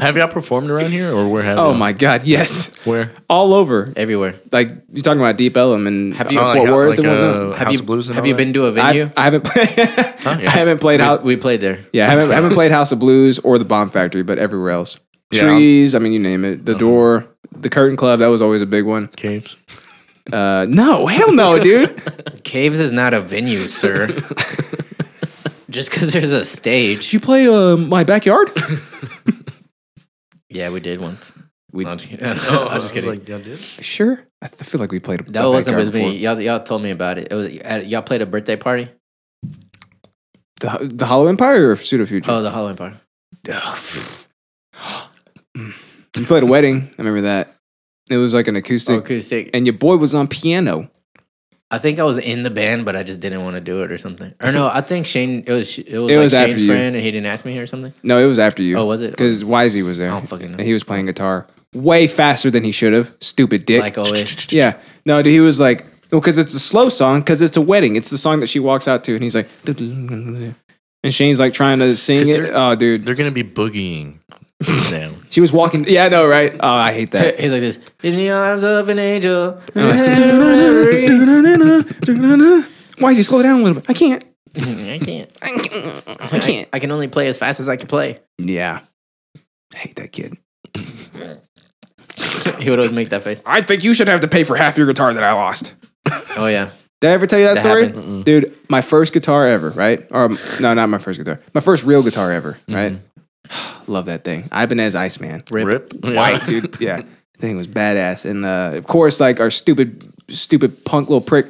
Have y'all performed around here or where have Oh y'all? my God. Yes. Where? All over. everywhere. Like you're talking about Deep Ellum and Have you- Fort Oh, like, Worth. like, and whatnot. uh, Have House you of Blues and have all you that? been to a venue? Oh, I, I haven't played. yeah. I haven't played we, out. we played there. yeah, I haven't, I haven't played House of Blues or the Bomb Factory, but everywhere else. Yeah. Trees. I mean, you name it. The Uh-huh. Door. The Curtain Club. That was always a big one. caves? Uh, no, hell no, dude. Caves is not a venue, sir. Just because there's a stage. you play uh, my backyard? Yeah, we did once. We No, Oh, I'm just kidding. I'm just kidding. Like, y'all did? sure. I th- feel like we played. a- that a wasn't backyard with before. me. Y'all, y'all told me about it. it was, at, y'all played a birthday party? The, the Hollow Empire or Pseudo Future? Oh, the Halloween party. You played a wedding. I remember that. It was like an acoustic, acoustic. and your boy was on piano. I think I was in the band, but I just didn't want to do it or something. Or no, I think Shane. It was it was, It like was after Shane's you. friend, and he didn't ask me or something. No, it was after you. Oh, was it? Because Wisey was there. I don't fucking know. And he was playing guitar way faster than he should have. Stupid dick. Like always. Yeah. No, dude, he was like, well, because it's a slow song, because it's a wedding. It's the song that she walks out to, and he's like, and Shane's like trying to sing 'Cause it. they're- Oh, dude. They're gonna be boogieing now. She was walking. Yeah, I know, right? Oh, I hate that. He's like this in the arms of an angel. Why is he slow down a little bit? I can't. I can't. I can't. I can only play as fast as I can play. Yeah. I hate that kid. He would always make that face. I think you should have to pay for half your guitar that I lost. Oh yeah. Did I ever tell you that, That story? happened. Dude, my first guitar ever, right? Or um, no, not my first guitar. My first real guitar ever, Mm-hmm. right? Love that thing. Ibanez Iceman. Rip. Rip. Yeah. White, dude. Yeah. Thing was badass. And uh, of course, like our stupid, stupid punk little prick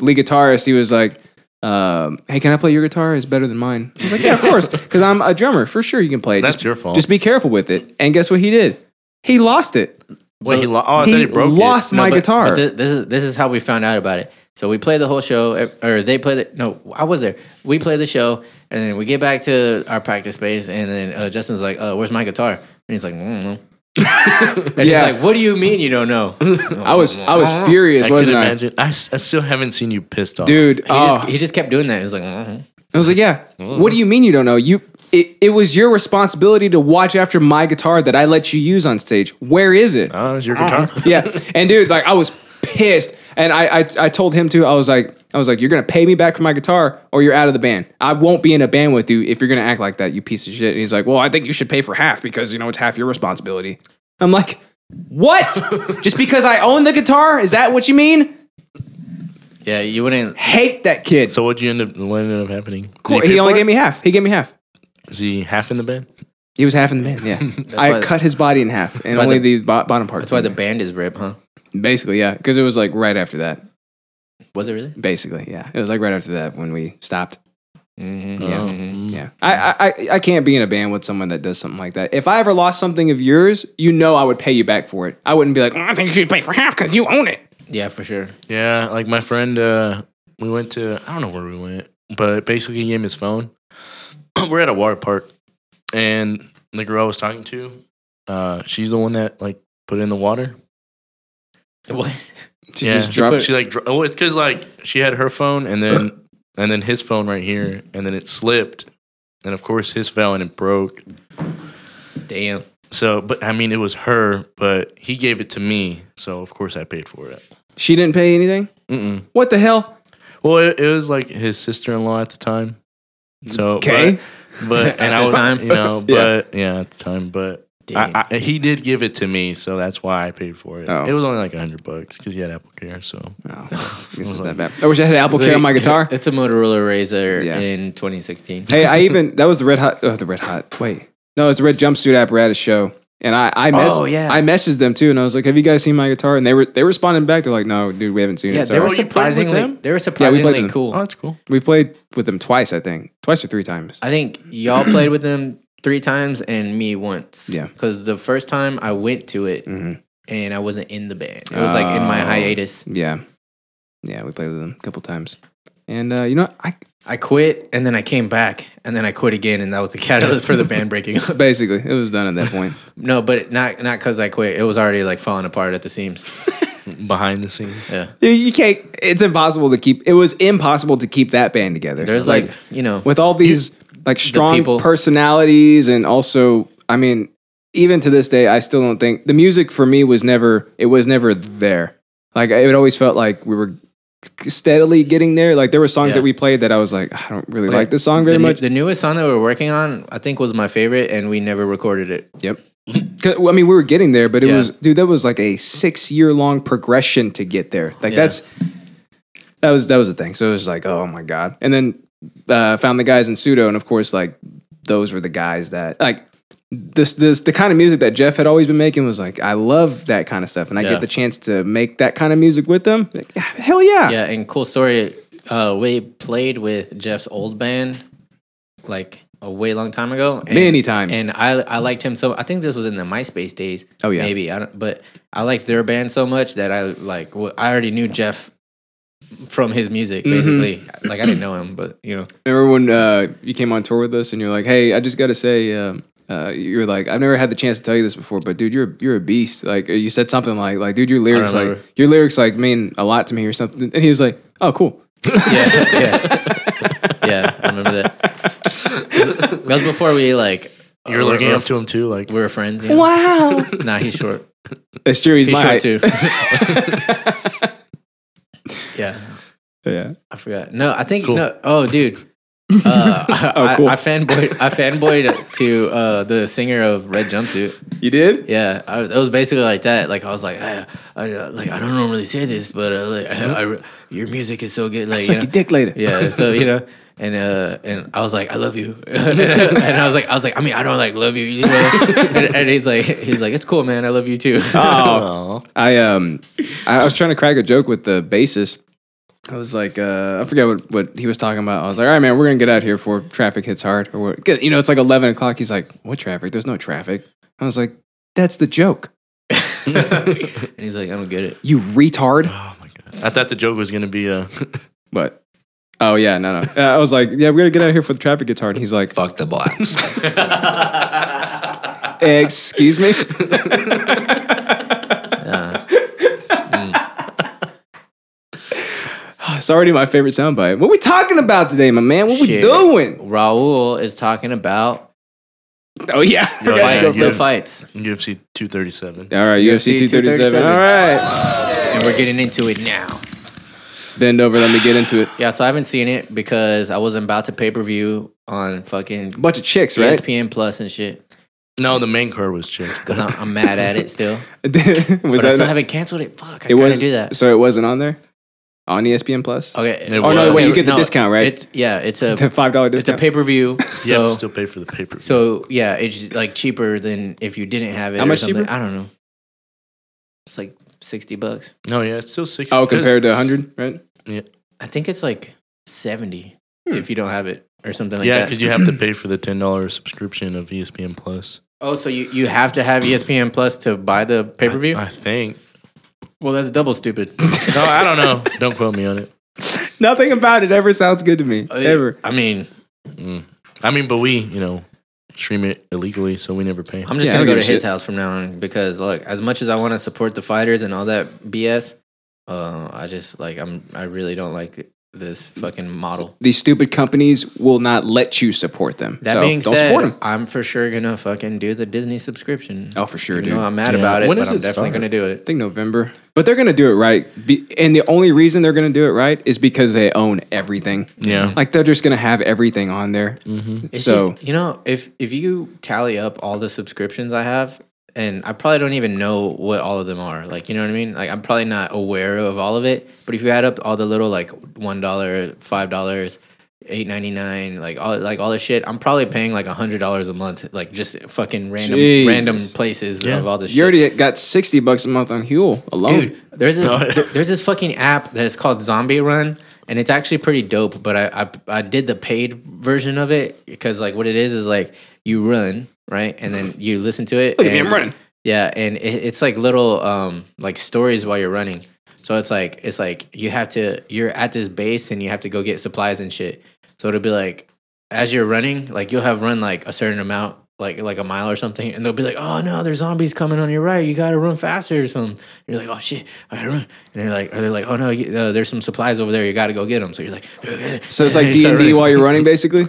lead guitarist, he was like, um, hey, can I play your guitar? It's better than mine. I was like, yeah, of course, because I'm a drummer. For sure, you can play it. That's just, your fault. Just be careful with it. And guess what he did? He lost it. Wait, he, lo- oh, I he thought he broke lost It. my but, guitar. But this, this is this is how we found out about it. So we play the whole show, eh, or they play the no. I was there. We play the show, and then we get back to our practice space, and then uh, Justin's like, uh, "Where's my guitar?" And he's like, "I don't know." and Yeah. he's like, "What do you mean you don't know?" I was, I was furious, I can wasn't I? imagine. I, s- I still haven't seen you pissed off, Dude, He, oh. just, he just kept doing that. He's like, "Mhm." I was like, yeah. Mm. What do you mean you don't know? You it, it was your responsibility to watch after my guitar that I let you use on stage. Where is it? Oh, it's your guitar. yeah. And dude, like I was pissed. And I, I I told him too, I was like, I was like, you're gonna pay me back for my guitar or you're out of the band. I won't be in a band with you if you're gonna act like that, you piece of shit. And he's like, Well, I think you should pay for half because you know it's half your responsibility. I'm like, What? Just because I own the guitar? Is that what you mean? "Yeah, you wouldn't." Hate that kid. So So what'd you end up? What ended up happening? Did cool. pay He only for it? gave me half. He gave me half. Is he half in the bed? He was half in the band. Yeah, I why- cut his body in half and why only the, the- bo- bottom part. That's why the band is rip, huh? basically yeah, because it was like right after that. Was it really? Basically, yeah, it was like right after that when we stopped. Mm-hmm. Oh, Yeah, mm. yeah. I, I I- I can't be in a band with someone that does something like that. If I ever lost something of yours, you know I would pay you back for it. I wouldn't be like, "Mm, I think you should pay for half because you own it. Yeah, for sure. Yeah, like my friend, uh, we went to I don't know where we went, but basically he gave me his phone. We're at a water park, and the girl I was talking to, uh, she's the one that like put it in the water. What? She yeah, just she dropped put- She like, dro- oh, it's because like she had her phone and then and then his phone right here, and then it slipped, and of course his fell and it broke. Damn. So, but I mean, it was her, but he gave it to me, so of course I paid for it. She didn't pay anything. Mm-mm. What the hell? Well, it, it was like his sister in law at the time. So Okay. but, but At and I the was, time. you know, Yeah. but yeah. at the time, but Damn. I, I, he did give it to me, so that's why I paid for it. Oh. It was only like hundred bucks because he had Apple Care. So Oh, I guess it's that bad. I wish I had Apple It's Care on like- my guitar. It's a Motorola Razor Yeah. in 2016. hey, I even that was the red hot. Oh, the red hot. Wait, no, it's the red jumpsuit apparatus show. And I, I mess, Oh, yeah. I messaged them too, and I was like, "Have you guys seen my guitar?" And they were, they responded back. They're like, "No, dude, we haven't seen Yeah, it." they were Sorry. Oh, you played with surprisingly them? they were surprisingly them. cool. oh, that's cool. we played with them twice, I think, twice or three times. I think y'all played with them three times and me once. Yeah. Because the first time I went to it Mm-hmm. and I wasn't in the band. It was like in my Oh. hiatus. Yeah, yeah, we played with them a couple times. And uh, you know, I I quit and then I came back and then I quit again and that was the catalyst for the band breaking up. basically it was done at that point. No, but not not because I quit. It was already like falling apart at the seams. Behind the scenes, Yeah. you, you can't. It's impossible to keep. It was impossible to keep that band together. There's like, you know with all these like strong people. personalities and also i mean even to this day i still don't think the music for me was never it was never there like it always felt like we were steadily getting there like there were songs Yeah. that we played that i was like i don't really Like, like this song the, very new- much the newest song that we're working on, I think was my favorite and we never recorded it. yep Mm-hmm. 'Cause, well, i mean we were getting there but it Yeah. was dude that was like a six year long progression to get there like Yeah. that's that was that was the thing so it was like oh my god and then uh found the guys in pseudo and of course like those were the guys that like this this the kind of music that Jeff had always been making was like I love that kind of stuff and I Yeah. get the chance to make that kind of music with them. Like, yeah, hell yeah. Yeah, and cool story. Uh, we played with Jeff's old band like a way long time ago. And, Many times. And I I liked him so. I think this was in the MySpace days. Oh, yeah. maybe I don't. But I liked their band so much that I like. w- I already knew Jeff from his music, Mm-hmm. basically. Like I didn't know him, but you know, Remember when uh, you came on tour with us and you're like, "Hey, I just got to say, um, uh, you're like, I've never had the chance to tell you this before, but dude, you're you're a beast. Like, you said something like, like, dude, your lyrics, like, remember. your lyrics, like, mean a lot to me or something." And he was like, "Oh, cool." yeah, yeah, yeah. I remember that. That was before we like. You're were- looking were- up to him too, like We were friends. You know? Wow. Nah, he's short. That's true. He's, He's my short height. too. yeah, Yeah. I forgot. No, I think Cool. no. Oh, dude. Uh, I, Oh, cool. I, I fanboyed. I fanboyed to uh, the singer of Red Jumpsuit. You did? Yeah, I was, it was basically like that. Like I was like, I, I uh, like I don't normally say this, but uh, like, I, I- your music is so good. Like, you Suck know? your dick later. yeah, so you know. And uh, and I was like, I love you. and I was like, I was like, I mean, I don't like love you. you know? and, and he's like, he's like, it's cool, man. I love you too. Oh, I um, I was trying to crack a joke with the bassist. I was like, uh, I forget what, what he was talking about. I was like, all right, man, we're gonna get out here before traffic hits hard, or what? 'cause, You know, it's like eleven o'clock. He's like, what traffic? There's no traffic. I was like, that's the joke. and he's like, I don't get it. You retard. Oh my god. I thought the joke was gonna be uh But oh yeah, no, no. Uh, I was like, yeah, we're gonna get out here before the traffic gets hard. And he's like, Fuck the blacks. excuse me. Uh, it's already my favorite soundbite. What we talking about today, my man? What we Shit. doing? Raul is talking about Oh yeah. Yeah, fight, yeah, yeah. the fights, UFC two thirty seven. All right, UFC, UFC 237. 237. All right. and we're getting into it now. Bend over, let me get into it. Yeah, so I haven't seen it because I wasn't about to pay per view on fucking E Bunch of chicks, right? ESPN Plus and shit No, the main card was chicks. because I'm, I'm mad at it still. was But I that still not- haven't canceled it. Fuck, I it gotta was do that. So it wasn't on there? On E ESPN Plus? Okay. It Oh, no, was. wait, you get the discount, right? It's, yeah, it's a The $5 discount. it's a pay per view. You have So to still pay for the paper. so yeah, it's like cheaper than if you didn't have it. How or much something. cheaper? I don't know. It's like sixty bucks. no, yeah, it's still six. Oh, compared to 100, right? I think it's like seventy Hmm. if you don't have it or something like yeah, that. because you have to pay for the ten dollars subscription of E ESPN Plus. oh, so you, you have to have E ESPN Plus to buy the pay per view? I think. Well, that's double stupid. No, I don't know. don't quote me on it. Nothing about it ever sounds good to me. Oh, ever. I mean, Mm. I mean, but we, you know, stream it illegally, so we never pay. I'm just Yeah, I gonna don't go to give a his shit. house from now on because look, as much as I want to support the fighters and all that BS, uh, I just like I'm I really don't like this fucking model. These stupid companies will not let you support them. That so being don't said, support them. I'm for sure gonna fucking do the Disney subscription. Oh, for sure, Even dude. though I'm mad Yeah. about it, When but does I'm it definitely start? gonna do I it. think November. But they're going to do it right. Be- and the only reason they're going to do it right is because they own everything. yeah. Like they're just going to have everything on there. It's So- just, you know, if if you tally up all the subscriptions I have, and I probably don't even know what all of them are. Like, you know what I mean? Like, I'm probably not aware of all of it. But if you add up all the little like one dollar, five dollars, eight ninety nine, like all like all this shit, I'm probably paying like hundred dollars a month, like just fucking random Jesus. random places Yeah. of all this. You shit. already got 60 bucks a month on Huel alone. Dude, there's this Oh, yeah. th- there's this fucking app that's called Zombie Run, and it's actually pretty dope. But I I, I did the paid version of it because like what it is is like you run right, and then you listen to it. Look at me, and- I'm running. Yeah, and it, it's like little um like stories while you're running. So it's like it's like you have to you're at this base and you have to go get supplies and shit. So it'll be like as you're running, like you'll have run like a certain amount, like like a mile or something, and they'll be like, "Oh no, there's zombies coming on your right. You gotta run faster or something." And you're like, "Oh shit, I gotta run." And they're like, "Or they're like, oh no, you, uh, there's some supplies over there. You gotta go get them." So you're like, So and it's like you D start and D running. while you're running, basically.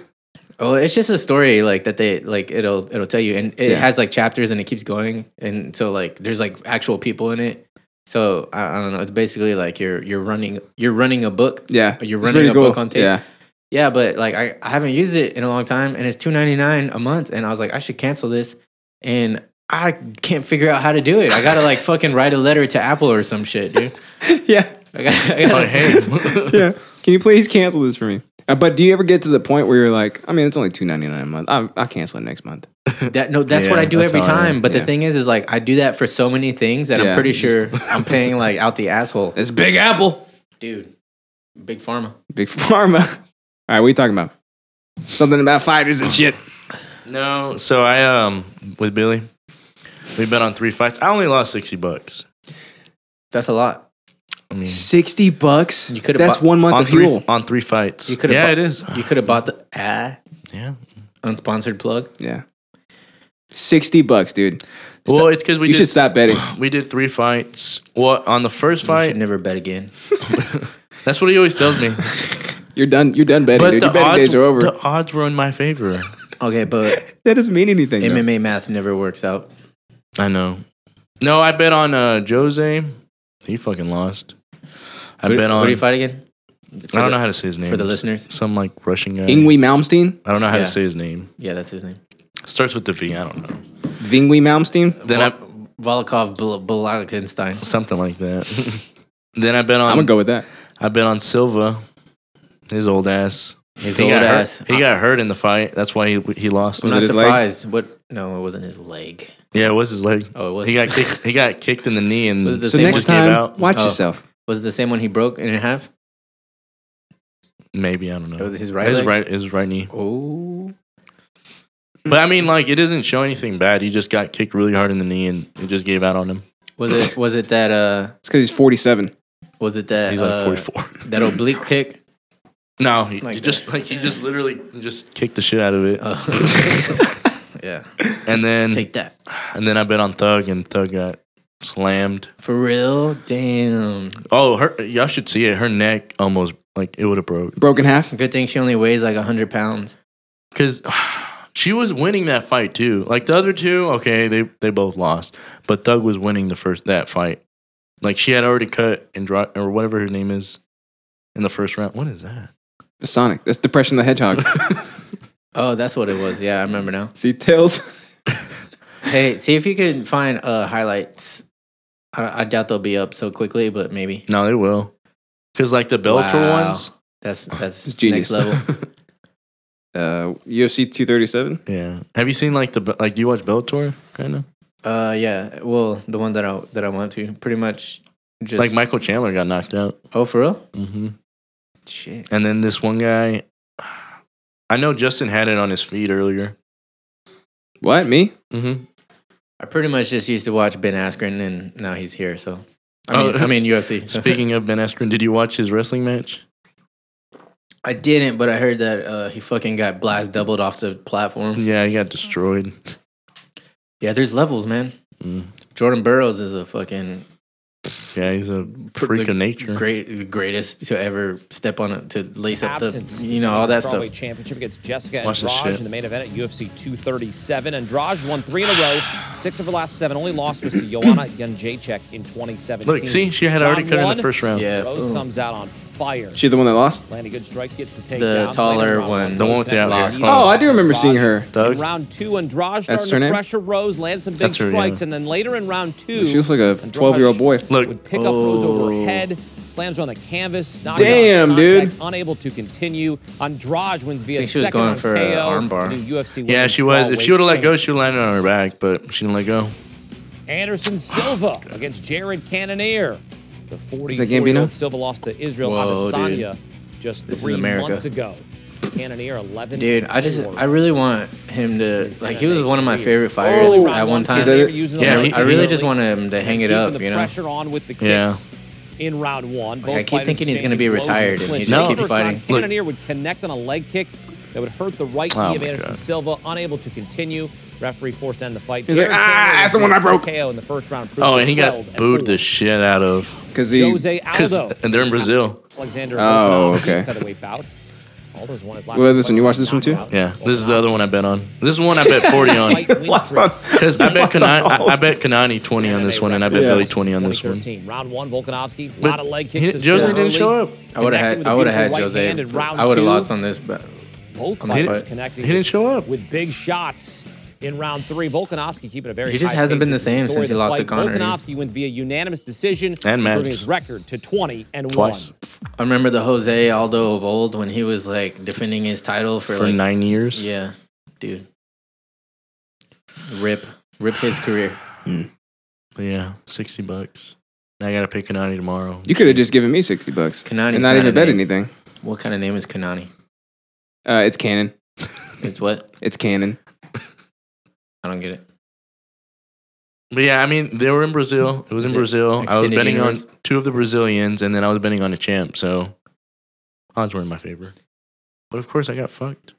Oh, it's just a story like that they like it'll it'll tell you and it Yeah. has like chapters and it keeps going and so like there's like actual people in it. So I, I don't know. It's basically like you're you're running you're running a book. Yeah, You're It's running pretty a cool. book on tape. Yeah, Yeah, but like I, I haven't used it in a long time and it's two ninety nine a month and I was like I should cancel this and I can't figure out how to do it. I gotta like fucking write a letter to Apple or some shit, dude. yeah, I gotta, Oh, I gotta- yeah. Can you please cancel this for me? Uh, but do you ever get to the point where you're like, I mean, it's only two ninety nine a month. I will cancel it next month. That no, that's what Yeah, I do that's every how I am. time. but Yeah. the thing is, is like I do that for so many things that Yeah, I'm pretty you sure I'm paying like out the asshole, It's Big Apple, dude. Big pharma. Big Pharma. All right, what are you talking about? Something about fighters Oh, and shit. No, so I um with Billy, we bet on three fights. I only lost sixty bucks. That's a lot. I mean, Sixty bucks. You could've That's bought- one month on of three fuel. on three fights. You could have yeah, bought, it is. You could have bought the ah, Yeah. unsponsored plug. yeah, sixty bucks, dude. Well, it's because we You did, should stop betting. we did three fights. Well, on the first You should fight, never bet again. that's what he always tells me. You're done. You're done betting, But dude. the Your betting odds, days are over. the odds were in my favor. Okay, but that doesn't mean anything. though. MMA math never works out. I know. No, I bet on uh, Jose. He fucking lost. I Who- bet who on. do you fight again? I don't know how to say his name for the listeners. Some like Russian guy. Ingwe Malmsteen. I don't know how Yeah. to say his name. Yeah, that's his name. Starts with the V. I don't know. Vingwe Malmsteen. Then I Volkov Balakinstein. something like that. then I bet Um, on. I'm gonna go with that. I bet on Silva. His old ass. His he old got ass. Hurt. He got hurt in the fight. That's why he he lost. I'm Was it not his leg? surprised. What? No, it wasn't his leg. Yeah, it was his leg. Oh, it was. He got kicked, he got kicked in the knee and Was it the So same next one- just gave time, out. watch Oh. yourself. Was it the same one he broke in half? maybe I don't know Oh, his right his leg? right his right knee. Oh, But I mean, like it doesn't show anything bad. He just got kicked really hard in the knee and it just gave out on him. was it? Was it that? Uh, It's because he's 47. was it that? He's uh, like 44. That oblique kick. No, he, Like he just like he just literally just kicked the shit out of it. Oh. yeah, and then take that and then I bet on Thug and Thug got slammed. for real. Damn. Oh, her y'all should see it. Her neck almost like it would have broke. Broken half. Good thing she only weighs like hundred pounds. because she was winning that fight too. Like the other two, okay, they they both lost, but Thug was winning the first that fight. Like she had already cut and draw or whatever her name is in the first round. What is that? Sonic. That's Depression the Hedgehog. Oh, that's what it was. Yeah, I remember now. See tails. Hey, see if you can find uh, highlights. I, I doubt they'll be up so quickly, but maybe. No, they will. Because like the Bellator Wow. ones, That's that's It's genius. next level. Uh, UFC 237. yeah. Have you seen like the Be- like? Do you watch Bellator? Kind of Uh, yeah. Well, the one that I that I went to, pretty much just like Michael Chandler got knocked out. Oh, for real? hmm Shit. And then this one guy, I know Justin had it on his feet earlier. What? Me? Mm-hmm. I pretty much just used to watch Ben Askren, and now he's here. So I Oh, mean, I mean UFC. so. Speaking of Ben Askren, did you watch his wrestling match? I didn't, but I heard that uh, he fucking got blast doubled off the platform. Yeah, he got destroyed. Yeah, there's levels, man. Mm. Jordan Burroughs is a fucking Yeah, he's a pr- freak the of nature. great the greatest to ever step on it to lace up the you know all that stuff. Strawweight Championship against Jessica Watch this Andrade shit. in the main event at UFC 237. Andrade won three in a row, six of her last seven. Only loss was to Joanna Janjacek in 2017. Look, see, she had already Round cut in one, the first round. Yeah, Rose boom. comes out on fire. She the one that lost? Landing good strikes, gets the takedown. taller Later, round one. Rose The one with the penalty. outlier. Oh, I do remember seeing her. Doug? In round two, Andrade That's her starting to name? pressure Rose, lands some big That's her, yeah. strikes, and then later in round two, She looks like a Andrade 12-year-old boy. Look. would pick up Rose over Oh. her head, slams her on the canvas. knocks Damn, her out of contact, dude. Unable to continue. Andrade wins via think she was second going round for a KO. armbar. to the UFC Yeah, women's she was. If she would have let go, strawweight she would have landed on her back, but she didn't let go. champ. Anderson Silva against Jared Cannonier. The 44 that Gambino? -year-old Silva lost to Israel Whoa, Adesanya just This is three America. months ago. Cannonier 11. Dude, I just I really want him to like he was one of my favorite fighters Round at one one, time. Is that Cannonier it? using the Yeah, right he- I really early. just want him to hang it Keeping up, the you know. pressure on with the kicks Yeah. in round one. Both I keep fighters thinking he's gonna be exchanging blows retired and he clinches. just In the keeps first round, fighting. Look. Cannonier would connect on a leg kick that would hurt the right Oh knee of my Anderson God. Silva, unable to continue. Referee forced to end the fight. He's like, Jared "Ah, Cannonier that's was the one I knocked broke." KO in the first round. Oh, and he 12 got and booed four. the shit out of. Because he. Jose Because uh, Aldo, they're in Brazil. Alexander. Oh, Volkanovski, okay. Featherweight bout. Aldo's won his last. What about this one? You fight watch this one too? knockout. Yeah, this is the other one I bet on. This is one I bet 40 on. Fight win streak. Because I bet Kanani, I, I bet Kanani 20 on this one, and I bet Billy 20 on this one. 2013. Round one, Volkanovski, But lot of leg he- kicks. to Jose score didn't early. show up. I would have had Connected with a I would have had beautiful right Jose. hand in round I would have two. lost on this, but Both that fighters fight. connecting. He didn't show up. with big shots in round three. Volkanovski keeping a very. He just high hasn't pace been the with same story since he of the lost to fight. Conor. Volkanovski wins via unanimous decision And Maddox. improving his record to 20 and Twice. one. I remember the Jose Aldo of old when he was like defending his title for, For like nine years. Yeah, dude. Rip, rip his career. Yeah, 60 bucks. Now I got to pay Kanani tomorrow. You could have just given me 60 bucks. Kanani's and not not even a bet name. anything. What kind of name is Kanani? Uh, it's canon. It's what? It's canon. I don't get it. But yeah, I mean, they were in Brazil. It was, Was in it Brazil. I was extended betting universe? on two of the Brazilians, and then I was betting on a champ. So odds were in my favor. But of course, I got fucked.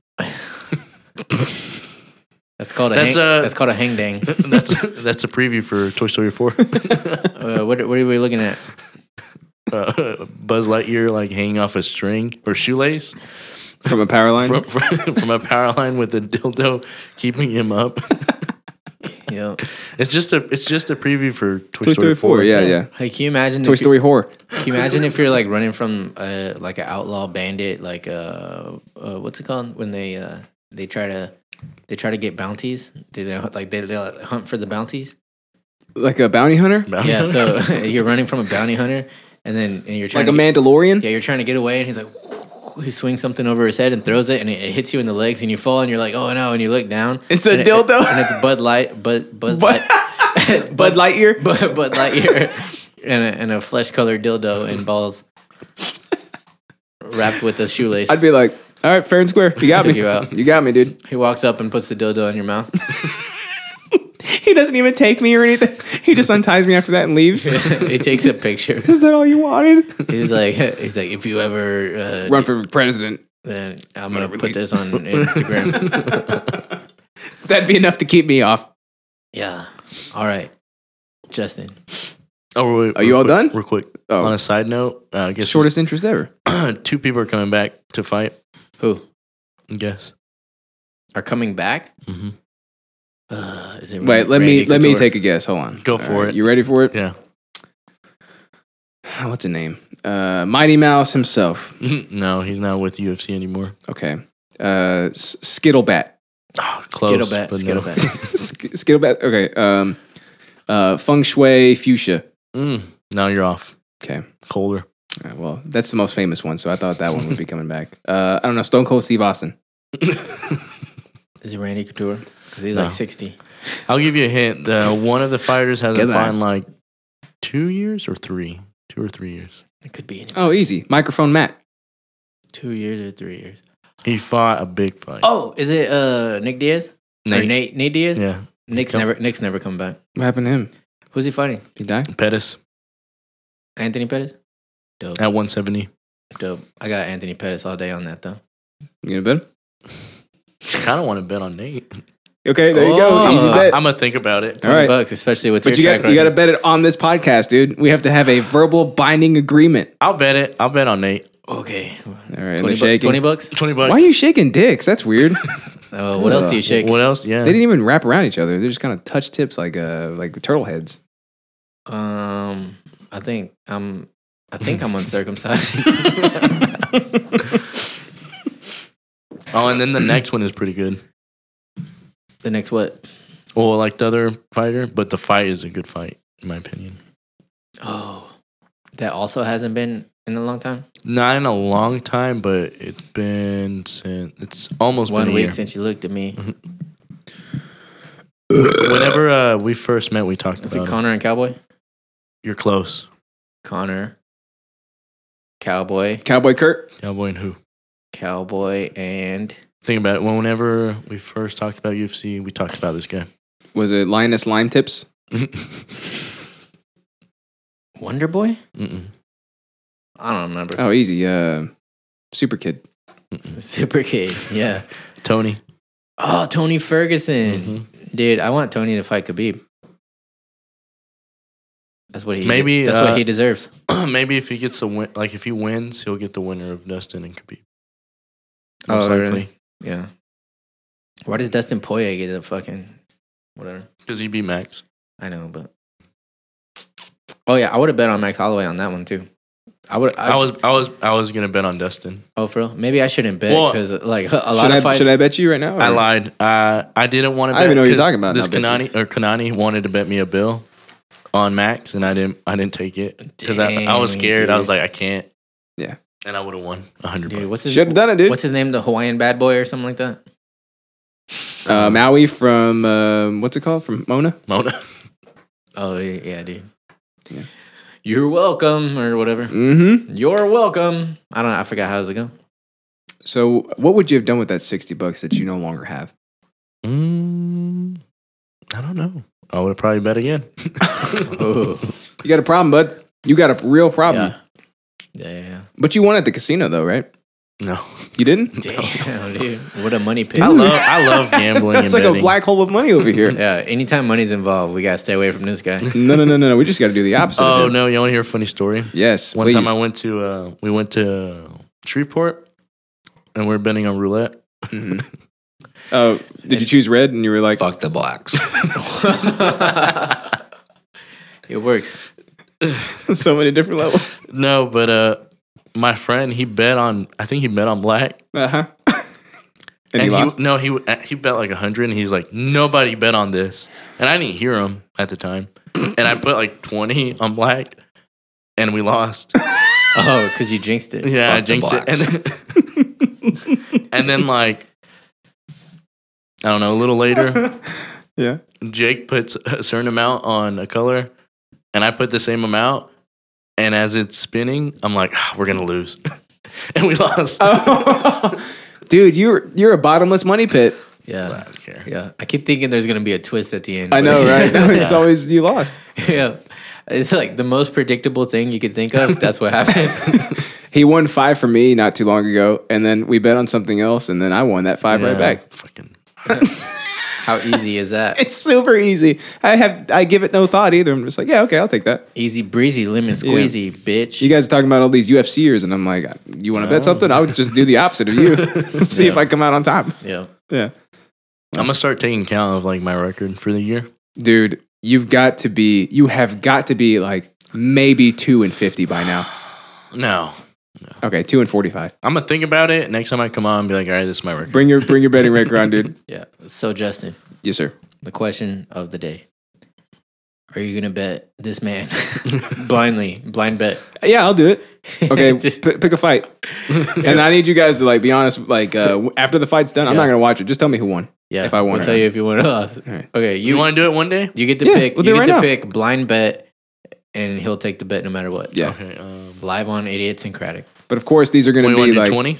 That's called a That's, hang, uh, that's called a hang dang. that's that's a preview for Toy Story Four. uh, what, what are we looking at? Uh, Buzz Lightyear like hanging off a string or shoelace From a power line. from, from, from a power line with a dildo keeping him up. Yeah. It's just a it's just a preview for Toy, Toy Story 4. Yeah, yeah. Like, can you imagine? Toy if you- Story Horror. Can you imagine if you're like running from uh, like an outlaw bandit, like uh, uh, what's it called when they uh, they try to they try to get bounties? Do they like they, they like, hunt for the bounties? Like a bounty hunter? Yeah, so you're running from a bounty hunter, and then and you're trying Like a to Mandalorian? yeah you're trying to get away, and he's like he swings something over his head and throws it, and it, it hits you in the legs, and you fall, and you're like oh no, and you look down, It's a and it- dildo. and it's Bud Light, Bud Buzz Bud- Light. Bud Lightyear? Bud, Bud Lightyear and a, and a flesh colored dildo and balls wrapped with a shoelace. I'd be like, all right, fair and square. You got Took me. you out. You got me, dude. he walks up and puts the dildo in your mouth. He doesn't even take me or anything. He just unties me after that and leaves. Is he takes a picture. that all you wanted? He's like, he's like, if you ever, uh, Run for president. then I'm gonna Whatever put these- this on Instagram. That'd be enough to keep me off. yeah. All right, Justin. Oh, wait, Are you real all quick- done? Real quick. Oh. On a side note, uh, I guess Shortest interest ever. two people are coming back to fight. Who I guess. are coming back? hmm Uh, is it Wait, Ran- let me Randy let me Couture? take a guess. Hold on. Go All for it. You ready for it? Yeah. What's the name? Uh, Mighty Mouse himself. no, he's not with UFC anymore. Okay. Uh, S- Skittlebat. Ah, Oh, Skittle bat. but no. Skittle bat. Sk- Skittlebat. Okay. Um, uh, feng Shui Fuchsia. Mm, now you're off. Okay. Colder. All right, well, that's the most famous one, so I thought that one would be coming back. Uh, I don't know. Stone Cold Steve Austin. Is it Randy Couture? Because he's No. like 60. I'll give you a hint. Uh, one of the fighters Get hasn't that. fought in like two years or three. Two or three years. It could be any- Oh, easy. Microphone Matt. two years or three years. He fought a big fight. Oh, is it uh Nick Diaz? Nate. Or Nate Nate Diaz? Yeah. Nick's He's come- never Nick's never come back. What happened to him? Who's he fighting? He died. Pettis Anthony Pettis? Dope. at 170. Dope. I got Anthony Pettis all day on that though. You gonna bet? kind of want to bet on Nate. Okay, there you Oh. go. Easy Uh, bet. I'm going to think about it. All right, Bucks, especially with your but you track got you got to record. bet it on this podcast, dude. We have to have a verbal binding agreement. I'll bet it. I'll bet on Nate. okay. All 20, right, they're bu- 20 shaking. bucks? 20 bucks. Why are you shaking dicks? That's weird. Uh, what else do you shake? What else? Yeah. they didn't even wrap around each other. They're just kind of touch tips like uh like turtle heads. Um I think I'm I think I'm uncircumcised. oh, and then the next one is pretty good. the next what? Well, like the other fighter, but the fight is a good fight, in my opinion. Oh. That also hasn't been in a long time. Not in a long time, but it's been since it's almost One been a week year. since you looked at me. Mm-hmm. Whenever uh, we first met, we talked Is it about it. Connor and Cowboy? you're close, Connor. Cowboy. Cowboy Kurt. cowboy and who. Cowboy and Think about it. Whenever we first talked about UFC, we talked about this guy. Was it lioness lime tips? Wonder Boy? Mm-mm. I don't remember. Oh, easy. Uh, super kid. Super Kid. Yeah. Tony. Oh, Tony Mm-hmm. Ferguson. Dude, I want Tony to fight Khabib. That's what he Maybe, that's uh, what he deserves. Maybe if he gets a win, like if he wins, he'll get the winner of Dustin and Khabib. Oh, Most really? Yeah. Why does Dustin Poirier get a fucking whatever? because he beat Max. I know, but Oh yeah, I would have bet on Max Holloway on that one too. I would I was, I was, I was gonna bet on Dustin. Oh, for real? Maybe I shouldn't bet Well, because like a lot Should of I, fights should I bet you right now? I or- lied. Uh, I didn't want to. I don't even know what you're talking about This now, Kanani or Kanani wanted to bet me a bill on Max, and I didn't. I didn't take it because I, I was Dang, scared. I was dude. like, I can't. Yeah. and I would have won a hundred. Dude, bucks. what's his Should have done it, dude. What's his name? The Hawaiian bad boy or something like that? uh, Maui from um, what's it called? From Mona. Mona. Oh yeah, yeah, dude. Yeah. You're welcome or whatever. Mm-hmm. You're welcome. I don't. know. I forgot how does it go. So, what would you have done with that sixty bucks that you no longer have? Mm, I don't know. I would have probably bet again. You got a problem, bud. You got a real problem. Yeah. Damn. But you won at the casino, though, right? No. You didn't? Damn, dude. What a money pit. I love I love gambling. That's and like a betting. black hole of money over here. Yeah, anytime money's involved, we gotta stay away from this guy. No, no, no, no, no. We just got to do the opposite. Oh of it. no, you want to hear a funny story? Yes. One please. time I went to uh, we went to Shreveport, and we are betting on roulette. Oh, did you choose red? And you were like, Fuck the blacks. It works. so many different levels. No, but uh, my friend he bet on I think he bet on black, Uh huh. And, he lost. no he uh, he bet like hundred, and he's like nobody bet on this, and I didn't hear him at the time, and I put like twenty on black, and we lost. Oh, because you jinxed it. Yeah, I Fuck the jinxed it. And then, and then, like, I don't know, a little later, Yeah. Jake puts a certain amount on a color, and I put the same amount. And as it's spinning, I'm like, "Ah, we're going to lose. and we lost. Oh. Dude, you're you're a bottomless money pit. Yeah. don't care. Yeah. I keep thinking there's gonna be a twist at the end. I but- know, right? It's always you lost. yeah. It's like the most predictable thing you could think of. That's what happened. He won five for me not too long ago, and then we bet on something else, and then I won that five right Yeah, back. Fucking. How easy is that? It's super easy. I have I give it no thought either. I'm just like, yeah, okay, I'll take that. Easy breezy, lemon squeezy, bitch. You guys are talking about all these UFCers, and I'm like, you want to bet something? I would just do the opposite of you. See if I come out on top. yeah. Yeah, I'm going to start taking count of like my record for the year. dude, you've got to be. You have got to be like maybe two and fifty by now. No. Okay, two and forty-five. I'm going to think about it. Next time I come on, be like, all right, this is my record. Bring your bring your betting record on, dude. Yeah. So Justin, Yes, sir. the question of the day. Are you gonna bet this man blindly? Blind bet. Yeah, I'll do it. Okay, Just- p- pick a fight, and I need you guys to like be honest. Like uh, w- after the fight's done, I'm not gonna watch it. Just tell me who won. Yeah. If I won we'll or tell not. you if you won or lost. right. Okay. You You want to do it one day? You get to Yeah, pick. we'll do you it get right to now. pick blind bet, and he'll take the bet no matter what. Yeah, Okay. Um, Live on 88 Syncratic. but of course these are gonna we be want to like do 20?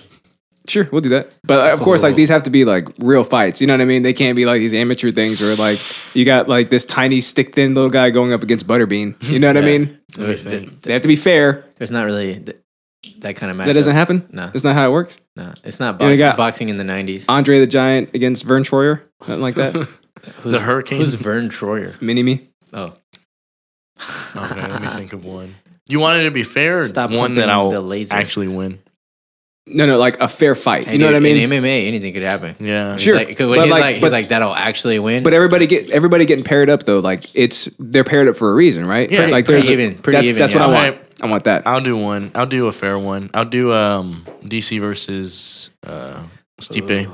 sure we'll do that. But uh, of course, like Cool. these have to be like real fights. You know what I mean? They can't be like these amateur things where like you got like this tiny stick thin little guy going up against Butterbean. You know what I mean? Th- th- They have to be fair. There's not really th- that kind of match. That doesn't happen. No, that's not how it works. no, it's not Yeah, they boxing. got- boxing in the 90s. Andre the Giant against Vern Troyer, nothing like that. Who's, The Hurricane? Who's Vern Troyer? Mini me. Oh, Okay, let me think of one. You wanted to be fair, or Stop one that humping I'll the laser. actually win. No, no, like a fair fight. Hey, you know dude, what I mean? In MMA, anything could happen. Yeah, Sure. Like, 'cause when But he's like- like, but- he's like, that'll actually win. But everybody get everybody getting paired up though. Like it's they're paired up for a reason, right? Yeah, like pretty a- even, pretty that's even, that's yeah. what I want. Alright. I want that. I'll do one. I'll do a fair one. I'll do um DC versus uh Stipe.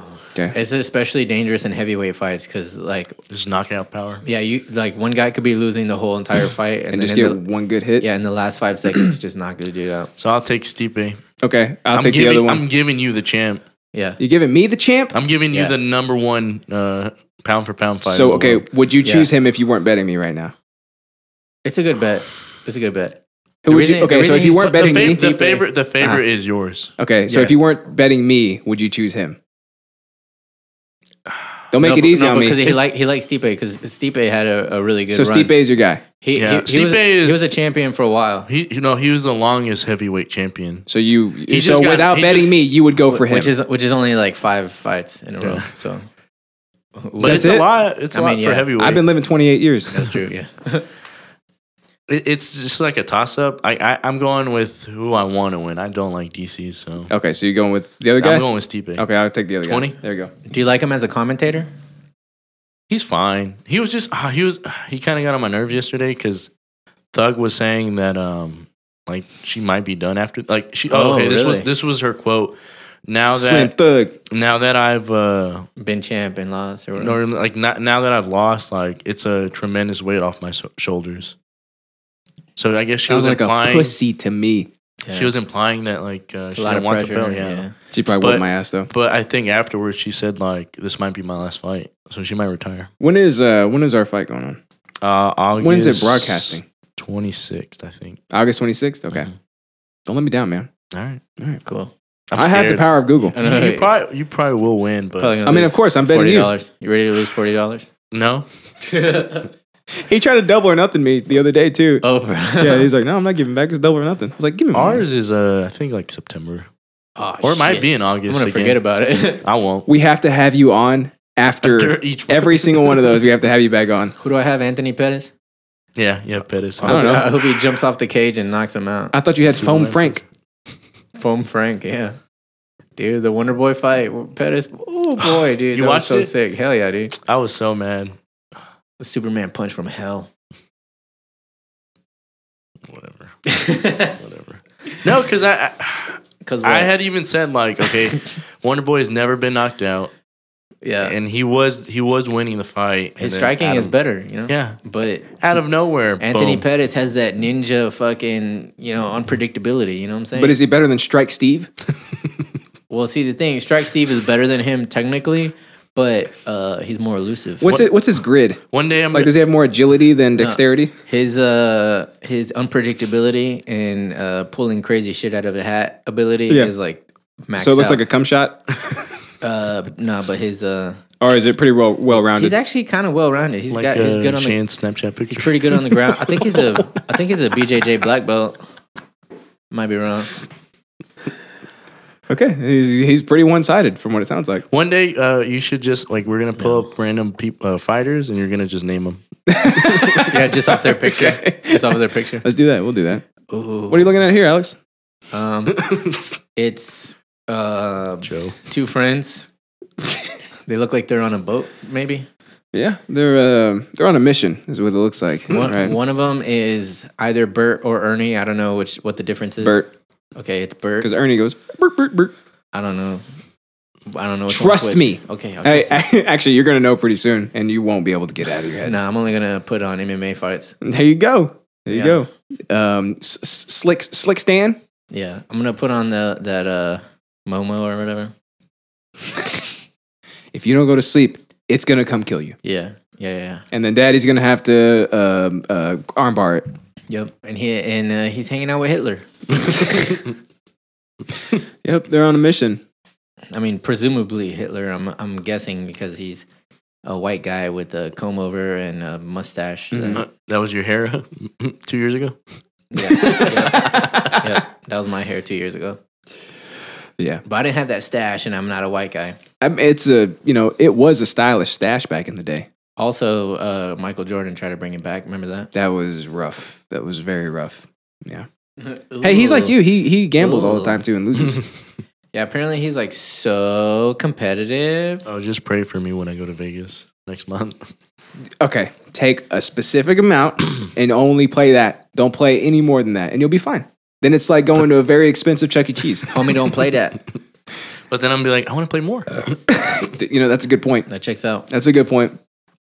it's especially dangerous in heavyweight fights because, like, Just knockout power. yeah, you like one guy could be losing the whole entire fight, and, and then just in get the- one good hit. yeah, in the last five seconds, just knock the dude out. So I'll take Stipe. Okay, I'll am take giving, the other one. I'm giving you the champ. Yeah, You're giving me the champ. I'm giving Yeah. you the number one uh pound for pound fight. in so the okay, world. would you choose Yeah. him if you weren't betting me right now? it's a good bet. It's a good bet. The Who would reason- you? the Okay, so reason if you he's- weren't the, betting me, Uh-huh. face, the favorite. The favorite is yours. okay, so Yeah. if you weren't betting me, would you choose him? Don't make No, it b- easy no, on me. because he like he liked Stipe because Stipe had a, a really good. so run. Stipe is your guy. he, Yeah. he, he was, Stipe is- he was a champion for a while. He, you know, he was the longest heavyweight champion. So you. just so got- without he betting just- me, you would go for him. which is which is only like five fights in a row. So But That's it's it? a lot. It's a I lot mean, for yeah. heavyweight. I've been living 28 years. that's true. Yeah, It- it's just like a toss up. I, I I'm going with who I want to win. I don't like DC, so Okay, so you're going with the other guy. I'm going with Stipe. Okay, I'll take the other 20? guy. There you go. do you like him as a commentator? He's fine. He was just ah, he was he kind of got on my nerves yesterday because Thug was saying that um like she might be done after like she oh, Oh, okay this was really? this was her quote. Now Slim that Thug. now that I've uh Been champ and lost or whatever. nor, like not, now that I've lost like it's a tremendous weight off my so- shoulders. So I guess she was, Sounds like a implying pussy to me. she was implying that like uh, It's she a lot didn't of want the pressure. belt. yeah. yeah. She probably But- whooped my ass though. But I think afterwards she said like this might be my last fight, so she might retire. When is uh when is our fight going on? Uh, August When's it broadcasting? Twenty sixth, I think. August 26th. Okay, Mm-hmm. don't let me down, man. All right. Cool. I'm i have the scared. power of Google. I know. You probably you probably will win, but Probably gonna I mean, lose of course, I'm betting you. $40. You ready to lose forty dollars? no. He tried to double or nothing me the other day too. Oh, bro. Yeah, he's like, no, I'm not giving back. It's double or nothing. I was like, give me ours. Uh, Ours is uh, I think like September, Oh, or it might shit. be in I'm August. gonna again. forget about it. I won't. We have to have you on after, After each one. every single one of those. We have to have you back on. Who do I have? Anthony Pettis. Yeah, yeah, Pettis. I don't know. I hope he jumps off the cage and knocks him out. I thought you had Foam what? Frank. Foam Frank, yeah. Dude, the Wonder Boy fight, Pettis. Oh boy, dude, You that watched was so it? sick. Hell yeah, dude. I was so mad. A Superman punch from hell. Whatever, Because whatever. No, because I, I I had even said like, okay, Wonder Boy has never been knocked out, yeah, and he was he was winning the fight. and his then striking is Adam- better, you know. Yeah, but out of nowhere, Anthony boom. Pettis has that ninja fucking you know unpredictability. You know what I'm saying? But is he better than Strike Steve? well, see the thing, Strike Steve is better than him technically, but uh, he's more elusive. What's it? What's his grid? One day I'm Like, gonna- does he have more agility than dexterity? His uh his unpredictability and uh pulling crazy shit out of the hat ability Yeah. is like maxed so it looks out. like a cum shot, uh nah, but his uh or is it pretty well well rounded? he's actually kind of well rounded. He's like got he's uh, good on the Shan's Snapchat picture. he's pretty good on the ground. I think he's a I think he's a BJJ black belt. Might be wrong. okay, he's he's pretty one sided from what it sounds like. One day, uh, you should just like we're gonna pull up random peop uh, fighters, and you're gonna just name them. Yeah, just off their picture. Just off of their picture. Let's do that. We'll do that. Ooh. What are you looking at here, Alex? Um, it's uh, Joe. two friends. they look like they're on a boat, maybe. Yeah, they're uh, they're on a mission. Is what it looks like. One, right. one of them is either Bert or Ernie. I don't know which what the difference is. Bert, Okay, it's Bert. because Ernie goes burp burp burp. I don't know. I don't know. which Trust one's which. me. Okay. I'll Hey, trust you. actually, you're gonna know pretty soon, and you won't be able to get it out of your head. no, I'm only gonna put on MMA fights. There you go. There you Yeah. go. Um, S- S- slick slick Stan. Yeah, I'm gonna put on the that uh Momo or whatever. If you don't go to sleep, it's gonna come kill you, Yeah, yeah, yeah. and then Daddy's gonna have to um, uh, armbar it. yeah. Yep. And he and uh, he's hanging out with Hitler. Yep, they're on a mission. I mean, presumably Hitler. I'm I'm guessing because he's a white guy with a comb over and a mustache. Mm-hmm. Uh, that was your hair huh? two years ago. Yeah, yeah, yeah. that was my hair two years ago. Yeah, But I didn't have that stash, and I'm not a white guy. I mean, it's a you know it was a stylish stash back in the day. Also, uh, Michael Jordan tried to bring it back. Remember that? That was rough. That was very rough. Yeah. Hey, he's like you. He he gambles all the Ooh. time too and loses. Yeah, apparently he's like so competitive. Oh, just pray for me when I go to Vegas next month. okay, take a specific amount and only play that. Don't play any more than that, and you'll be fine. Then it's like going to a very expensive Chuck E. Cheese. Homie, don't play that. But then I'm gonna be like, I want to play more. you know, that's a good point. That checks out. That's a good point.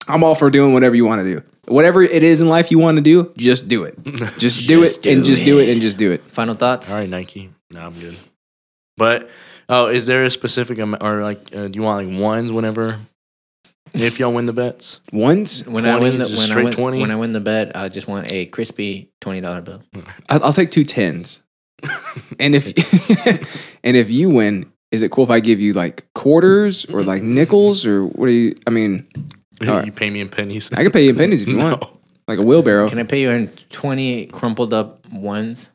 I'm all for doing whatever you want to do. Whatever it is in life you want to do, just do it. Just do it and just do it and just do it. Final thoughts? All right, Nike. No, I'm good. But oh, is there a specific amount, or like, uh, do you want like ones whenever if y'all win the bets? Once, When I 20, win the just when I straight win, 20? when I win the bet, I just want a crispy twenty dollar bill. I'll, I'll take two tens. And if and if you win, is it cool if I give you like quarters or like nickels or what do you? I mean, All right. you pay me in pennies. I can pay you in pennies if you want, No. like a wheelbarrow. Can I pay you in 20 crumpled up ones?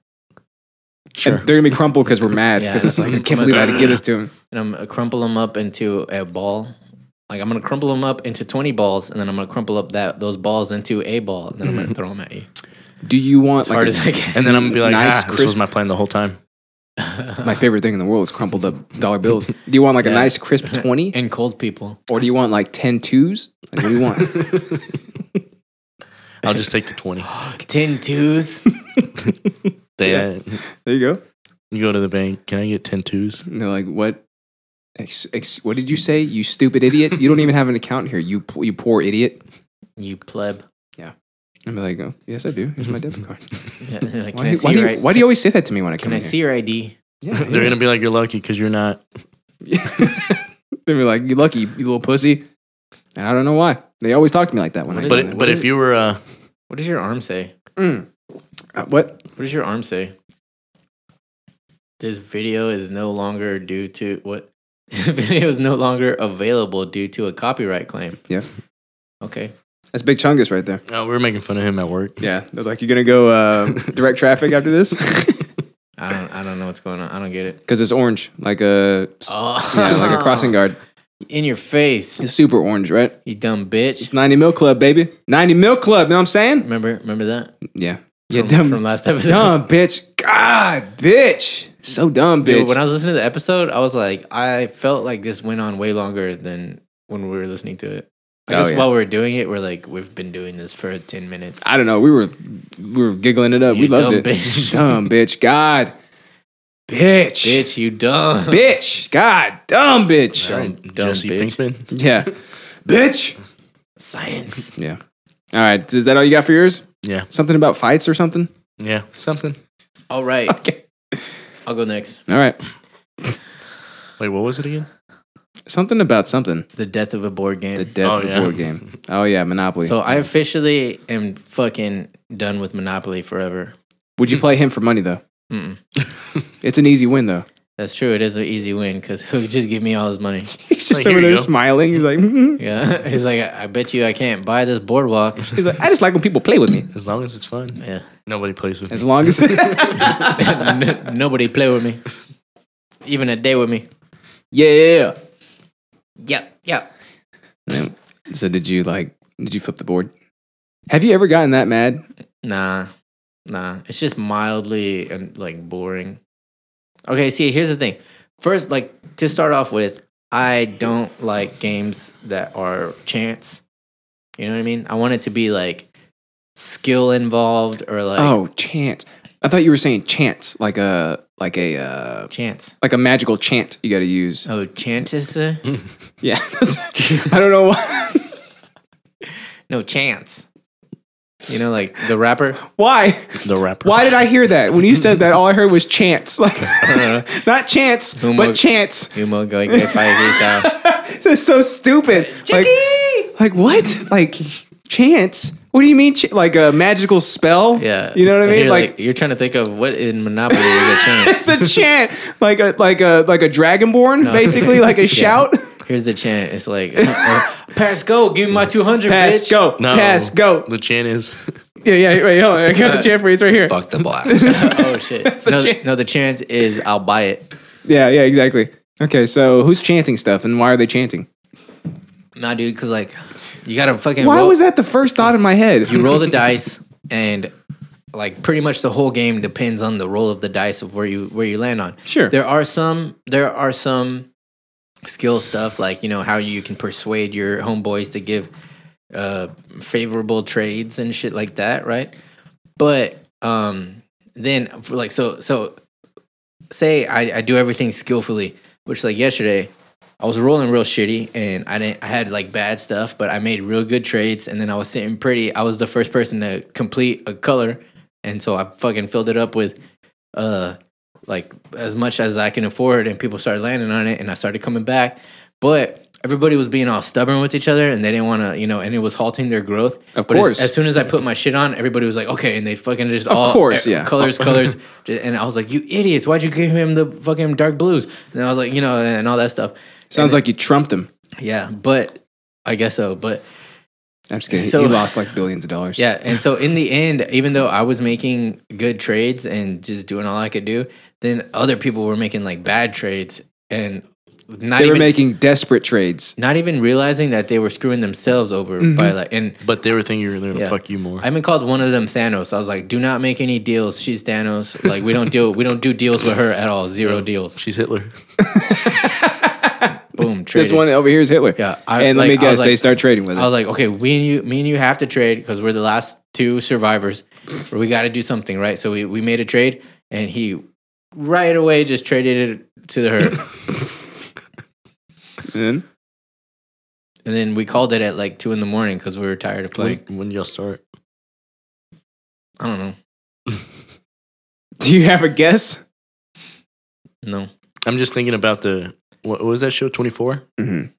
And they're gonna be crumpled because we're mad because Yeah. it's like I can't believe I had to give this to him. And I'm going to crumple them up into a ball. Like, I'm going to crumple them up into 20 balls, and then I'm going to crumple up that those balls into a ball, and then I'm going to throw them at you. Do you want As like hard a- as I can. And then I'm gonna be like, Nice, ah, this was crisp- my plan the whole time. my favorite thing in the world is crumpled up dollar bills? Do you want like a nice crisp twenty, And cold people. or do you want like 10 twos? Like what do you want? I'll just take the twenty. 10 twos. They, there you go. You go to the bank. Can I get 10 twos? And they're like, what? Ex- ex- what did you say? You stupid idiot! You don't even have an account here. You p- you poor idiot. you pleb. And be like, oh, yes, I do. Here's my debit card. Yeah, like, Why, can I do, why, see do you, your I- why do you always say that to me when I come Can I in see your ID? here? Yeah, They're gonna be like, you're lucky because you're not. They're like, you lucky, you little pussy. And I don't know why. They always talk to me like that when What I is come But in. but if you were uh, What does your arm say? Mm. Uh, what? What does your arm say? This video is no longer due to what? This video is no longer available due to a copyright claim. Yeah. Okay. That's Big Chungus right there. Oh, we were making fun of him at work. Yeah, they're like, you're gonna go uh, direct traffic after this because I don't. I don't know what's going on. I don't get it. it's orange, like a Oh, yeah, like a crossing guard. in your face, It's super orange, right? you dumb bitch. It's 90 Mil Club, baby. 90 Mil Club. You know what I'm saying? Remember, remember that Yeah. Yeah, Mm, from, dumb, from last episode. dumb bitch. God, bitch. So dumb, bitch. Dude, when I was listening to the episode, I was like, I felt like this went on way longer than when we were listening to it. I Oh, guess yeah. Ah, while we were doing it, we're like, we've been doing this for ten minutes. I don't know. We were we were giggling it up. we You loved dumb it. bitch. Dumb bitch. God. Bitch. bitch, you dumb. Bitch. God. Dumb bitch. Dumb, dumb Um, Jesse bitch. Pinkman. Yeah. bitch. Science. Yeah. All right. Is that all you got for yours? Yeah. Something about fights or something? Yeah. Something. All right, Okay. I'll go next. All right. Wait, what was it again? Something about something. The death of a board game. The death Oh, of yeah. a board game. Oh yeah, Monopoly. so I officially am fucking done with Monopoly forever. Would you play him for money though? Mm-mm. It's an easy win though. That's true. It is an easy win because he'll just give me all his money. He's just Like, here over you there go. smiling. He's like, "Mhm." Yeah, he's like, I I bet you I can't buy this boardwalk. he's like, I just like when people play with me. As long as it's fun. Yeah. Nobody plays with As me. long as N- nobody play with me, even a day with me. yeah. Yep, yep. So did you like? Did you flip the board? Have you ever gotten that mad? Nah, nah. It's just mildly and like boring. Okay, see, here's the thing. First, like to start off with, I don't like games that are chance. You know what I mean? I want it to be like skill involved or like oh, chance! I thought you were saying chance, like a like a uh, chance. like a magical chant you got to use. Oh, chances? Yeah, I don't know why. No, chance. You know, like the rapper. why. The rapper. Why did I hear that? When you said that, all I heard was chance, like not chance, Who mo- but chance. Humo going get five years out. That's so stupid. Like, like what? Like chance? What do you mean? Ch- like a magical spell? Yeah. You know what I mean? You're Like, you're trying to think of what in Monopoly is a chance. it's a chant, like a like a like a dragonborn, basically, like a shout. Here's the chant. It's like uh, pass go, give me my two hundred, Pass bitch. go, pass go. The chin is. Yeah, yeah. Wait, hold on. I got the chant for you. It's right here. Fuck the blacks. Oh shit. a no, chant. no, the chance is I'll buy it. Yeah, yeah, exactly. Okay, so who's chanting stuff, and why are they chanting? Nah, dude, because like you gotta fucking. Why roll, was that the first thought in my head? You roll the dice, and like pretty much the whole game depends on the roll of the dice of where you where you land on. Sure. There are some. There are some skill stuff like you know how you can persuade your homeboys to give uh favorable trades and shit like that, right? But um then for like so so say I, I do everything skillfully, which like yesterday I was rolling real shitty and I didn't I had like bad stuff, but I made real good trades and then I was sitting pretty. I was the first person to complete a color and so I fucking filled it up with uh like as much as I can afford and people started landing on it and I started coming back. But everybody was being all stubborn with each other and they didn't want to, you know, and it was halting their growth. Of But as- course. As, soon as I put my shit on, everybody was like, okay, and they fucking just Of all course, eh, yeah. colors, colors, Ju- and I was like, you idiots, why'd you give him the fucking dark blues? And I was like, you know, and all that stuff. Sounds like you trumped him. Yeah, but I guess so. But I'm just kidding. So- you lost like billions of dollars. yeah, and so in the end, even though I was making good trades and just doing all I could do, then other people were making like bad trades and not they were even making desperate trades. not even realizing that they were screwing themselves over Mm-hmm. by like and But they were thinking you were going to Yeah. fuck you more. I even called one of them Thanos. I was like, "Do not make any deals. She's Thanos. Like we don't deal. We don't do deals with her at all. Zero deals. She's Hitler. Boom. This Traded. one over here is Hitler. Yeah, I- and let like, me I was guess, they like- start trading with it. I was like, okay, we and you, me and you have to trade because we're the last two survivors. Or we got to do something, right? So we, we made a trade, and he right away just traded it to her, Mhm. and then we called it at like two in the morning because we were tired of When, playing. when y'all start? I don't know. Do you have a guess? No, I'm just thinking about the. What what was that show? 24?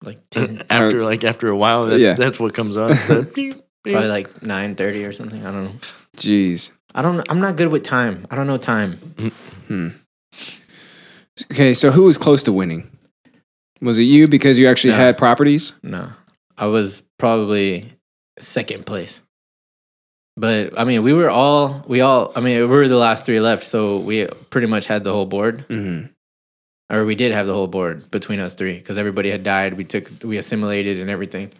like 10, After like after a while, that's, Yeah. that's what comes up. The beep, beep. probably like nine thirty or something. I don't know. Jeez. I don't. I'm not good with time. I don't know time. Okay, so who was close to winning? Was it you because you actually No. had properties? No, I was probably second place. But I mean, we were all we all I mean, we were the last three left, so we pretty much had the whole board, Mm-hmm. or we did have the whole board between us three because everybody had died. We took we assimilated and everything.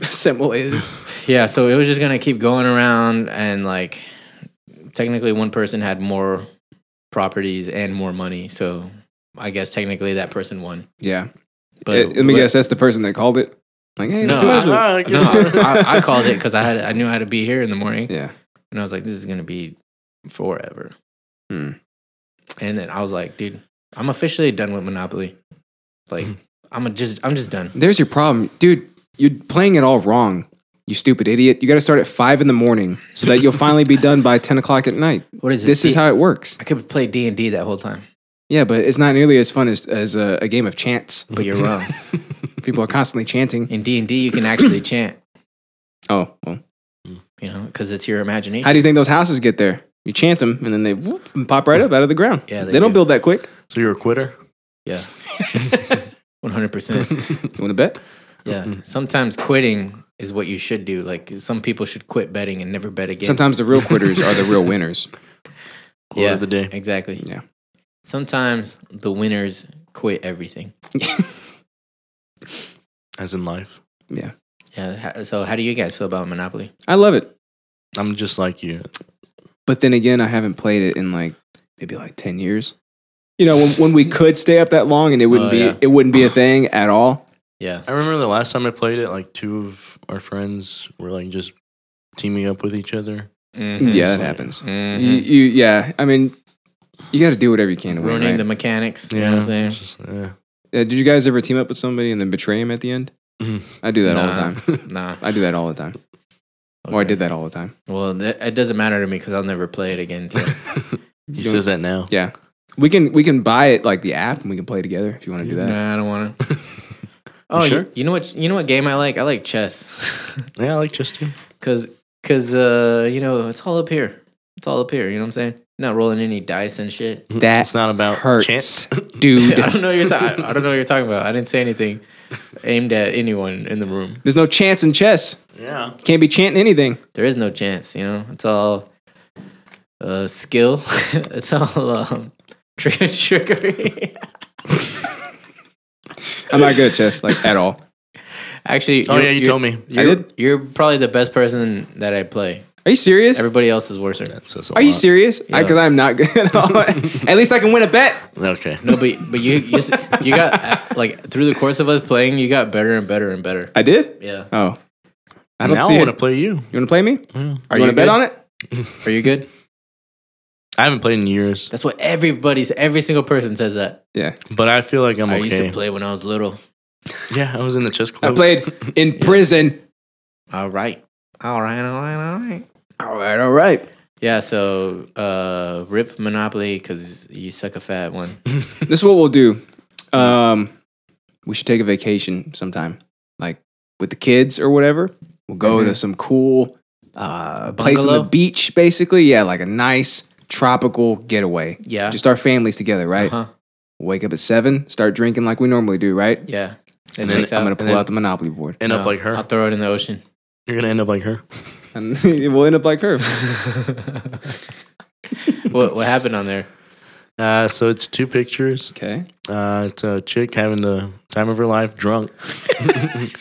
Assimilated. Yeah, so it was just gonna keep going around and like technically one person had more properties and more money, so I guess technically that person won. Yeah. But Eh, let me guess. That's the person that called it. Like, hey, No, who is it? I, No, I, I called it because I had I knew how to be here in the morning. yeah. And I was like, this is going to be forever. Hmm. And then I was like, dude, I'm officially done with Monopoly. Like, Hmm. I'm a just, I'm just done. There's your problem, dude. You're playing it all wrong. You stupid idiot. You got to start at five in the morning so that you'll finally be done by ten o'clock at night. What is this? This is how it works. I could play D and D that whole time, Yeah, but it's not nearly as fun as, as a, a game of chance. but you're wrong. People are constantly chanting. In D and D, you can actually chant, Oh, well. you know, because it's your imagination. How do you think those houses get there? You chant them, and then they whoop and pop right up out of the ground. Yeah, they, they don't do. build that quick. so you're a quitter? yeah, one hundred percent. You want to bet? Mm-hmm. Yeah. Sometimes quitting is what you should do. Like some people should quit betting and never bet again. Sometimes the real quitters are the real winners. Quote of the day. Exactly. Yeah. Sometimes the winners quit everything. As in life. Yeah, Yeah. ha- So, how do you guys feel about Monopoly? I love it. I'm just like you. But then again, I haven't played it in like maybe like ten years. You know, when, when we could stay up that long and it wouldn't Oh, be yeah. it wouldn't be a thing at all. Yeah. I remember the last time I played it, like two of our friends were like just teaming up with each other. Mm-hmm. Yeah, that happens. You, you, yeah, I mean, you got to do whatever you can to win. Ruining right? the mechanics. You know what I'm saying? it's just- yeah. Uh, did you guys ever team up with somebody and then betray him at the end? Mhm. I do that all the time. the time. Mm-hmm. nah. I do that all the time. Or I did that all the time. Well, th- it doesn't matter to me because I'll never play it again. Too. He says that now. Yeah, we can we can buy it like the app and we can play together if you want to do that. nah, I don't want to. Oh, sure? you, you know what? You know what game I like? I like chess, Yeah, I like chess too. cause, cause, uh, you know, it's all up here. It's all up here. You know what I'm saying? You're not rolling any dice and shit. That it's not about hurts, chance. dude. I don't know. What you're ta- I don't know what you're talking about. I didn't say anything aimed at anyone in the room. There's no chance in chess. Yeah. Can't be chanting anything. there is no chance. You know, it's all uh, skill. it's all um, trick and trickery. I'm not good at chess, like at all. Actually, Oh you're- yeah, you you're- told me. I You're, did? You're probably the best person that I play. Are you serious? Everybody else is worse. That says a Are you lot. serious? Yeah. Because I'm not good at all. at least I can win a bet. Okay. No, but but you you, s- you got uh, like through the course of us playing, you got better and better and better. I did. Yeah. Oh, I don't Now see I it. want to play you. You want to play me? Are you want to bet good? on it? Are you good? I haven't played in years, That's what everybody's every single person says that. Yeah, but I feel like I'm I used okay. to play when I was little. Yeah, I was in the chess I club. played in prison. All right. All right. All right. All right. All right, all right. Yeah, so uh, rip Monopoly because you suck a fat one. This is what we'll do. Um, we should take a vacation sometime, like with the kids or whatever. We'll go to some cool uh, place on the Bungalow? beach, basically. Yeah, like a nice tropical getaway. Yeah. Just our families together, right? Uh-huh. Wake up at seven, start drinking like we normally do, right? Yeah. It And then checks I'm out. gonna pull then- out the Monopoly board, End up No, like her. I'll throw it in the ocean. You're gonna end up like her. and we'll end up like her. what what happened on there? Uh, so it's two pictures. Okay, Uh, it's a chick having the time of her life, drunk.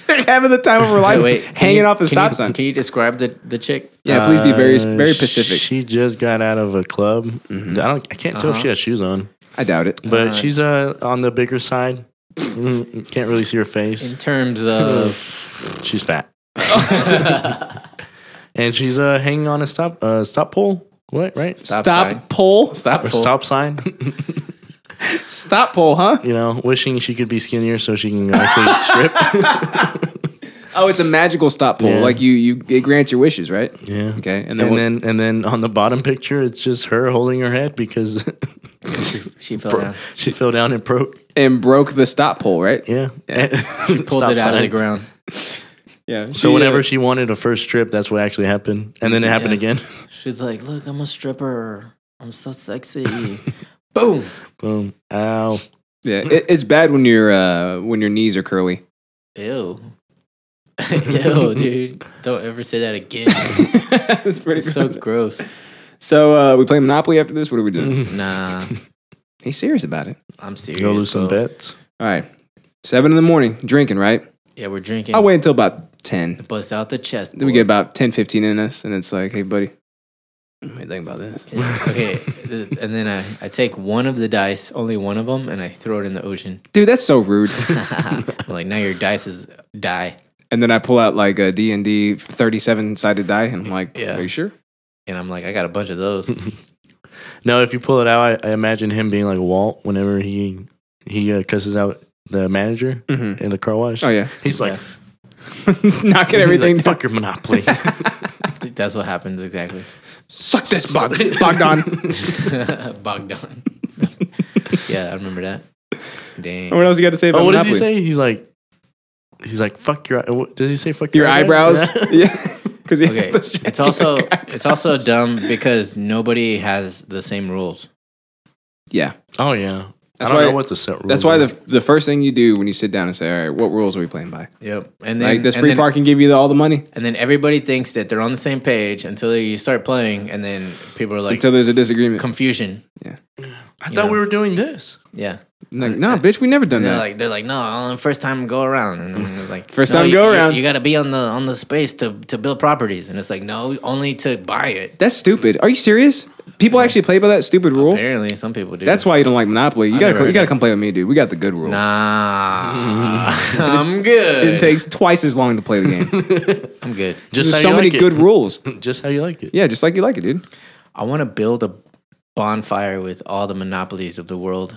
having the time of her life, Wait, wait, can hanging you- off the can stop you- sign. Can you describe the, the chick? yeah, please be very Uh, very Mm-hmm. specific. She just got out of a club. I don't. I can't tell Uh-huh. if she has shoes on, I doubt it. but she's uh on the bigger side. Mm, can't really see her face. In terms of She's fat. and she's uh hanging on a stop uh stop pole. What right? Stop, pole, stop, Or stop sign. stop pole, huh? You know, wishing she could be skinnier so she can actually strip. Oh, it's a magical stop pole. Yeah. Like you, you it grants your wishes, right? Yeah. Okay, and And then then, what- and then on the bottom picture, it's just her holding her head because she fell down. she fell down and broke. And broke the stop pole, right? Yeah. She Pulled it out of the ground. Yeah. So whenever she wanted a first strip, that's what actually happened. And then it happened Yeah. again. She's like, look, I'm a stripper. I'm so sexy. Boom. Boom. Ow. yeah, it, it's bad when your uh, when your knees are curly. Ew. Yo, dude, don't ever say that again. That's pretty It's so gross. gross. So uh, we play Monopoly after this. What are we Mm-hmm. doing? Nah, He's serious about it. I'm serious. Go lose some bro. bets. All right, seven in the morning, drinking. Right. Yeah, we're drinking. I Oh, wait until about ten. Bust out the chest. Then we boy. get about 10, 15 in us, and it's like, hey, buddy, what do you think about this? okay, th- and then I, I take one of the dice, only one of them, and I throw it in the ocean. Dude, that's so rude. I'm like now your dice is die, and then I pull out like a D and D thirty-seven sided die, and I'm like, Yeah. are you sure? and I'm like I got a bunch of those. No, if you pull it out, I, I imagine him being like Walt whenever he he uh, cusses out the manager Mhm. in the car wash. Oh yeah, he's Mm-hmm. like, Yeah. knocking he's everything. like down. fuck your monopoly. Th- That's what happens exactly. Suck this, Bog- Bogdan. Bogdan. yeah, I remember that. Dang. what else you got to say about oh, what does he Monopoly? say? He's like, he's like fuck your. What, does he say fuck Your eyebrows. Yeah. Because Okay, it's also it's also dumb because nobody has the same rules. yeah. Oh yeah. That's I don't why- know what the set That's rules why are. the the first thing you do when you sit down and say, all right, what rules are we playing by? Yep. And then Like, does and free then- parking give you the, all the money And then everybody thinks that they're on the same page until you start playing, and then people are like until there's a disagreement? confusion. I you thought know. we were doing this. Yeah. like, no, bitch, we never done And they're that. like they're like no, on first time go around, and then it's like First "No, time you- go you- around." You, got to be on the on the space to to build properties, and it's like no, only to buy it. That's stupid. Are you serious? People actually play by that stupid rule. Apparently, some people do. That's why you don't like Monopoly. You gotta never you heard gotta that. come play with me, dude. We got the good rules. nah, Ah, I'm It good. takes twice as long to play the game. I'm good. Just There's how so you many like it. good rules. Just how you liked it. Yeah, just like you like it, dude. I want to build a bonfire with all the monopolies of the world.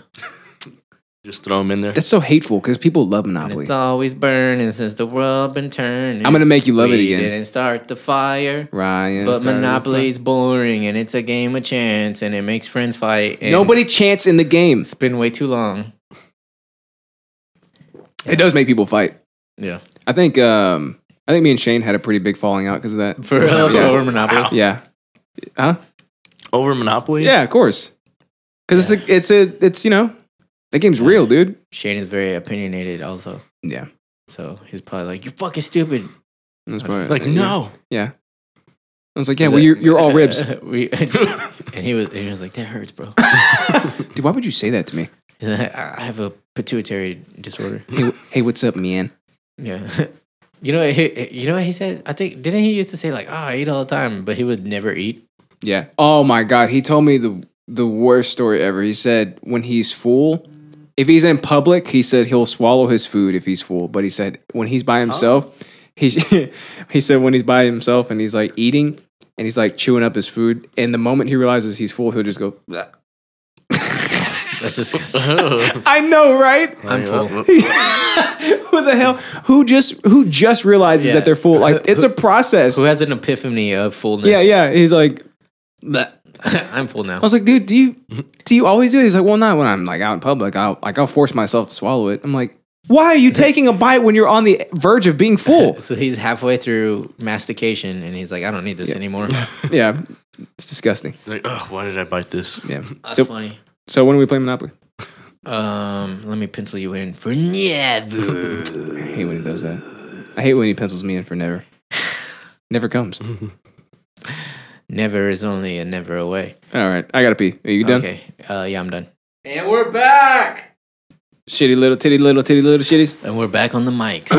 Just throw him in there. That's so hateful because people love Monopoly. It's always burning since the world been turning. I'm gonna make you love it We again. Didn't start the fire. Ryan. But started- Monopoly's boring and it's a game of chance and it makes friends fight. And Nobody chants in the game. It's been way too long. It does make people fight. Yeah. I think um I think me and Shane had a pretty big falling out because of that. For real? Yeah. Over Monopoly? Yeah. Huh? Over Monopoly? Yeah, of course. Because it's a it's a it's you know that game's real, dude. Shane is very opinionated also. Yeah. So he's probably like, You're fucking stupid. That's probably- Like, no. Yeah. I was like, yeah, He's well, like- you're, you're all ribs. We- and he was he was like, That hurts, bro. Dude, why would you say that to me? He's like, I I have a pituitary disorder. Hey, wh- hey what's up, man? Yeah. You know, what he, you know what he said? I think didn't he used to say like, "Oh, I eat all the time," but he would never eat. Yeah. Oh my God. He told me the the worst story ever. He said when he's full, if he's in public, he said he'll swallow his food if he's full. But he said when he's by himself, Oh. he he said when he's by himself and he's like eating and he's like chewing up his food, and the moment he realizes he's full, he'll just go. "Bleh." That's disgusting. I know, right? I'm full. who the hell? Who just who just realizes Yeah. that they're full? Like it's a process. Who has an epiphany of fullness? Yeah, yeah. He's like, I'm full now. I was like, dude, do you Mm-hmm. do you always do it? He's like, well, not when I'm like out in public. I'll like I'll force myself to swallow it. I'm like, why are you taking a bite when you're on the verge of being full? So he's halfway through mastication and he's like, I don't need this anymore. yeah, it's disgusting. Like, oh, why did I bite this? Yeah. That's So, funny. so when do we play Monopoly? Um, let me pencil you in for never. I hate when he does that. I hate when he pencils me in for never. Never comes. Mm-hmm. All never is only a never away. right, I gotta pee. Are you done? Okay. Uh, yeah, I'm done. Shitty little titty little titty little shitties. And we're back on the mics.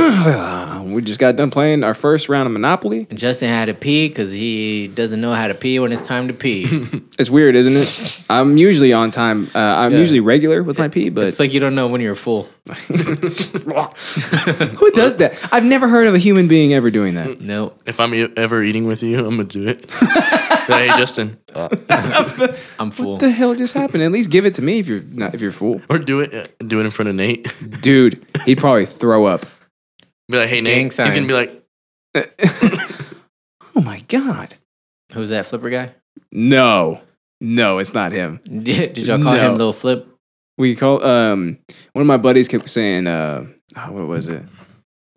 we just got done playing our first round of Monopoly. And Justin had to pee because he doesn't know how to pee when it's time to pee. It's weird, isn't it? I'm usually on time. Uh, I'm usually regular with my pee, but it's like you don't know when you're full. Who does that? I've never heard of a human being ever doing that. No. If I'm e- ever eating with you, I'm going to do it. hey, Justin. I'm full. What the hell just happened? At least give it to me if you're not if you're full. Or do it uh, do it in front of Nate. Dude, he'd probably throw up. Be like, hey, Nate. Gang He's going to signs. be like, Oh my god. Who's that flipper guy? No. No, it's not him. Did y'all call No. him Little Flip? We call um one of my buddies kept saying uh oh, what was it?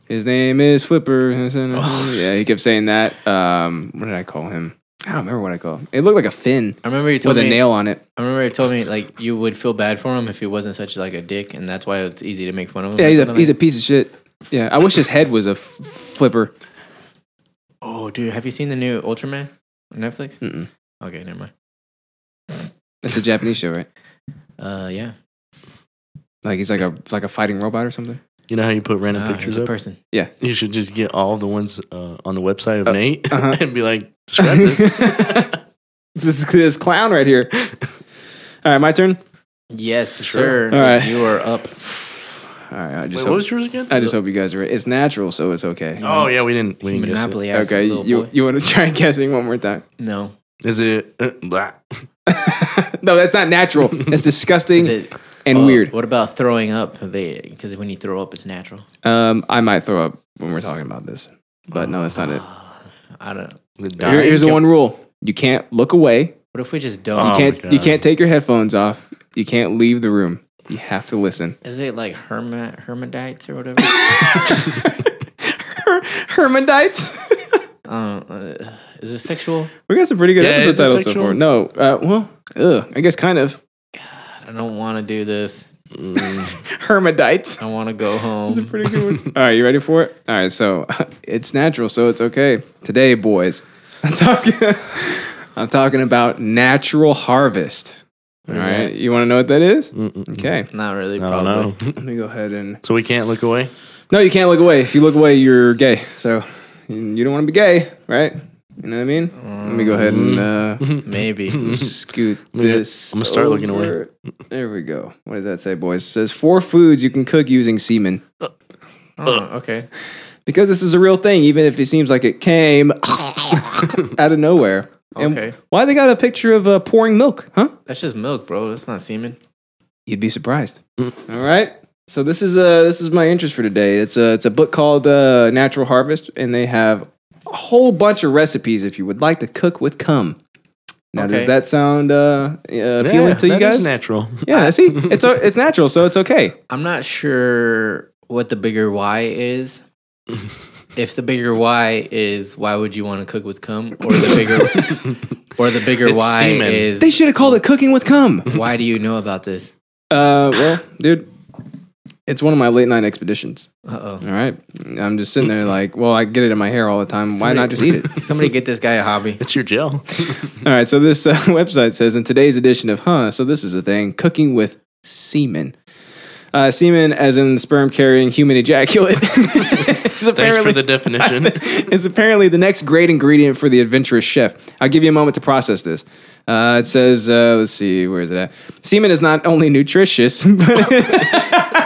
His name is Flipper. Yeah, he kept saying that. Um what did I call him? I don't remember what I called him. It looked like a fin I remember you told with me a nail on it. I remember you told me like you would feel bad for him if he wasn't such like a dick, and that's why it's easy to make fun of him. Yeah, or he's a something he's a like- piece of shit. Yeah, I wish his head was a f- flipper. Oh, dude, have you seen the new Ultraman on Netflix? Mm-mm. Okay, never mind. That's a Japanese show, right? Uh, yeah. Like he's like a like a fighting robot or something. You know how you put random Ah, he's pictures a up? person. You should just get all the ones uh, on the website of Nate uh-huh. and be like, describe this. this is this clown right here. All right, my turn. Yes, sir. All right. You are up. All right, I Wait, just what hope, was yours again? I just hope you guys are. It's natural, so it's okay. oh, yeah, we didn't. We didn't guess it. Monopoly ass okay, little you boy. you want to try guessing one more time? No. Is it uh, blah. No, that's not natural. That's disgusting Is it and oh. uh, weird. What about throwing up? They because when you throw up, it's natural. Um, I might throw up when we're talking about this, but no, that's not it. I don't. Here- here's the Dying? one rule: you can't look away. What if we just You don't? Oh can't my you God. can't take your headphones off. You can't leave the room. You have to listen. Is it like hermit hermitites or whatever? Hermondites. um, uh, is it sexual? we got some pretty good Yeah, episode is it titles so sexual? far. No, uh, well, ugh, I guess kind of. I don't want to do this. Hermodites. I want to go home. That's a pretty good one. All right, you ready for it? All right, so it's natural, so it's okay. Today, boys, I'm talking. I'm talking about natural harvest. All is right, you want to know what that is? Okay, Not really. I don't probably. know. let me go ahead and. So we can't look away. No, you can't look away. If you look away, you're gay. So you don't want to be gay, right? You know what I mean? Let me go ahead and uh, Maybe. scoot this. I'm gonna start looking away. over. There we go. What does that say, boys? It says four foods you can cook using semen. oh, okay. because this is a real thing, even if it seems like it came out of nowhere. And Okay. Why they got a picture of uh, pouring milk? Huh? That's just milk, bro. That's not semen. You'd be surprised. All right. So this is uh this is my interest for today. It's a it's a book called uh, Natural Harvest, and they have a whole bunch of recipes if you would like to cook with cum. Now, Okay. does that sound uh, uh, appealing to you that is guys? natural. yeah, see, it's o- it's natural, so it's okay. I'm not sure what the bigger why is. if the bigger why is why would you want to cook with cum, or the bigger, or the bigger It's why semen. is They should have called it cooking with cum. why do you know about this? Uh, well, dude, it's one of my late night expeditions. Uh oh. All right. I'm just sitting there like, well, I get it in my hair all the time. Why not just eat it? Somebody get this guy a hobby. It's your gel. all right. So this uh, website says in today's edition of Huh, so this is a thing cooking with semen. Uh, semen, as in sperm carrying human ejaculate, is, Thanks for apparently, the definition. is apparently the next great ingredient for the adventurous chef. I'll give you a moment to process this. Uh, it says, uh, let's see, where is it at? Semen is not only nutritious, but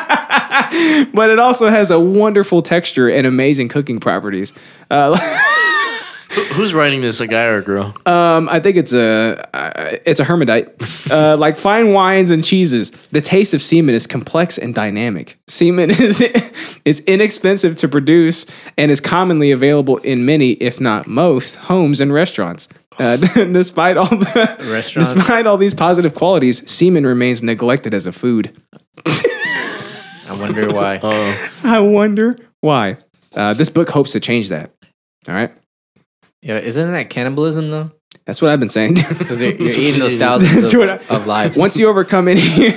but it also has a wonderful texture and amazing cooking properties. Uh, Who's writing this? A guy or a girl? um, I think it's a uh, it's a hermitite. Uh, like fine wines and cheeses, the taste of semen is complex and dynamic. Semen is is inexpensive to produce and is commonly available in many, if not most, homes and restaurants. Uh, despite all the Restaurants. despite all these positive qualities, semen remains neglected as a food. I wonder why. Oh. I wonder why. Uh, this book hopes to change that. All right. Yeah, isn't that cannibalism though? That's what I've been saying. Because you're, you're eating those thousands That's of, what I- of lives. once you overcome any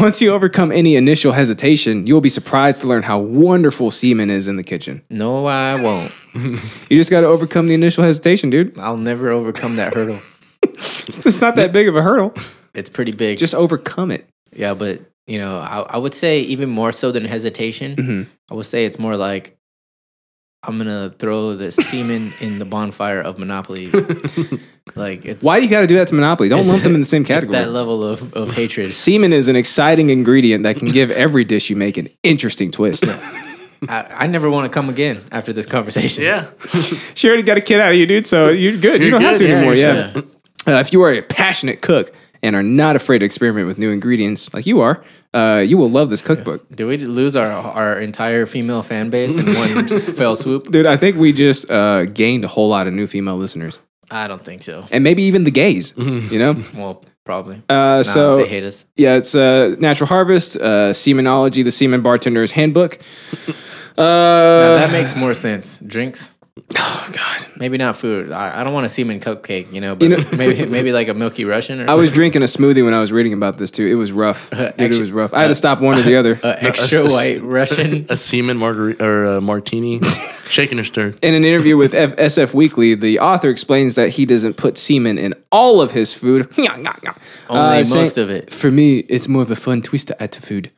once you overcome any initial hesitation, you'll be surprised to learn how wonderful semen is in the kitchen. no, I won't. You just got to overcome the initial hesitation, dude. I'll never overcome that hurdle. It's, it's not that big of a hurdle. It's pretty big. Just overcome it. Yeah, but you know, I, I would say even more so than hesitation. Mm-hmm. I would say it's more like I'm gonna throw the semen in the bonfire of Monopoly. like it's Why do you got to do that to Monopoly? Don't it's- lump them in the same It's that category. level of, of hatred. Semen is an exciting ingredient that can give every dish you make an interesting twist. I, I never want to come again after this conversation. yeah. she already got a kid out of you, dude. So you're good. You're you do not have good, to yeah, anymore. you're Yeah. Uh, if you are a passionate cook and are not afraid to experiment with new ingredients, like you are, uh, you will love this cookbook, Do we lose our our entire female fan base in one just fell swoop? dude. I think we just uh, gained a whole lot of new female listeners, I don't think so. and maybe even the gays. You know. Well, probably. Uh, Nah, so they hate us. yeah, it's uh, Natural Harvest, uh, Semenology, the Semen Bartender's Handbook. Uh, Now, that makes more sense. Drinks. Oh God. Maybe not food. I, I don't want a semen cupcake, you know, but know- maybe maybe like a Milky Russian or I was something. drinking a smoothie when I was reading about this too. It was rough. Dude, it actually- was rough. I had to stop one or the other. Uh, extra a- a- white Russian. A semen margarita or a martini, shaking or stirred. in an interview with F- SF Weekly, the author explains that he doesn't put semen in all of his food. Only Only most of it. Uh, For me, it's more of a fun twist to add to food.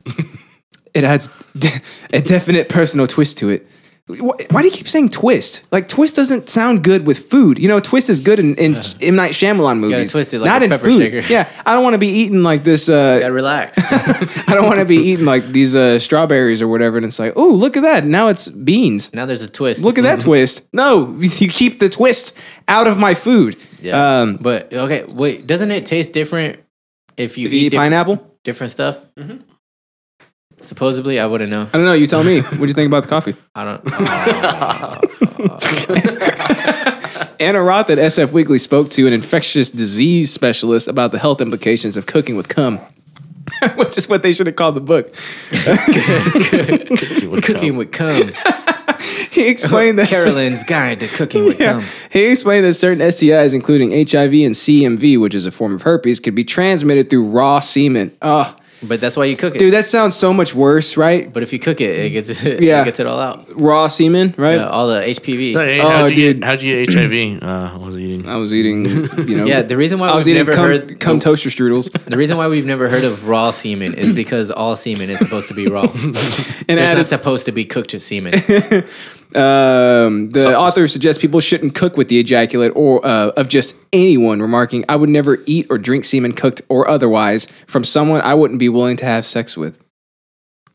it adds de- a definite personal twist to it. Wh- Why do you keep saying twist? Like twist doesn't sound good with food. You know, twist is good in, in M Night Shyamalan movies. twist it like not a in pepper food. shaker. Yeah, I don't want to be eating like this. Uh, Gotta relax. I don't want to be eating like these uh, strawberries or whatever. And it's like, oh, look at that! Now it's beans. now there's a twist. Look at that twist. No, you keep the twist out of my food. Yeah. Um, but okay, wait. Doesn't it taste different if you, you eat diff- pineapple? Mm-hmm. different stuff? Supposedly, I wouldn't know. I don't know. You tell me. what do you think about the coffee? I don't. Anna Roth at SF Weekly spoke to an infectious disease specialist about the health implications of cooking with cum, which is what they should have called the book. See what cooking comes. with cum. He explained that Carolyn's guide to cooking with Yeah. cum. He explained that certain STIs, including HIV and CMV, which is a form of herpes, could be transmitted through raw semen. Ugh. But that's why you cook it. Dude, that sounds so much worse, right? but if you cook it, it gets it, Yeah. gets it all out. Raw semen, right? Yeah, all the HPV. Hey, Oh, how'd, you dude. Oh, Get, how'd you get HIV? Uh, I was eating. I was eating, you know. Yeah, the reason why I was we've eating never cum, heard cum the- toaster strudels. The reason why we've never heard of raw semen is because all semen is supposed to be raw. And There's not added, supposed to be cooked with semen. um, the author suggests people shouldn't cook with the ejaculate or uh, of just anyone, remarking, "I would never eat or drink semen cooked or otherwise from someone I wouldn't be willing to have sex with."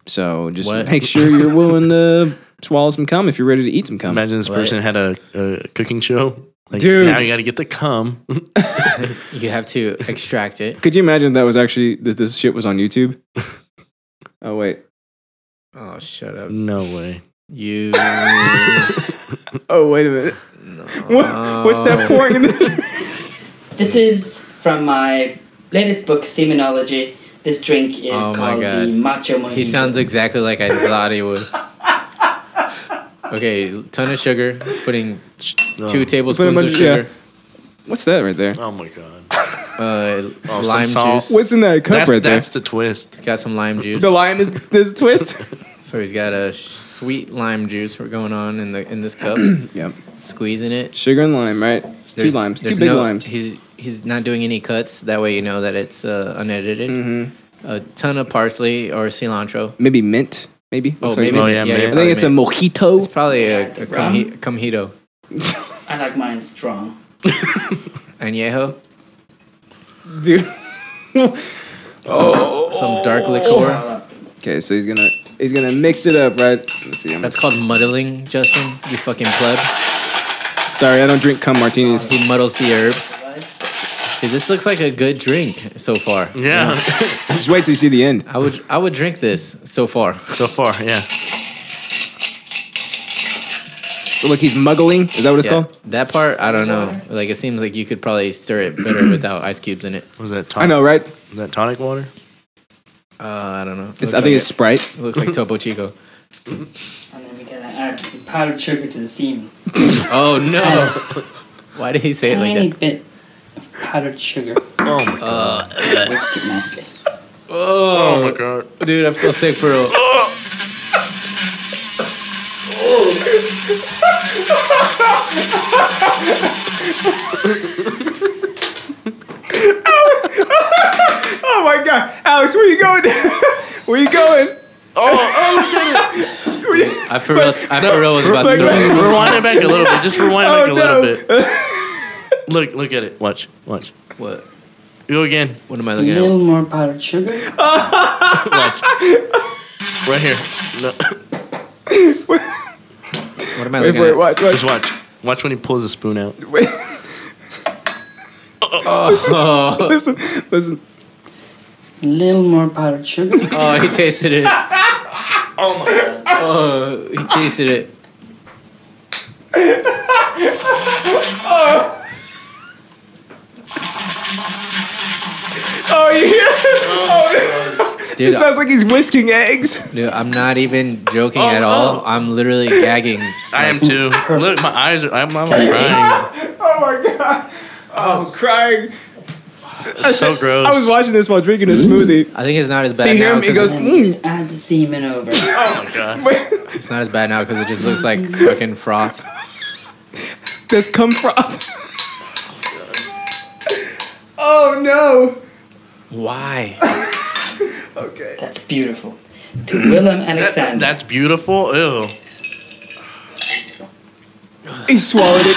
So just What? make sure you're willing to swallow some cum if you're ready to eat some cum. Imagine this What? person had a, a cooking show. Like, Dude. Now you got to get the cum. You have to extract it. Could you imagine that was actually that this shit was on YouTube? oh wait. Oh, shut up. no way. You. Oh wait a minute. What, what's that pouring in the? This is from my latest book, Semenology. This drink is Oh my called God. the Macho Mojito. He sounds exactly like I thought he would. Okay, ton of sugar. He's putting No. two tablespoons bunch- of sugar, What's that right there? Oh my god. uh, some lime salt. juice. What's in that cup That's, right there? that's the twist. Got some lime juice. The lime is there's a twist. So he's got a sweet lime juice going on in the in this cup. yep. Squeezing it. Sugar and lime, right? It's two There's- limes, two there's big no- limes. He's he's not doing any cuts. That way you know that it's uh, unedited. Mm-hmm. A ton of parsley or cilantro. Maybe mint, maybe. Looks like maybe mint. Oh, mint. yeah, Yeah, I mint. yeah, think it's a mint. mojito. It's probably a, Yeah, a rum. cum- cumhito. I like mine strong. Añejo. Dude. Oh. Some dark liqueur. Okay, so he's gonna he's gonna mix it up, right? Let's see. I'm That's called muddling, Justin. You fucking pleb. sorry, I don't drink cum martinis. He muddles the herbs. Dude, this looks like a good drink so far. Yeah. Just wait till you see the end. I would I would drink this so far. so far, yeah. So look, he's muggling. Is that what it's Yeah, called? that part I don't know. Like it seems like you could probably stir it better without ice cubes in it. What Was that I tonic? know, right? Was that tonic water? Uh, I don't know. It's, Looks I like think it's it- Sprite. it looks like Topo Chico. And then we gotta add some powdered sugar to the semen. Oh no! Why did he say it like Tiny that? bit of powdered sugar. Oh my god. Whisk it nicely. Oh my god. Dude, I feel sick, bro. Oh my god, Alex, where you going? where you going? I for real, I for real was about to throw. up. rewind it back a little bit. Just rewind it back Oh, no. a little bit. Look, look at it. Watch, watch. What? Go again. What am I A looking little at? more powdered sugar. Watch. Right here. No, What am I Wait looking for it. at? Watch, just watch. watch. Watch when he pulls the spoon out. Wait. listen, listen. A little more powdered sugar. Oh, he tasted it. oh my god! Oh, he tasted it. Oh yeah. it sounds like he's whisking eggs. Dude, I'm not even joking Oh, at all. oh. I'm literally gagging. I am too. Look, my eyes are. I'm, I'm like crying. Oh my god! Oh, I'm crying. It's so gross. Oh I was watching this while drinking a smoothie. I think it's not as bad You now. hear him? He 'cause goes, Then you mm. just add the semen over. Oh my god. it's not as bad now because it just looks like fucking froth. "Does come from?" oh no! Why? That's beautiful. To Willem That- Alexander. that's beautiful. Ew. He swallowed it.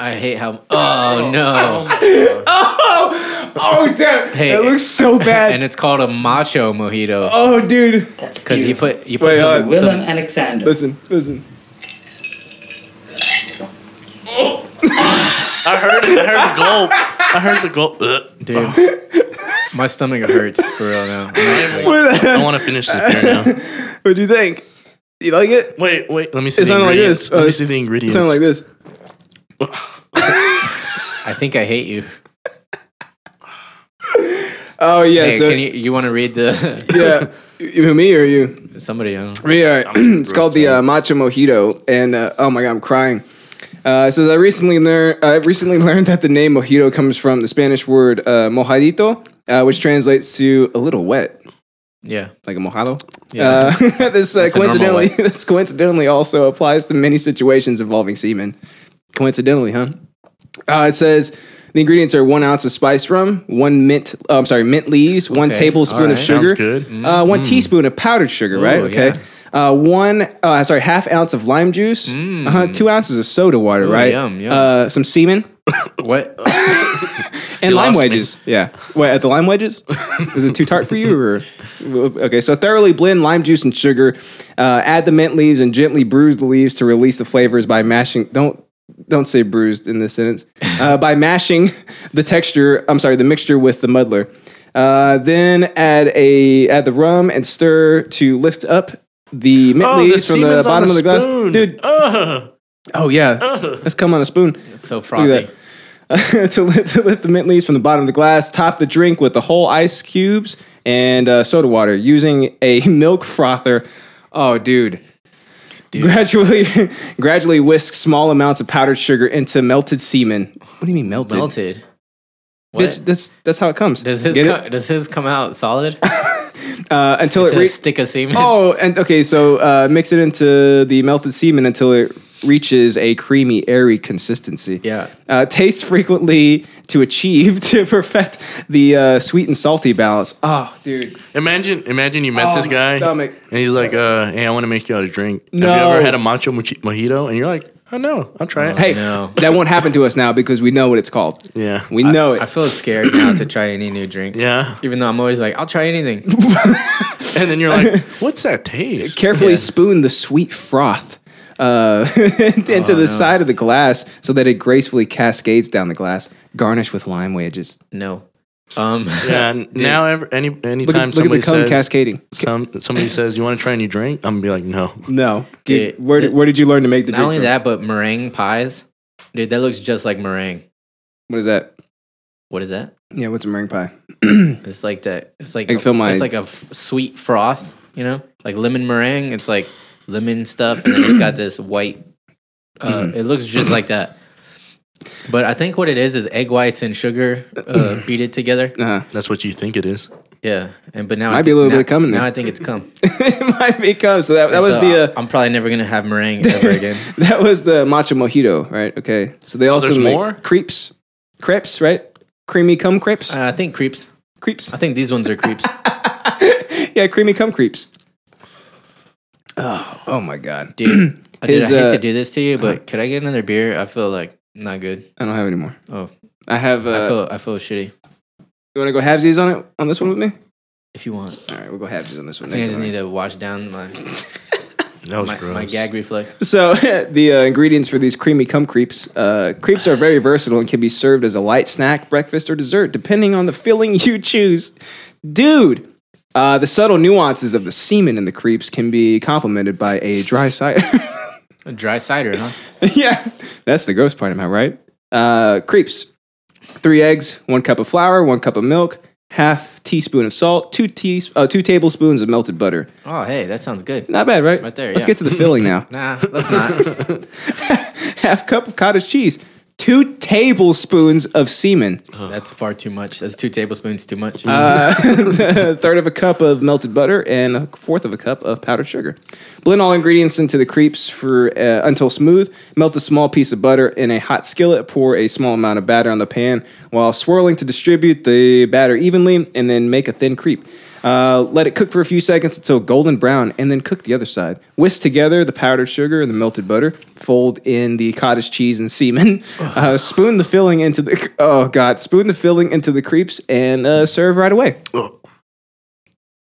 I hate how. Oh no! Oh damn! Hey. that looks so bad. And it's called a macho mojito oh dude, that's because beautiful. you put you put Wait, some, uh, Willem some- Alexander. listen, listen. I heard. I heard the gulp. I heard the gulp. Ugh. dude. My stomach hurts for real now. I'm not- What, I want to finish this beer now. what'd you think? You like it? Wait, wait. Let me see. It the sounded like this. ingredients. Let Uh, me see the It ingredients. sounded like this. I think I hate you. Oh yeah. Hey, so can you you want to read the yeah, you, me or you? somebody? I don't know. We are. it's called the uh, matcha mojito, and uh, oh my god, I'm crying. Uh, it says I recently learned. I recently learned that the name mojito comes from the Spanish word uh, mojadito, uh, which translates to a little wet, Yeah. like a mojado. Uh, this uh, a normal coincidentally, wet. this coincidentally also applies to many situations involving semen. Coincidentally, huh? Uh, it says. The ingredients are one ounce of spiced rum, one mint. Oh, I'm sorry, mint leaves, one Okay, tablespoon alright. of Sounds Mm-hmm. Mm. sugar, Sounds good. uh, one teaspoon of powdered sugar, right? Ooh, Okay. Uh, one, uh, sorry, half ounce of lime juice, uh-huh, two ounces of soda water, right? Mm. yum, yum. Uh, some semen What? and You lime lost me. wedges. Yeah. Wait, at the lime wedges? Is it too tart for you? Or okay, so thoroughly blend lime juice and sugar. Uh, add the mint leaves and gently bruise the leaves to release the flavors by mashing. Don't don't say bruised in this sentence. Uh, by mashing the texture. I'm sorry, the mixture with the muddler. Uh, then add a add the rum and stir to lift up the mint Oh, the leaves from the semen's on bottom the of the glass. spoon. Dude, Ugh. oh yeah, let's come on a spoon. so Look frothy. at that. to, lift, to lift the mint leaves from the bottom of the glass, top the drink with the whole ice cubes and uh, soda water using a milk frother. Oh, dude. Gradually, gradually whisk small amounts of powdered sugar into melted semen. What do you mean melted? Melted. What? Bitch, that's that's how it comes. does his Get co- it? does his come out solid? Uh, until It's it a reaches. stick of semen. Oh, and okay, so uh, mix it into the melted semen until it reaches a creamy, airy consistency. Yeah. Uh, taste frequently to achieve to perfect the uh, sweet and salty balance. Oh, dude, Imagine, imagine you met Oh, this my guy, stomach. and he's like, uh, "Hey, I want to make you out a drink. Have No. you ever had a matcha mochi- mojito?" And you're like, "Oh no, I'll try it." hey, no. that won't happen to us now because we know what it's called. yeah, We know it. I feel scared now to try any new drink. yeah. Even though I'm always like, I'll try anything. And then you're like, "What's that taste?" Carefully spoon the sweet froth. Uh, into Oh, the side of the glass so that it gracefully cascades down the glass. Garnish with lime wedges. No. Um, yeah. and Now, ever, any anytime Look, at, look at somebody the cum says cascading. some somebody says, "You want to try a new drink?" I'm gonna be like, "No." No, dude, Dude, where, th- where did you learn to make the not drink only from? that, but meringue pies. Dude, that looks just like meringue. What is that? What is that? Yeah, what's a meringue pie? It's like that. It's like I can feel my- it's like a f- sweet froth, you know, like lemon meringue. It's like lemon stuff, and then it's got this white. Uh, Mm-hmm. It looks just like that. But I think what it is is egg whites and sugar uh, beat it together. Uh-huh. That's what you think it is. Yeah, and but now I Might be a think- little bit now- of cum in there. Now I think it's cum. it might be cum. So that, that And was so the I- uh, I'm probably never gonna have meringue ever again. that was the matcha mojito, right? Okay. So they also Oh, there's make more? crepes, crepes, right? Creamy cum crepes, Uh, I think creeps. creeps. I think these ones are creeps. Yeah, creamy cum creeps. Oh, oh my god! Dude, I, did, I His, hate uh, to do this to you, but could I get another beer? I feel like not good. I don't have any more. Oh, I have. Uh, I feel I feel shitty. you want to go halvesies on it on this one with me? If you want, All right, we'll go halvesies on this one. I think I Thank just you. need to wash down my That was my, gross. my gag reflex. So the uh, ingredients for these creamy cum creeps. Uh, creeps are very versatile and can be served as a light snack, breakfast, or dessert, depending on the filling you choose. Dude, uh, the subtle nuances of the semen in the creeps can be complemented by a dry cider. A dry cider, huh? yeah, that's the gross part. Am I right? Uh, creeps: three eggs, one cup of flour, one cup of milk, half teaspoon of salt, two teas- uh, two tablespoons of melted butter. Oh, hey, that sounds good. Not bad, right? Right there, Let's yeah. get to the filling now. Nah, let's not. half cup of cottage cheese, two tablespoons of semen, That's far too much. That's two tablespoons too much. a third of a cup of melted butter, and a fourth of a cup of powdered sugar. Blend all ingredients into the crepes for uh, until smooth. Melt a small piece of butter in a hot skillet. Pour a small amount of batter on the pan while swirling to distribute the batter evenly, and then make a thin crepe. Uh, let it cook for a few seconds until golden brown, and then cook the other side. Whisk together the powdered sugar and the melted butter. Fold in the cottage cheese and semen. Uh, spoon the filling into the oh god, spoon the filling into the crepes and uh, serve right away.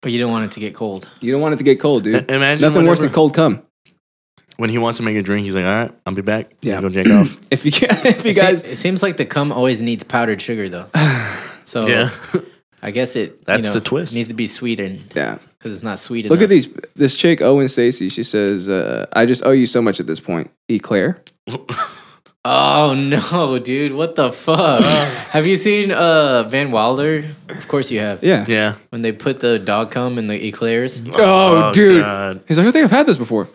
but you don't want it to get cold. You don't want it to get cold, dude. I- imagine nothing worse than whenever- cold cum. When he wants to make a drink, he's like, all right, I'll be back. Yeah. Yeah. Go jack off. If you if you It se- guys, it seems like the cum always needs powdered sugar, though. So yeah. I guess it. That's you know, the twist. Needs to be sweetened yeah. because it's not sweet Look enough. at these. This chick Owen Stacy. She says, uh, "I just owe you so much at this point, Eclair." Oh no, dude! What the fuck? have you seen uh, Van Wilder? Of course you have. Yeah. Yeah. When they put the dog cum in the eclairs. Oh, dude. God. He's like, I think I've had this before.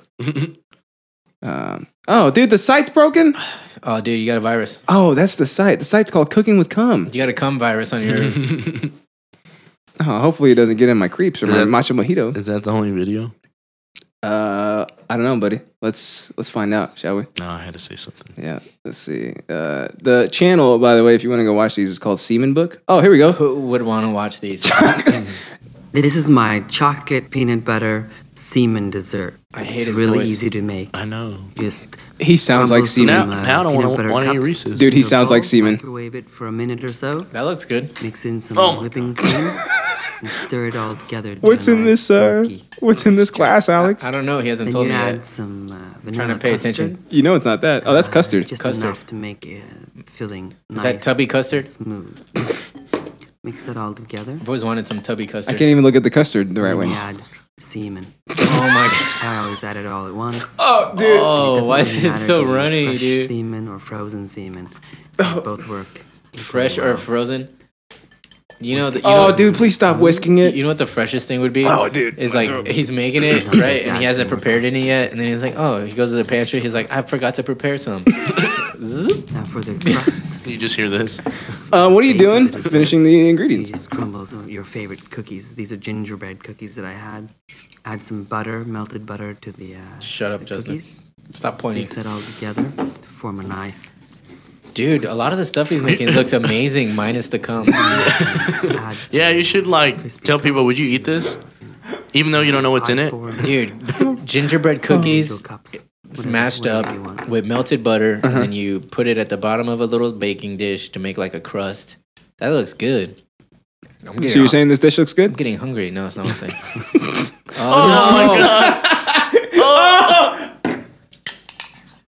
um, oh, dude, the site's broken. Oh, dude, you got a virus. Oh, that's the site. The site's called Cooking with Cum. You got a cum virus on your. Oh, hopefully it doesn't get in my creeps or my Yeah. matcha mojito. Is that the only video? Uh, I don't know, buddy. Let's let's find out, shall we? No, I had to say something. Yeah, let's see. Uh, the channel, by the way, if you want to go watch these, is called Semen Book. Oh, here we go. Who would want to watch these? This is my chocolate peanut butter semen dessert. I it's hate his really voice. easy to make. I know. Just He Oh, sounds like crumble some, semen. Now, uh, now I don't peanut want to butter want any cups Reese's. Dude, in he a sounds like bowl, semen. Microwave it for a minute or so. that looks good. Mix in some Oh my whipping cream and stir it all together. to What's a in nice this? Uh, silky what's in this class, Alex? I don't know. He hasn't Then told you me add yet. some uh, vanilla pay custard, attention. You know it's not that. Oh, that's custard. Just Custard. enough to make it filling Is nice that tubby custard? and smooth. Mix it all together. I've always wanted some tubby I custard. can't even look at the custard the right Then you way. add semen. Oh my god. I always add it all at once. Oh, dude. Oh, why is it matter so whether it's runny, fresh dude? Semen or frozen semen, they both work. equally Fresh or well. frozen? You know the, you Oh, know, dude, please stop whisking You, it. you know what the freshest thing would be? Oh, dude. Is like he's making it, right? And he hasn't prepared any yet. And then he's like, oh, he goes to the pantry. He's like, I forgot to prepare some. Zzz. Now for the crust, You just hear this. Uh, what are you Taste doing? of it is- Finishing the you ingredients. just crumble some of your favorite cookies. These are gingerbread cookies that I had. Add some butter, melted butter to the uh, Shut up, Justin. cookies. Stop pointing. Mix it all together to form a nice. Dude, a lot of the stuff he's making looks amazing, minus the cum. Add Yeah, you should like Crispy tell people, crust. would you eat this? Even though you don't know what's in it. four Dude, gingerbread individual cookies cups. Whatever- smashed up whatever you want. with melted butter, and then you put it at the bottom of a little baking dish to make like a crust. That looks good. I'm getting, So you're saying this dish looks I'm good? getting hungry. No, it's not what I'm saying. Oh my god. Oh.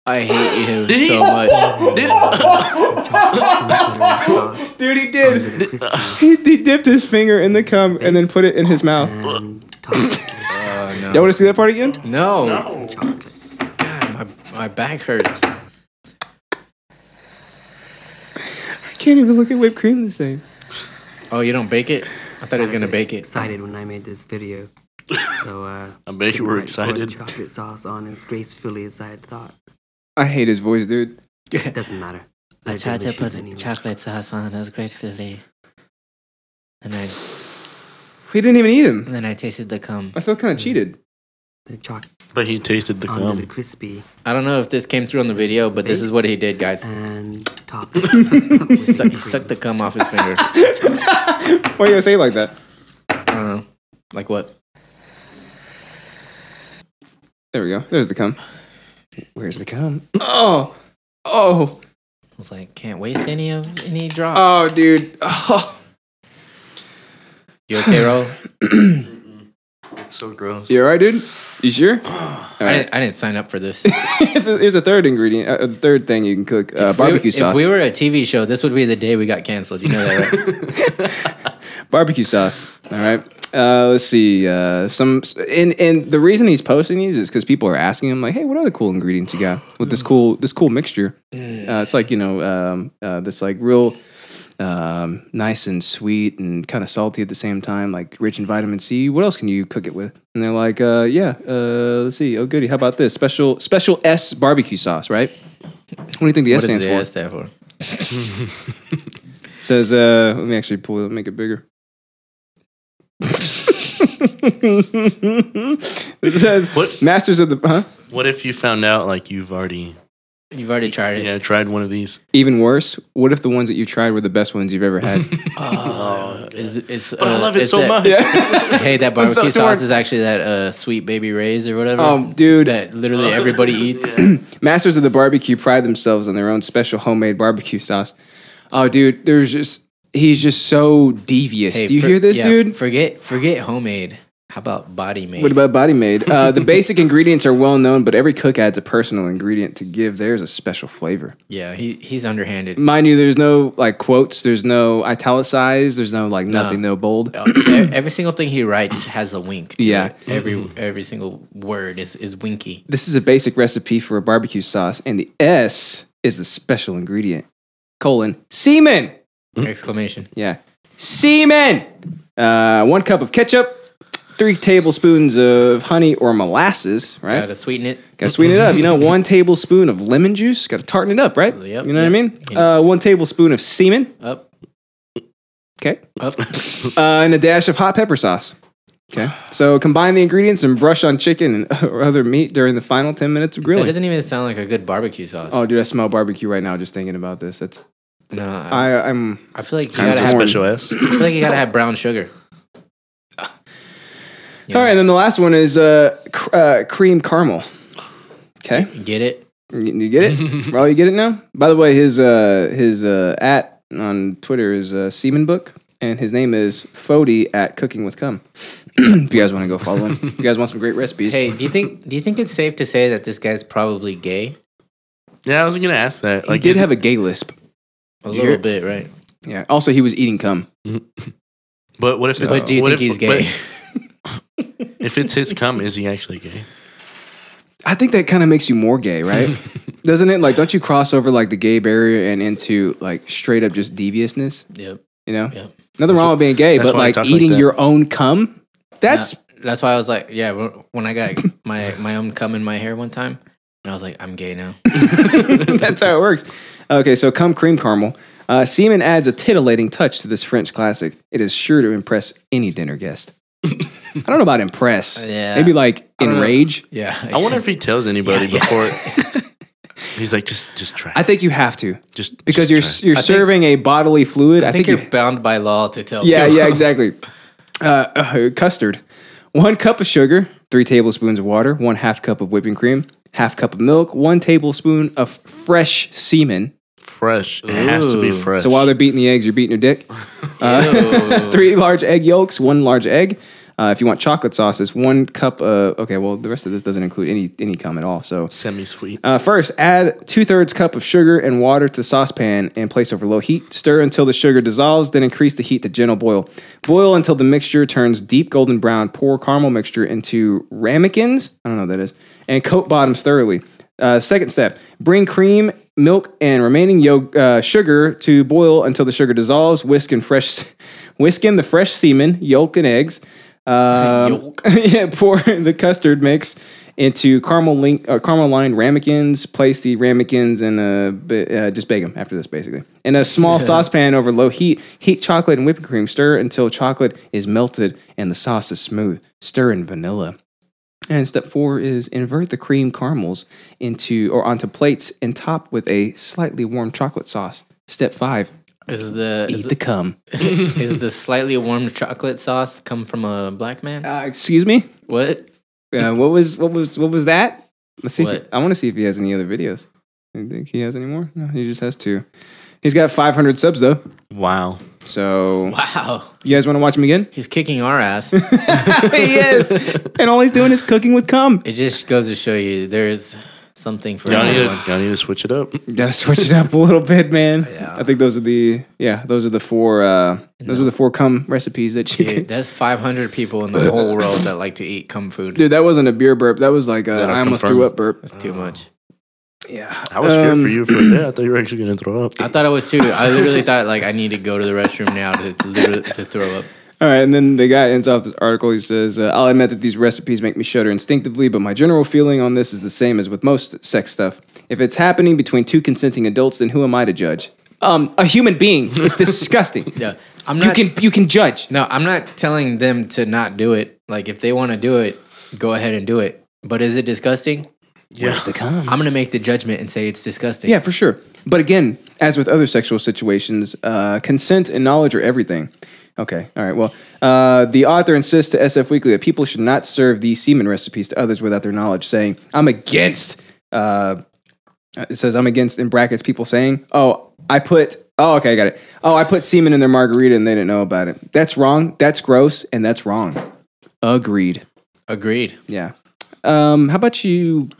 I hate you Did he- so much. Butter sauce, Dude, he a did. little crispy, He, he dipped his finger in the cum and then put it in his mouth. and top it Oh, no. Y'all want to see that part again? No, with chocolate. God, my, my back hurts. I can't even look at whipped cream the same. Oh, you don't bake it? I thought he was gonna bake it. excited when I made this video. So uh, I bet you were didn't quite pour the excited. Chocolate sauce on as gracefully as I had thought. I hate his voice, dude. It doesn't matter. I They're tried to delicious put anyway. chocolate sauce on. I was gratefully, and I He didn't even eat him. and then I tasted the cum. I feel kind of cheated. The chocolate But he tasted the on a little cum. crispy I don't know if this came through on the video, but this is what he did, guys. and topped. with He sucked, he whipped sucked cream. the cum off his finger. I Why you gonna say it like that? don't know, like what? There we go. There's the cum. Where's the cum? Oh, oh, I was like, can't waste any of any drops. oh, dude. Oh. You okay, Ro? It's so gross. You all right, dude? You sure? I didn't, I didn't sign up for Uh, this. here's, the, here's the third ingredient, uh, the third thing you can cook: uh, barbecue we, sauce. If we were a TV show, this would be the day we got canceled. You know that, right? barbecue sauce. All right. Uh, let's see. Uh, some and and the reason he's posting these is because people are asking him like, "Hey, what other cool ingredients Mm. you got with this cool this cool mixture?" Uh, it's like you know um, uh, this like real um, nice and sweet and kind of salty at the same time, like rich in vitamin C. What else can you cook it with? And they're like, uh, yeah, uh, let's see. Oh, goody. How about this special special S barbecue sauce, right? What do you think the S What does stands the for? S stand for? It says, uh, let me actually pull it, make it bigger. it says, What? Masters of the, huh? What if you found out like you've already You've already tried it. yeah tried one of these? Even worse, what if the ones that you tried were the best ones you've ever had? Oh, is, it's, But I uh, love it it's so that- much. Hey, that I'm so barbecue sauce torn. is actually that uh, sweet baby Ray's or whatever. Um, dude. that literally Oh. everybody eats. Masters of the barbecue pride themselves on their own special homemade barbecue sauce. Oh, dude, there's just, he's just so devious. Hey, Do you for- hear this, yeah, dude? Forget forget homemade. How about body made? What about body made? Uh, the basic ingredients are well known, but every cook adds a personal ingredient to give theirs a special flavor. yeah, he he's underhanded. Mind you, there's no like quotes, there's no italicized, there's no like nothing, no bold. Uh, e- every single thing he writes has a wink. to Yeah. it. every every single word is is winky. This is a basic recipe for a barbecue sauce, and the S is the special ingredient: colon semen. Mm-hmm. Exclamation! Yeah, semen. Uh, one cup of ketchup, three tablespoons of honey or molasses. Right. Gotta Uh, sweeten it. Gotta sweeten it up. You know, one tablespoon of lemon juice. Gotta tartan it up, right? Yep, you know what I yep. mean? Uh, one tablespoon of semen. Up Okay. up. Uh, and a dash of hot pepper sauce. Okay. So combine the ingredients and brush on chicken and, or other meat during the final 10 minutes of That grilling. doesn't even sound like a good barbecue sauce. Oh, dude, I smell barbecue right now just thinking about this. That's no, I, I, I'm. I feel like you It's gotta a have, special S. I feel like you gotta have brown sugar. Yeah. All right, and then the last one is uh, cr- uh, cream caramel. Okay, Get it? you, you get it, bro. You get it now. By the way, his uh, his uh, at on Twitter is uh, Seaman Book, and his name is Fody at Cooking with Cum. if you guys want to go follow him, if you guys want some great recipes. Hey, do you think do you think it's safe to say that this guy's probably gay? Yeah, I was gonna ask that. he did is have it- a gay lisp. A You're- little bit, right? Yeah. Also, he was eating cum. But what if? it's- But do you what think he's if- but gay? If it's his cum, is he actually gay? I think that kind of makes you more gay, right? Doesn't it? Like, don't you cross over like the gay barrier and into like straight up just deviousness? Yep. You know, Yeah. nothing wrong with being gay, that's but why I like talk like eating that. your own cum. That's Nah, that's why I was like, yeah. wh- When I got my my own cum in my hair one time, and I was like, I'm gay now. that's how it works. Okay, so cum cream caramel. Uh, semen adds a titillating touch to this French classic. It is sure to impress any dinner guest. I don't know about impress. Yeah. Maybe like enrage. Yeah. I wonder if he tells anybody before. He's like, just just try. I think you have to just because just you're try. you're serving a bodily fluid. I, I, think, think you you're bound by law to tell. Yeah, people. yeah, exactly. Uh, uh, custard. One cup of sugar, three tablespoons of water, one half cup of whipping cream, half cup of milk, one tablespoon of fresh semen. fresh. It has to be Ooh. fresh. So while they're beating the eggs, you're beating your dick. Uh, three large egg yolks, one large egg. Uh, if you want chocolate sauce, it's one cup of. Okay, well, the rest of this doesn't include any any cum at all. So semi-sweet. uh, first, add two thirds cup of sugar and water to the saucepan and place over low heat. Stir until the sugar dissolves, then increase the heat to gentle boil. Boil until the mixture turns deep golden brown. Pour caramel mixture into ramekins. I don't know what that is. And coat bottoms thoroughly. Uh, second step: bring cream, milk, and remaining yolk, uh, sugar to boil until the sugar dissolves. Whisk in fresh, whisk in the fresh semen, yolk, and eggs. Um, Yolk. yeah, pour the custard mix into caramel link, uh, caramel lined ramekins. Place the ramekins in a bi- uh, just bake them after this, basically. In a small saucepan over low heat, heat chocolate and whipping cream. Stir until chocolate is melted and the sauce is smooth. Stir in vanilla. And step four is invert the cream caramels into or onto plates and top with a slightly warm chocolate sauce. Step five, Is the eat is, the cum. is the slightly warmed chocolate sauce come from a black man? Uh, excuse me. What? Uh, what was what was what was that? Let's see. if- What? I want to see if he has any other videos. I think he has any more. No, he just has two. He's got 500 subs though. Wow. So Wow, you guys want to watch him again? he's kicking our ass. he is, and all he's doing is cooking with cum. it just goes to show you there is something for Y'all need, everyone. to, y'all need to switch it up. You gotta switch it up a little bit, man. Yeah. I think those are the yeah those are the four uh, those are the four cum recipes that you can. Dude, there's 500 people in the whole world that like to eat cum food. Dude, that wasn't a beer burp. That was like a I That was almost confirmed. threw up burp. That's too much. Yeah. I was scared Um, for you for that. I thought you were actually going to throw up. I thought I was too. I literally thought like I need to go to the restroom now to literally to throw up. All right, and then the guy ends off this article. He says, uh, "I'll admit that these recipes make me shudder instinctively, but my general feeling on this is the same as with most sex stuff. If it's happening between two consenting adults, then who am I to judge? Um, a human being. It's disgusting. Yeah, I'm You not. can you can judge. no, I'm not telling them to not do it. Like if they want to do it, go ahead and do it. But is it disgusting? Where's the cum? I'm gonna make the judgment and say it's disgusting. Yeah, for sure. But again, as with other sexual situations, uh, consent and knowledge are everything. Okay, all right. Well, uh, the author insists to SF Weekly that people should not serve these semen recipes to others without their knowledge, saying, I'm against, uh, it says, I'm against in brackets, people saying, oh, I put, oh, okay, I got it. Oh, I put semen in their margarita and they didn't know about it. That's wrong. That's gross. And that's wrong. Agreed. Agreed. Yeah. Um, how about you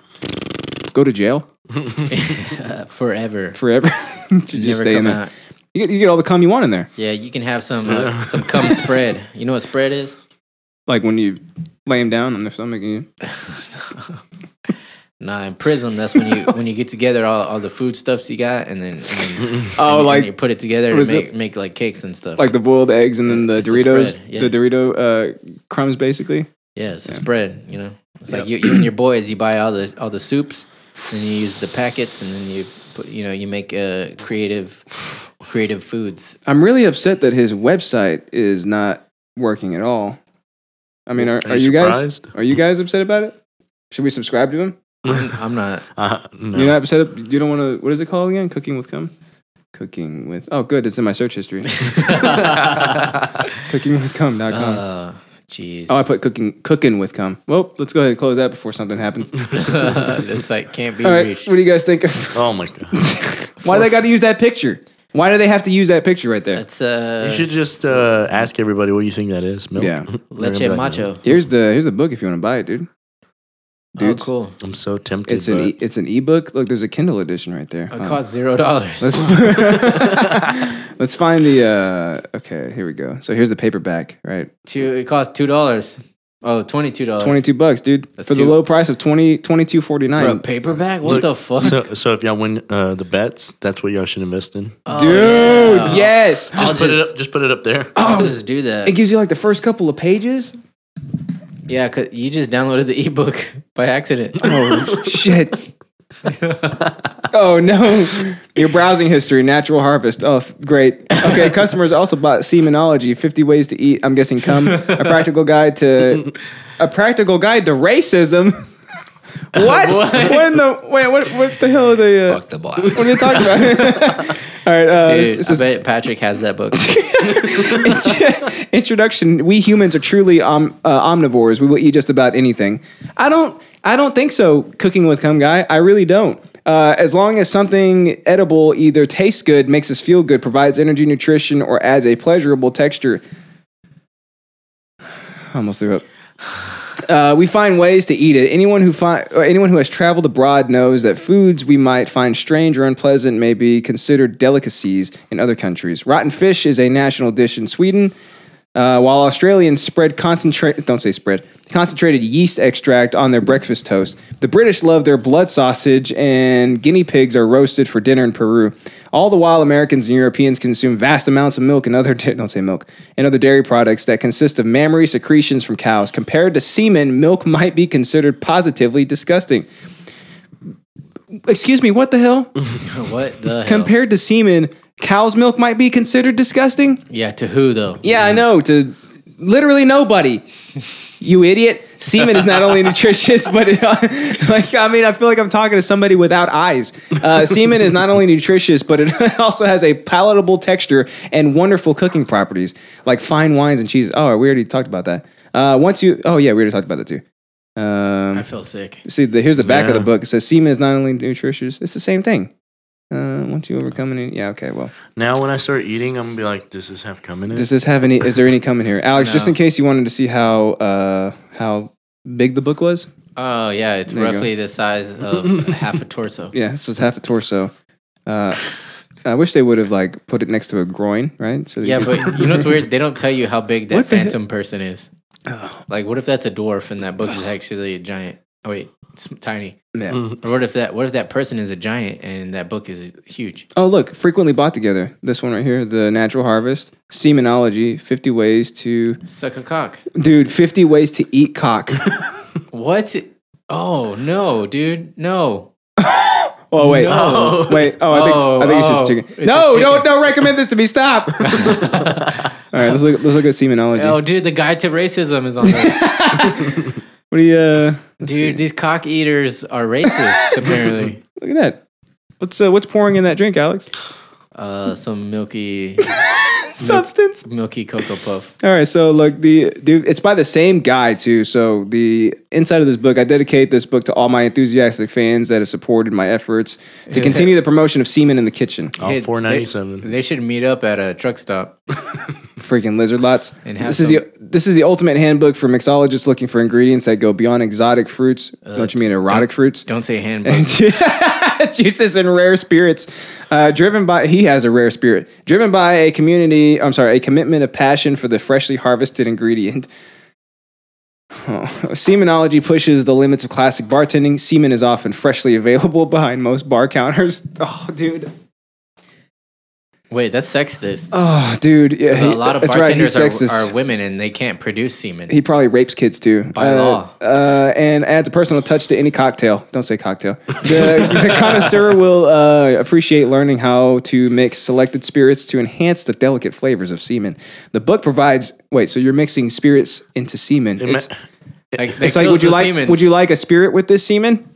go to jail Uh, Forever. forever? Just Never in come there. out. You get, you get all the cum you want in there. Yeah, you can have some uh, some cum spread. You know what spread is? Like when you lay them down on their stomach. And you, Nah, in prison, that's when you when you get together all, all the food stuffs you got, and then and then- and oh, you- and like you put it together to was make it- make like cakes and stuff. like the boiled eggs and then the It's a Doritos, spread, yeah. the Dorito uh, crumbs, basically. yeah, it's a spread. You know, it's like you, you and your boys, you buy all the all the soups, and you use the packets, and then you put you know you make uh, creative creative foods. I'm really upset that his website is not working at all. I mean, are, Are are, you you guys surprised? are you guys upset about it? Should we subscribe to him? I'm, I'm not. Uh, no. You're not upset. You don't want to. What is it called again? Cooking with cum. Cooking with. Oh, good. It's in my search history. Cooking with cum.com. Uh, Jeez, oh, I put cooking cooking with cum. Well, let's go ahead and close that before something happens. it's like can't be All right. reached. What do you guys think of? oh my god! Why they got to use that picture? Why do they have to use that picture right there? That's uh, you should just uh, ask everybody what you think that is. Milk. Yeah. They're gonna leche be like, macho. Here's the here's the book if you want to buy it, dude. Oh, Dudes. cool. I'm so tempted. It's an but- e- it's an ebook. Look, there's a Kindle edition right there. It Oh. costs zero dollars. Let's let's find the uh okay, here we go. So here's the paperback, right? Two. It costs two dollars. Oh, twenty-two dollars. 22 bucks, dude. That's For the two- low price of 20 for a 22.49. paperback. What Look, the fuck? So, so if y'all win uh, the bets, that's what y'all should invest in. Oh, Dude, yeah. yes. I'll Just put it just- up. Just put it up there. Oh. I'll just do that. It gives you like the first couple of pages. Yeah, cause you just downloaded the ebook by accident. Oh shit. oh no. Your browsing history, natural harvest. Oh, f- great. Okay, customers also bought Semenology, 50 ways to eat, I'm guessing cum, a practical guide to a practical guide to racism. what? What in the wait, what what the hell are they uh, Fuck the blacks. what are you talking about? All right, uh, Dude, this I is bet Patrick has that book. introduction. We humans are truly om- uh, omnivores. We will eat just about anything. I don't. I don't think so. Cooking with cum guy. I really don't. Uh, as long as something edible either tastes good, makes us feel good, provides energy, nutrition, or adds a pleasurable texture. I almost threw up. Uh, we find ways to eat it. Anyone who find, or anyone who has traveled abroad knows that foods we might find strange or unpleasant may be considered delicacies in other countries. Rotten fish is a national dish in Sweden. Uh, while Australians spread concentrate don't say spread concentrated yeast extract on their breakfast toast, the British love their blood sausage and guinea pigs are roasted for dinner in Peru. All the while, Americans and Europeans consume vast amounts of milk and other da- don't say milk and other dairy products that consist of mammary secretions from cows. Compared to semen, milk might be considered positively disgusting. Excuse me, what the hell? what the hell? Compared to semen, cow's milk might be considered disgusting. yeah, to who though? Yeah, I know. To literally nobody. You idiot. Semen is not only nutritious, but it, like I mean, I feel like I'm talking to somebody without eyes. Uh, semen is not only nutritious, but it also has a palatable texture and wonderful cooking properties, like fine wines and cheeses. Oh, we already talked about that. Uh, once you, oh yeah, we already talked about that too. Um, I feel sick. See, the, here's the back of the Yeah. book. It says semen is not only nutritious; it's the same thing. Uh, once you overcome it, yeah, okay, well. Now when I start eating, I'm gonna be like, "Does this have cum in it?" Does this have any? Is there any coming here, Alex? Just No. in case you wanted to see how uh, how big the book was. Oh yeah, it's There you go. roughly the size of half a torso. Yeah, so it's half a torso. Uh, I wish they would have like put it next to a groin, right? So that you Yeah, could- but you know what's weird? They don't tell you how big that What the Oh. phantom person is. Like, what if that's a dwarf and that book is actually a giant? Oh wait, it's tiny. Yeah. Or what if that? What if that person is a giant and that book is huge? Oh, look, frequently bought together. This one right here, The Natural Harvest, Semenology, 50 Ways to. Suck a cock. Dude, 50 Ways to Eat Cock. What? Oh no, dude, no. Oh, wait. No. Wait. Oh, I think, I think it's just Oh, chicken. it's a no, don't, chicken. don't recommend this to me. Stop. All right, let's look, let's look at Semenology. Oh, dude, the guide to racism is on there. What do you. Uh, let's see. dude, these cock eaters are racist apparently. Look at that. What's, uh, what's pouring in that drink, Alex? Uh, some milky, Substance. milky cocoa puff. All right, so look, the dude, it's by the same guy too. So the inside of this book, I dedicate this book to all my enthusiastic fans that have supported my efforts to continue the promotion of semen in the kitchen. All Hey, they- four ninety seven. They should meet up at a truck stop. Freaking lizard lots. And have this is the this is the ultimate handbook for mixologists looking for ingredients that go beyond exotic fruits. don't you mean erotic fruits? Don't say handbook. juices and rare spirits uh, driven by he has a rare spirit driven by a community i'm sorry a commitment of passion for the freshly harvested ingredient Oh, Semenology pushes the limits of classic bartending. Semen is often freshly available behind most bar counters. Oh, dude. Wait, that's sexist. Oh, dude. Yeah, a he- lot of that's right, he's bartenders sexist. are, are women and they can't produce semen. he probably rapes kids too. By Uh, law. Uh, and adds a personal touch to any cocktail. Don't say cocktail. The, the connoisseur will uh, appreciate learning how to mix selected spirits to enhance the delicate flavors of semen. The book provides. Wait, so you're mixing spirits into semen? It's, Like, they it's like, kills would you the like? semen. Would you like a spirit with this semen?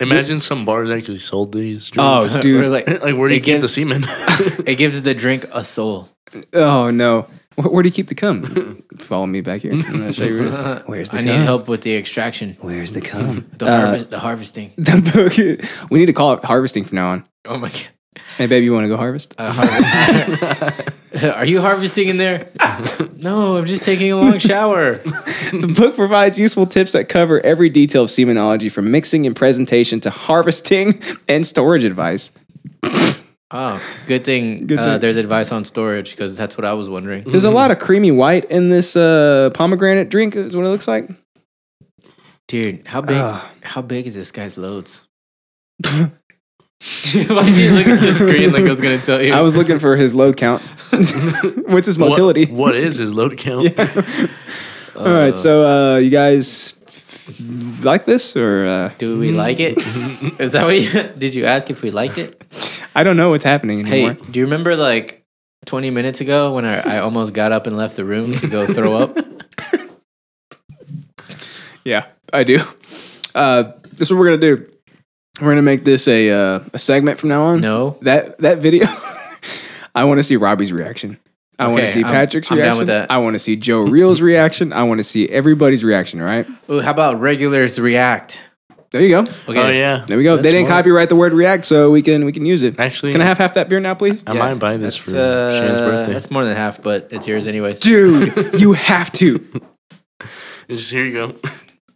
Imagine some bars actually sold these Oh, drinks. dude. Or like, like where do you it get the gives- semen? It gives the drink a soul. Oh no. Where, where do you keep the cum? Follow me back here. and I'll show you where- Where's the I cum? need help with the extraction, Where's the cum? the, Uh, harvest, the harvesting. The book. We need to call it harvesting from now on. Oh my god! Hey, baby, you want to go harvest? Uh, harvest- Are you harvesting in there? no, I'm just taking a long shower. The book provides useful tips that cover every detail of semenology from mixing and presentation to harvesting and storage advice. Oh, good thing, Good Uh, thing. there's advice on storage because that's what I was wondering. There's a lot of creamy white in this uh, pomegranate drink, is what it looks like. Dude, how big? Ah. How big is this guy's loads? Why did you look at the screen like I was gonna tell you? I was looking for his load count. What's his What- motility? what is his load count? All right, so uh, you guys like this? Or uh, Do we like it? Is that what you did you ask if we liked it? I don't know what's happening Hey, anymore. do you remember like 20 minutes ago when I, I almost got up and left the room to go throw up? Yeah, I do. Uh, this is what we're going to do. We're going to make this a, uh, a segment from now on. No. that that video i want to see robbie's reaction i want to Okay, see I'm- patrick's I'm down reaction with that. i want to see joe real's reaction i want to see everybody's reaction all right Ooh, how about regulars react? there you go Okay. oh yeah. there we go they didn't smart. copyright the word react so we can we can use it Actually, can i have half that beer now please I might buy this That's, for uh, Shane's birthday. That's more than half, but it's yours anyways. dude you have to Just here you go.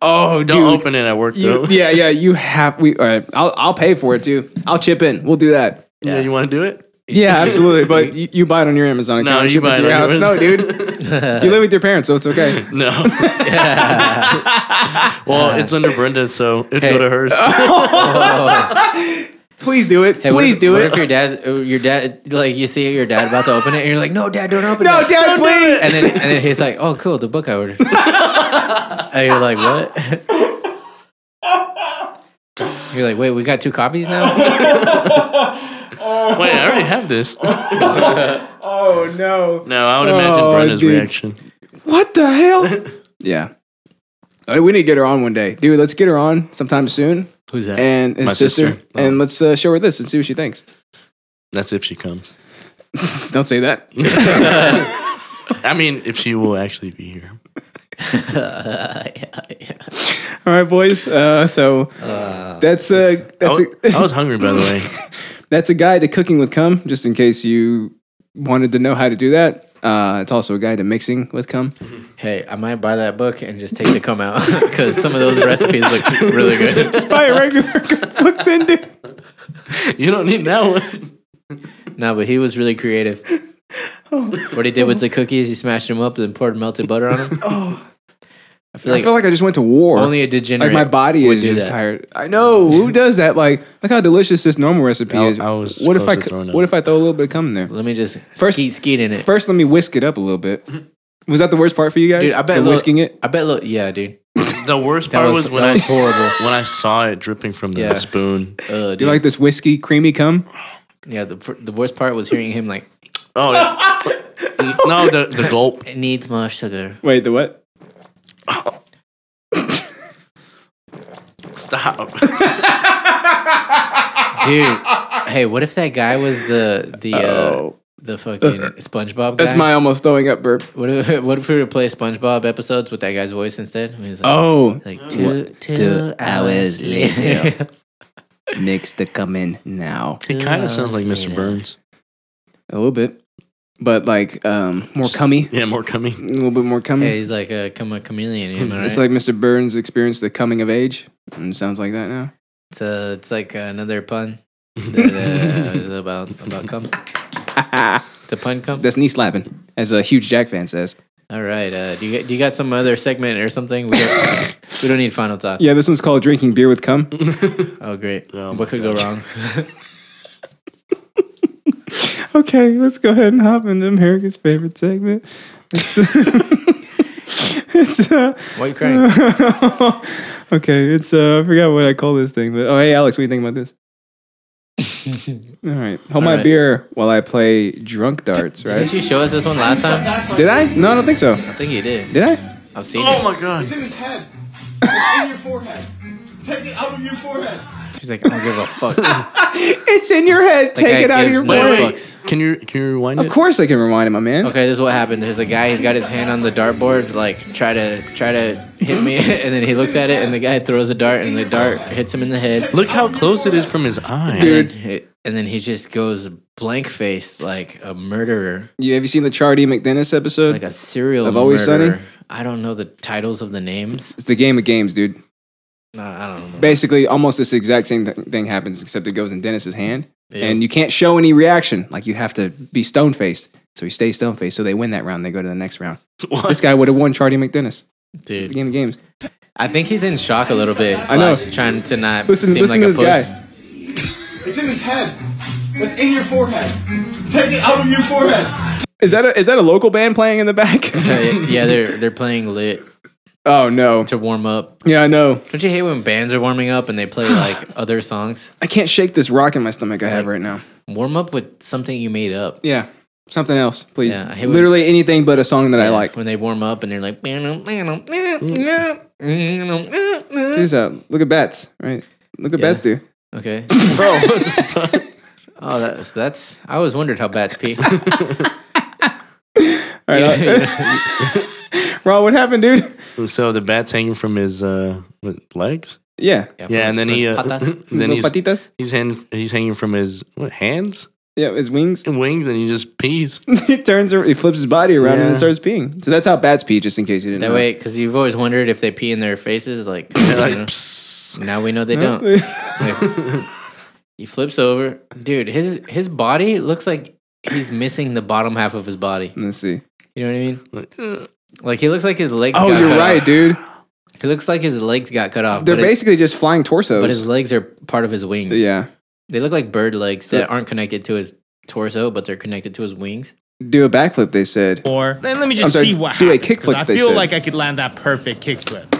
Oh, Don't open it at work You- though. yeah yeah you have we all right i'll i'll pay for it too i'll chip in we'll do that Yeah, you want to do it? yeah absolutely but you, you buy it on your amazon account No, and you ship buy it to it your house on no your- dude you live with your parents so it's okay No. well, it's under Brenda, so it'd Hey. go to hers. please do it Hey, what please if- do what it If your dad, uh, your dad, like you see your dad about to open it, and you're like, "No, Oh, dad, don't open it." no dad please And then, and then he's like, "Oh, cool, the book I ordered." and you're like, "What?" You're like, "Wait, we got two copies now." Wait, I already have this. oh no No, I would imagine Oh, Brenda's dude. reaction. what the hell? yeah. Uh, we need to get her on one day. Dude, let's get her on sometime soon. Who's that? And his My sister. sister. And let's uh, show her this and see what she thinks. That's if she comes. Don't say that. I mean, if she will actually be here. All right, boys. Uh, so that's uh, I that's wa- I a, was hungry, by the way. that's a guide to cooking with cum, just in case you wanted to know how to do that. Uh, it's also a guide to mixing with cum. Hey, I might buy that book and just take the come out because some of those recipes look really good. Just buy a regular cookbook, then, dude. You don't need that one. No, but he was really creative. Oh. What he did with the cookies, he smashed them up and poured melted butter on them. I feel Oh. I feel like I just went to war. only a degenerate Like my body would is do just that. tired. I know who does that. Like look how delicious this normal recipe I- is. I was what if I close to c- throwing up. what if I throw a little bit of cum in there? let me just First- skeet skeet in it. First, let me whisk it up a little bit. Was that the worst part for you guys? dude, I bet The little- whisking it. I bet little, yeah, dude. The worst That part was- was, when that was I horrible. when I saw it dripping from the Yeah. spoon. Uh, dude. You like this whiskey creamy cum? yeah, the, fir- the worst part was hearing him like, Oh it- no, the the gulp. it needs more sugar. Wait, the what? Stop. Dude, hey, what if that guy was the the uh, Oh. the fucking SpongeBob guy? That's my almost throwing up burp. What if, what if we replace SpongeBob episodes with that guy's voice instead? And he's like, Oh, like two, two, hours later. mix the cum in now It kind of sounds like Mr. Burns. a little bit, but like um more cummy, Yeah, more coming. a little bit more cummy. hey, he's like a, come a chameleon. You know, Hmm. It's right? like Mr. Burns experienced the coming of age. Mm, sounds like that now. it's, uh, it's like another pun that uh, is about about cum. the pun cum. That's knee slapping, as a huge Jack fan says. All right. Uh, do you got- do you got some other segment or something? We don't, we don't need final thoughts. Yeah, this one's called drinking beer with cum. Oh, great. Oh my what could go wrong? okay, let's go ahead and hop into America's favorite segment. It's, it's uh, Why are you crying? okay, it's uh, I forgot what I call this thing, but oh hey Alex, what do you think about this? All right, hold All my right. beer while I play drunk darts. Right? Didn't you show us this one last time? Did I? No, I don't think so. I think you did. Did I? I've seen Oh it. my god. She's like, I don't give a fuck. That It's in your head. Take guy it out of gives your no brain. fucks. Can you can you rewind Of it? course, I can remind him, my man. Okay, this is what happened. There's a guy. He's got his hand on the dartboard, like try to try to hit me, and then he looks at it, and the guy throws a dart, and the dart hits him in the head. Look how close it is from his eye. Dude, and then he just goes blank faced like a murderer, You, have you seen the Charlie McDennis episode? like a serial Of Always Sunny? murderer. I don't know the titles of the names. it's the game of games, dude. No, I don't know. Basically, almost this exact same th- thing happens, except it goes in Dennis's hand, Yeah. and you can't show any reaction. Like you have to be stone faced. So he stays stone faced. So they win that round. They go to the next round. This guy would have won Charlie McDennis. The Dude, game of games. I think he's in shock a little bit. I know. Slash trying to not Listen, seem listen like to a this puss. guy. Is that a, is that a local band playing in the back? yeah, they're they're playing lit oh no. to warm up. Yeah, I know. Don't you hate when bands are warming up and they play like other songs? I can't shake this rock in my stomach I have right now. Warm up with something you made up. Yeah. Something else, please. Yeah, I hate when- Literally anything but a song that I like. when they warm up and they're like, Mm. Check this out. Look at bats, right? Look at Yeah. bats do. okay. Oh, that's that's. I always wondered how bats pee. All right, Ron, what happened, dude? So the bat's hanging from his uh what, legs. Yeah. Yeah, and then he uh, then Little he's patitas. he's hang, he's hanging from his what hands Yeah, his wings. and wings, and he just pees. he turns, ar- he flips his body around and Yeah. then starts peeing. So that's how bats pee, just in case you didn't that know. way, because you've always wondered if they pee in their faces. Like, like you know, psst. now we know they don't. Like, he flips over, dude. His his body looks like he's missing the bottom half of his body. Let's see. You know what I mean? Like, uh, Like he looks like his legs. Oh, got you're cut right, Off. dude. He looks like his legs got cut off. They're but it- basically just flying torsos. but his legs are part of his wings. yeah. they look like bird legs that aren't connected to his torso, but they're connected to his wings. Do a backflip, they said. Or then let me I'm just sorry, see what do a happens, 'cause kickflip, I they feel said. like I could land that perfect kickflip.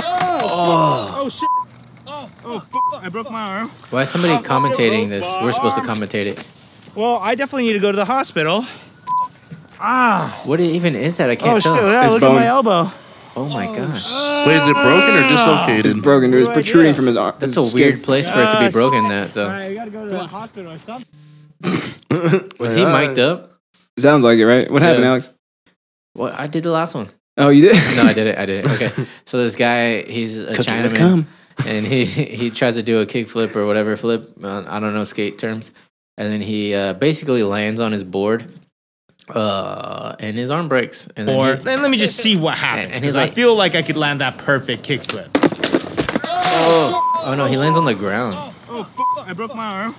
Oh, oh, shit. Oh, oh, fuck. I broke my arm. Why is somebody commentating this? We're supposed to commentate it. Well, I definitely need to go to the hospital. Ah, What even is that? I oh, can't shit. tell. Yeah, It's look bone. at my elbow. Oh my god, Wait, is it broken or dislocated? It's broken. There's Good protruding idea. from his arm. that's his a skin. weird place for it to be Ah, broken. That though, I gotta go to the hospital or something. was he mic'd up? Sounds like it, right? What happened, Yeah. Alex? Well, I did the last one. Oh, you did? No, I didn't. I didn't. Okay, so this guy, he's a Customer has Chinaman, come. and he he tries to do a kickflip or whatever flip. uh, I don't know skate terms, and then he uh, basically lands on his board, uh, and his arm breaks. And then Or he- then let me just see what happens. and he's Because I like- feel like I could land that perfect kickflip. oh no, he lands on the ground. Oh, fuck. I broke my arm.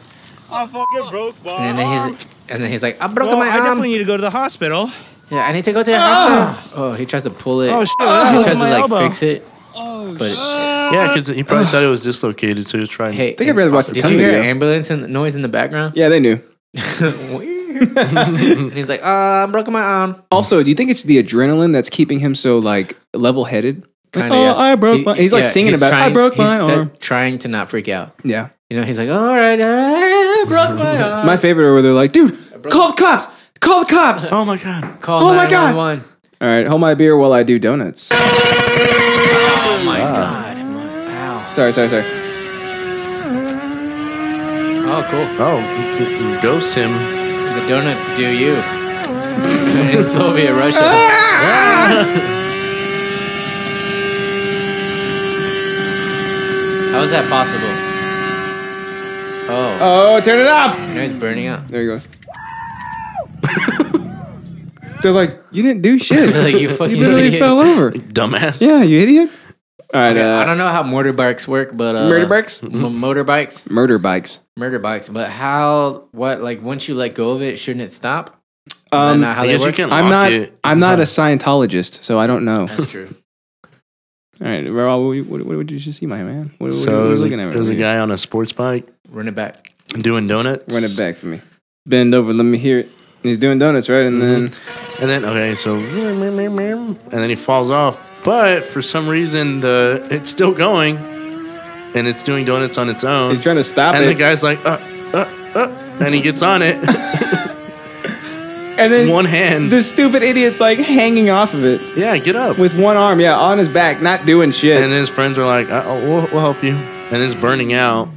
I fucking broke my And then he's and then he's like, I broke Well, my I arm. definitely need to go to the hospital. Ah! Yeah, I need to go to the hospital. Oh, he tries to pull it. Oh, shit, He what happened tries to to my like elbow? fix it. Oh, but Yeah, because he probably thought it was dislocated, so he was trying. hey, think I'd rather watch the did Tongue you hear video. ambulance and noise in the background? Yeah, they knew. Mm. And he's like, uh, I broke my arm. Also, do you think it's the adrenaline that's keeping him so like level headed? Kinda, oh, yeah. I broke my. He's like yeah, singing he's about. I trying- broke he's my that- arm. trying to not freak out. Yeah. You know, he's like, all right, all right, I broke my arm. My favorite are where they're like, dude, call the cops. Call the cops. Oh my god! Call oh my God. 911. All right, hold my beer while I do donuts. Oh my god. Sorry, sorry, sorry. Oh, cool. Oh, ghost him. The donuts do you. in Soviet Russia. How is that possible? Oh, Oh, turn it up. now he's burning out. There he goes. They're like, you didn't do shit. Like, you you fucking literally idiot. fell over. Dumbass. Yeah, you idiot. All right, Okay, I uh, don't know how motor bikes work, but uh, murder bikes. m- motor bikes, Murder bikes. murder bikes. But how? What? Like once you let go of it, shouldn't it stop? Um, not how I they guess you work? can I'm lock not. it. I'm not a Scientologist, so I don't know. That's true. All right, Raul, what, what, what did you see, my man? What, what, So what it are you was, looking a, at? it was a guy on a sports bike Run it back. doing donuts. Run it back for me. Bend over. Let me hear it. He's doing donuts, right? And then And then okay, so and then he falls off. But for some reason, the it's still going, and it's doing donuts on its own. he's trying to stop and the it. guy's like, uh, uh, uh, and he gets on it, and then one hand. this stupid idiot's like hanging off of it yeah, get up. with one arm, yeah, on his back, not doing shit. And his friends are like, uh, we'll, we'll help you. And it's burning out.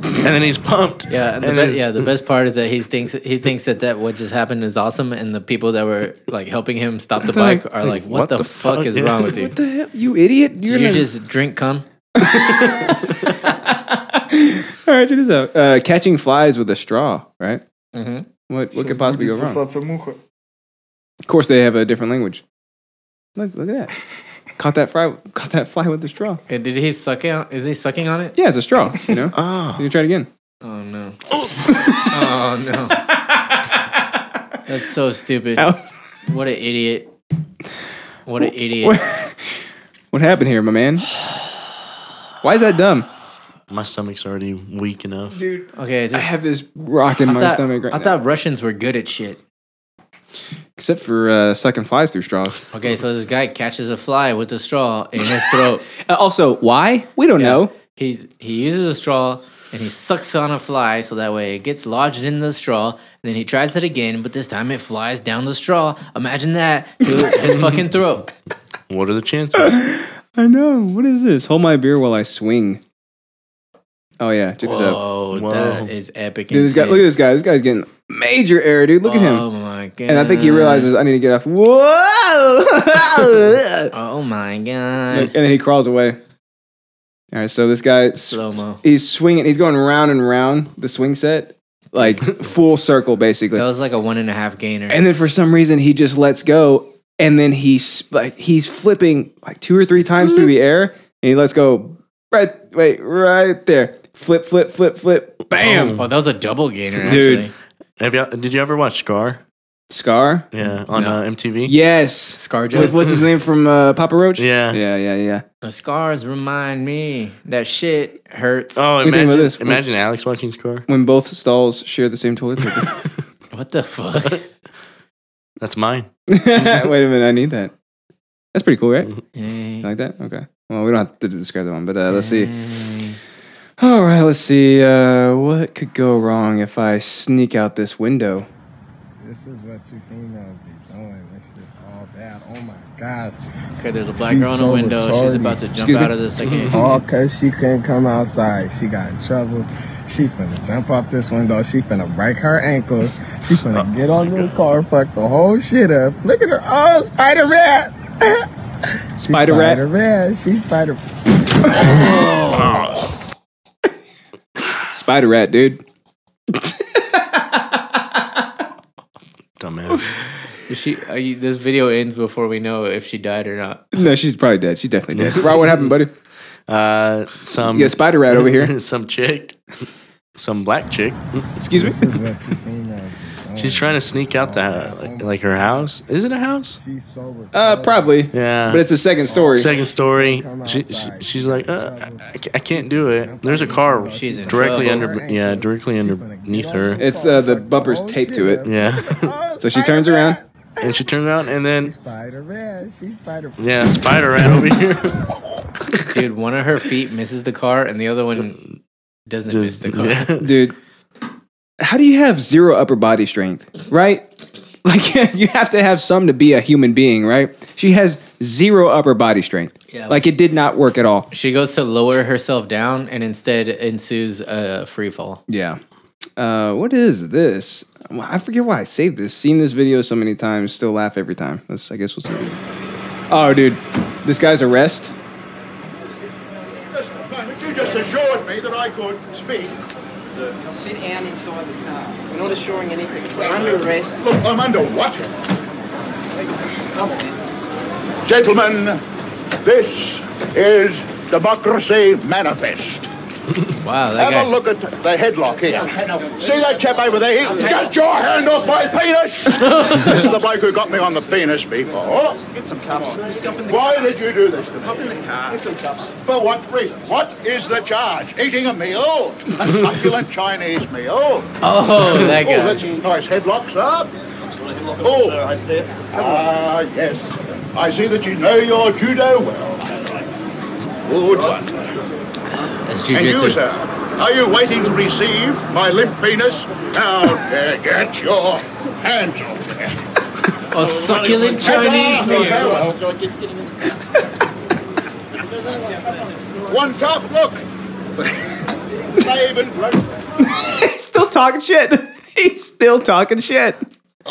And then he's pumped. Yeah, and the And be- it's- yeah. The best part is that he thinks he thinks that, that what just happened is awesome, and the people that were like helping him stop the They're like, bike are like, "What, the, fuck, is Yeah. wrong with you? what the hell, you idiot? Did in you a- just drink cum?" All right, check this out. Uh, catching flies with a straw, right? Mhm. What what could possibly go wrong? Of course, they have a different language. Look, look at that. Caught that fry. Caught that fly with a straw. And did he suck out? Is he sucking on it? Yeah, it's a straw. You know. Oh. Ah. You can try it again. Oh no! oh no! That's so stupid. Ow. What an idiot! What an idiot! What happened here, my man? Why is that dumb? My stomach's already weak enough. Okay, I just, have this rock in I my thought- stomach right I now. thought Russians were good at shit. Except for uh, sucking flies through straws. Okay, so this guy catches a fly with a straw in his throat. Uh, also, why? We don't know. He's he uses a straw and he sucks on a fly so that way it gets lodged in the straw. And then he tries it again, but this time it flies down the straw. Imagine that to his fucking throat. What are the chances? I know. What is this? Hold my beer while I swing. Oh yeah, check this out. Whoa, Whoa. that is epic. Dude, this guy, look at intense. this guy. This guy's getting major air, dude. Look at Oh him. my god! And I think he realizes I need to get off. Whoa! Oh my god! and then he crawls away. All right, so this guy, Slow mo. he's swinging. He's going round and round the swing set, like full circle, basically. That was like a one and a half gainer. And then for some reason he just lets go, and then he's like he's flipping like two or three times through the air, and he lets go right wait right there, flip flip flip flip, bam, oh, that was a double gainer, Dude. actually. Have you, did you ever watch Scar? scar. Yeah, on No. uh, MTV? Yes, Scarjo. with what's his name from uh, Papa Roach? Yeah. yeah, yeah, yeah. The scars remind me that shit hurts. Oh, do you think about imagine, this? imagine Alex watching Scar. When both stalls share the same toilet paper. What the fuck? That's mine. wait a minute, I need that. That's pretty cool, right? You Eh, like that? Okay. Well, we don't have to describe that one, but uh, let's see. All right, let's see. Uh, what could go wrong if I sneak out this window? This is what you females be doing. This is all bad. Oh my gosh. Okay, there's a black She's girl on the so window. She's retarded. about to jump Excuse me? out of the second. All because she couldn't come outside. She got in trouble. She finna jump off this window. She finna break her ankles. She finna Oh get on the car, fuck the whole shit up. Look at her. Oh, Spider Rat. Spider Spider rat, Rat. She's Spider. spider rat, dude. Dumbass. Is she, are you, this video ends before we know if she died or not. No, she's probably dead. She's definitely dead. Right, what happened, buddy? Uh, some You got spider rat over here. some chick, some black chick. Excuse me. This is what you females be doing. She's trying to sneak out the like, like her house. Is it a house? Uh, probably. Yeah, But it's the second story. Second story. She, she, she's like, uh, I, ca- I can't do it. There's a car She's in directly trouble. under. Yeah, directly underneath her. It's uh, the bumper's taped to it. Yeah. Oh, So she turns around. And she turns around, and then Spider Man. She's Spider Man. yeah, spider ran over here. Dude, one of her feet misses the car and the other one doesn't miss the car. Dude, how do you have zero upper body strength, right? Like, you have to have some to be a human being, right? She has zero upper body strength. Yeah. Like, it did not work at all. She goes to lower herself down and instead ensues a free fall. Yeah. Uh, what is this? Well, I forget why I saved this. Seen this video so many times, still laugh every time. That's, I guess, what's new. Oh, dude. This guy's arrest. You just assured me that I could speak. Sit down inside the car. We're not assuring anything. Look, I'm under what? Gentlemen, this is Democracy Manifest. Wow, that Have guy. a look at the headlock here. See that chap over there? He, get your hand off my penis! this is the bloke who got me on the penis before. Get some cups. Why did you do this to me? Hop in the car. Get some cups. For what reason? What is the charge? Eating a meal? A succulent Chinese meal? Oh, that guy. Oh, that's a nice headlock, sir. Oh, ah, yes. I see that you know your judo well. Good one. That's And you, jujitsu. sir, are you waiting to receive my limp penis? Now, uh, get your hands off there. A succulent Chinese meal. One cup, look. Save and He's still talking shit. He's still talking shit.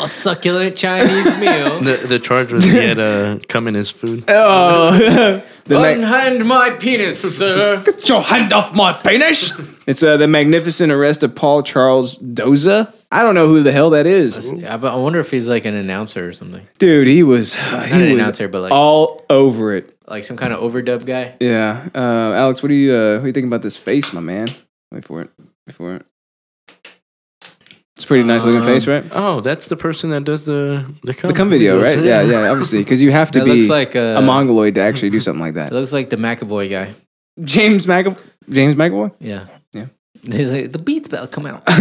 A succulent Chinese meal. the the charge was he had uh, come in his food. Oh. The ma- Unhand my penis, sir. Get your hand off my penis. It's uh, the magnificent arrest of Paul Charles Doza. I don't know who the hell that is. I I wonder if he's like an announcer or something. Dude, he was uh, Not an he was announcer, but like- all over it. Like some kind of overdub guy. Yeah. Uh, Alex, what do you uh, what do you think about this face, my man? Wait for it. Wait for it. It's a pretty nice Uh, looking face, right? Oh, that's the person that does the the cum, The cum video, videos, right? Yeah, yeah, obviously, because you have to That be looks like, uh, a mongoloid to actually do something like that. It looks like the McAvoy guy. James McAvoy. James McAvoy. Yeah. Yeah. He's like, the beat's about to come out. All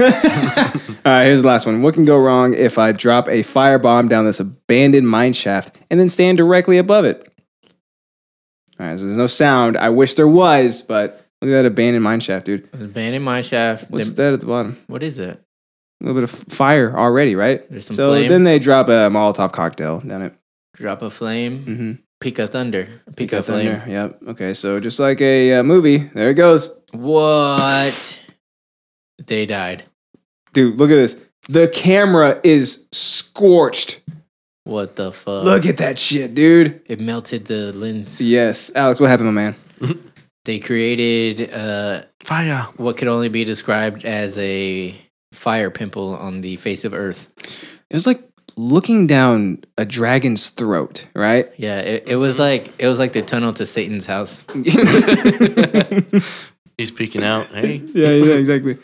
right, here's the last one. What can go wrong if I drop a firebomb down this abandoned mine shaft and then stand directly above it? All right, so there's no sound. I wish there was, but look at that abandoned mine shaft, dude. Abandoned mine shaft. What's Then- that at the bottom? What is it? A little bit of f- fire already, right? There's some so flame. then they drop a Molotov cocktail down it. Drop a flame. Mm-hmm. Peak of thunder. Peak of down flame. there. Yep. Okay, so just like a uh, movie, there it goes. What? They died. Dude, look at this. The camera is scorched. What the fuck? Look at that shit, dude. It melted the lens. Yes. Alex, what happened, my man? They created uh, Fire. what could only be described as a fire pimple on the face of Earth. It was like looking down a dragon's throat, right? Yeah, it, it was Mm-hmm. like it was like the tunnel to Satan's house. He's peeking out. Hey, Yeah, yeah, exactly.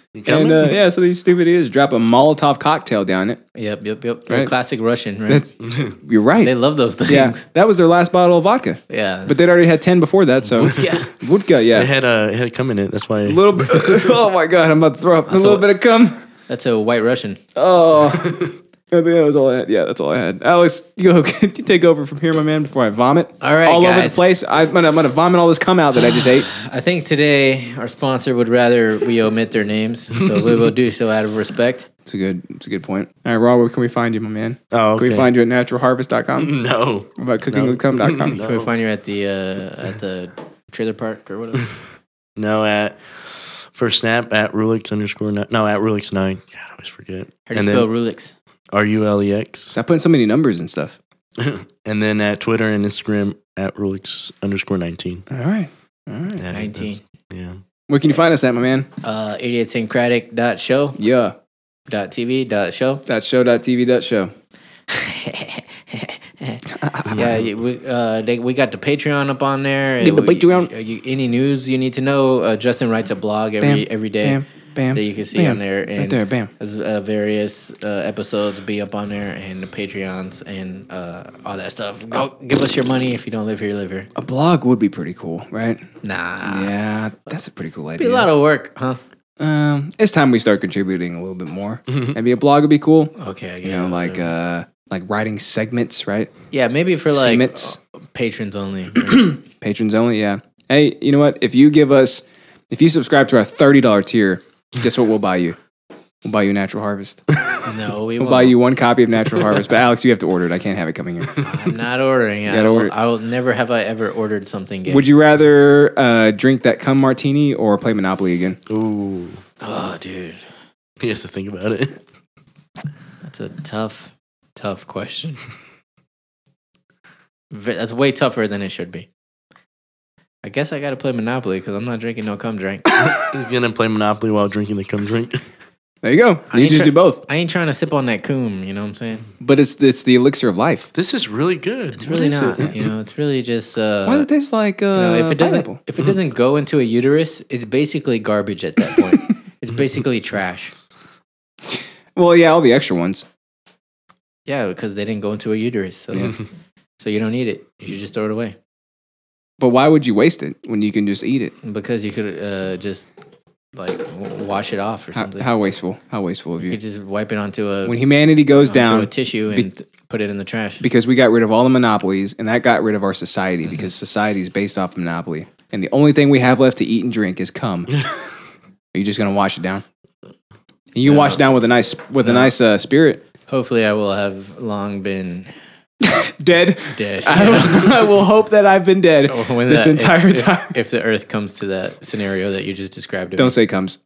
and coming? uh, yeah, so these stupid idiots drop a Molotov cocktail down it. Yep, yep, yep. Right. Classic Russian, right? That's you're right. they love those yeah, things. that was their last bottle of vodka, Yeah. but they'd already had ten before that. So Vodka. vodka, it yeah, had uh, it had cum in it. That's why. a little bit. Oh my god, I'm about to throw up. A That's little all- bit of cum. That's a white Russian. Oh, I think that was all I had. Yeah, that's all I had. Alex, you go you take over from here, my man, before I vomit. All right, all over the guys. place. I, I'm gonna I'm gonna vomit all this cum out that I just ate. I think today our sponsor would rather we omit their names, so we will do so out of respect. It's a good it's a good point. All right, Rob, where can we find you, my man? Oh, Can we okay. find you at Mm-hmm. naturalharvest.com? No. What about cookingwithcum.com? Can we find you at the uh, at the trailer park or whatever? No, at for snap at Rulix underscore nine. No, at Rulix nine. God, I always forget. How do you spell Rulix? R U L E X. Stop putting so many numbers and stuff. And then at Twitter and Instagram at Rulix underscore nineteen. All right. All right. Yeah, Nineteen. that's- Yeah. Where can you find us at, my man? Uh, idiotsyncratic dot show Yeah. dot tv dot show. Dot show dot TV dot show. yeah, you- we uh, they, we got the Patreon up on there. Get the We- Patreon. you- any news you need to know? Uh, Justin writes a blog every Bam, every day. bam, Bam. that you can see Bam. on there. Right And there, bam. As, uh, various uh, episodes be up on there and the Patreons and uh, all that stuff. Go, give us your money if you don't live here, live here. A blog would be pretty cool, right? Nah. Yeah, that's a pretty cool It'd be idea. a lot of Mm-hmm. work, huh? Um, it's time we start contributing a little bit more. Maybe a blog would be cool. Okay, you know, like uh, like writing segments, right? Yeah, maybe for like Segments. uh, patrons only. Patrons only. Yeah. Hey, you know what? If you give us, if you subscribe to our thirty dollar tier, guess what? We'll buy you. We'll buy you Natural Harvest. no, we We'll won't. buy you one copy of Natural Harvest. But Alex, you have to order it. I can't have it coming here. I'm not ordering. gotta I will, order it. I will never have I ever ordered something. Gay. Would you rather uh, drink that cum martini or play Monopoly again? Ooh. Oh, dude, He has to think about it. that's a tough, tough question. Ve- that's way tougher than it should be. I guess I got to play Monopoly because I'm not drinking no cum drink. He's gonna play Monopoly while drinking the cum drink. There you go. I you ain't just try- do both. I ain't trying to sip on that coom. You know what I'm saying? But it's it's the elixir of life. This is really good. It's really not. You know, it's really just. Uh, Why does it taste like uh, you know, if it doesn't, pineapple? if it doesn't go into a uterus, it's basically garbage at that point. it's basically trash. Well, yeah, all the extra ones. Yeah, because they didn't go into a uterus, so Yeah. so you don't need it. You should just throw it away But why would you waste it when you can just eat it? because you could uh, just like w- wash it off or How, something. how wasteful! How wasteful of you you! could just wipe it onto a When humanity goes onto down, a tissue be- and put it in the trash. because we got rid of all the monopolies, and that got rid of our Mm-hmm. society because society is based off monopoly, and the only thing we have left to eat and drink is cum. Are you just gonna wash it down? You can wash it down with a nice with a nice uh, spirit. Hopefully, I will have long been Dead. dead. I, I will hope that I've been dead When this that- if- entire if, time. If, the Earth comes to that scenario that you just described, to Don't me. say comes.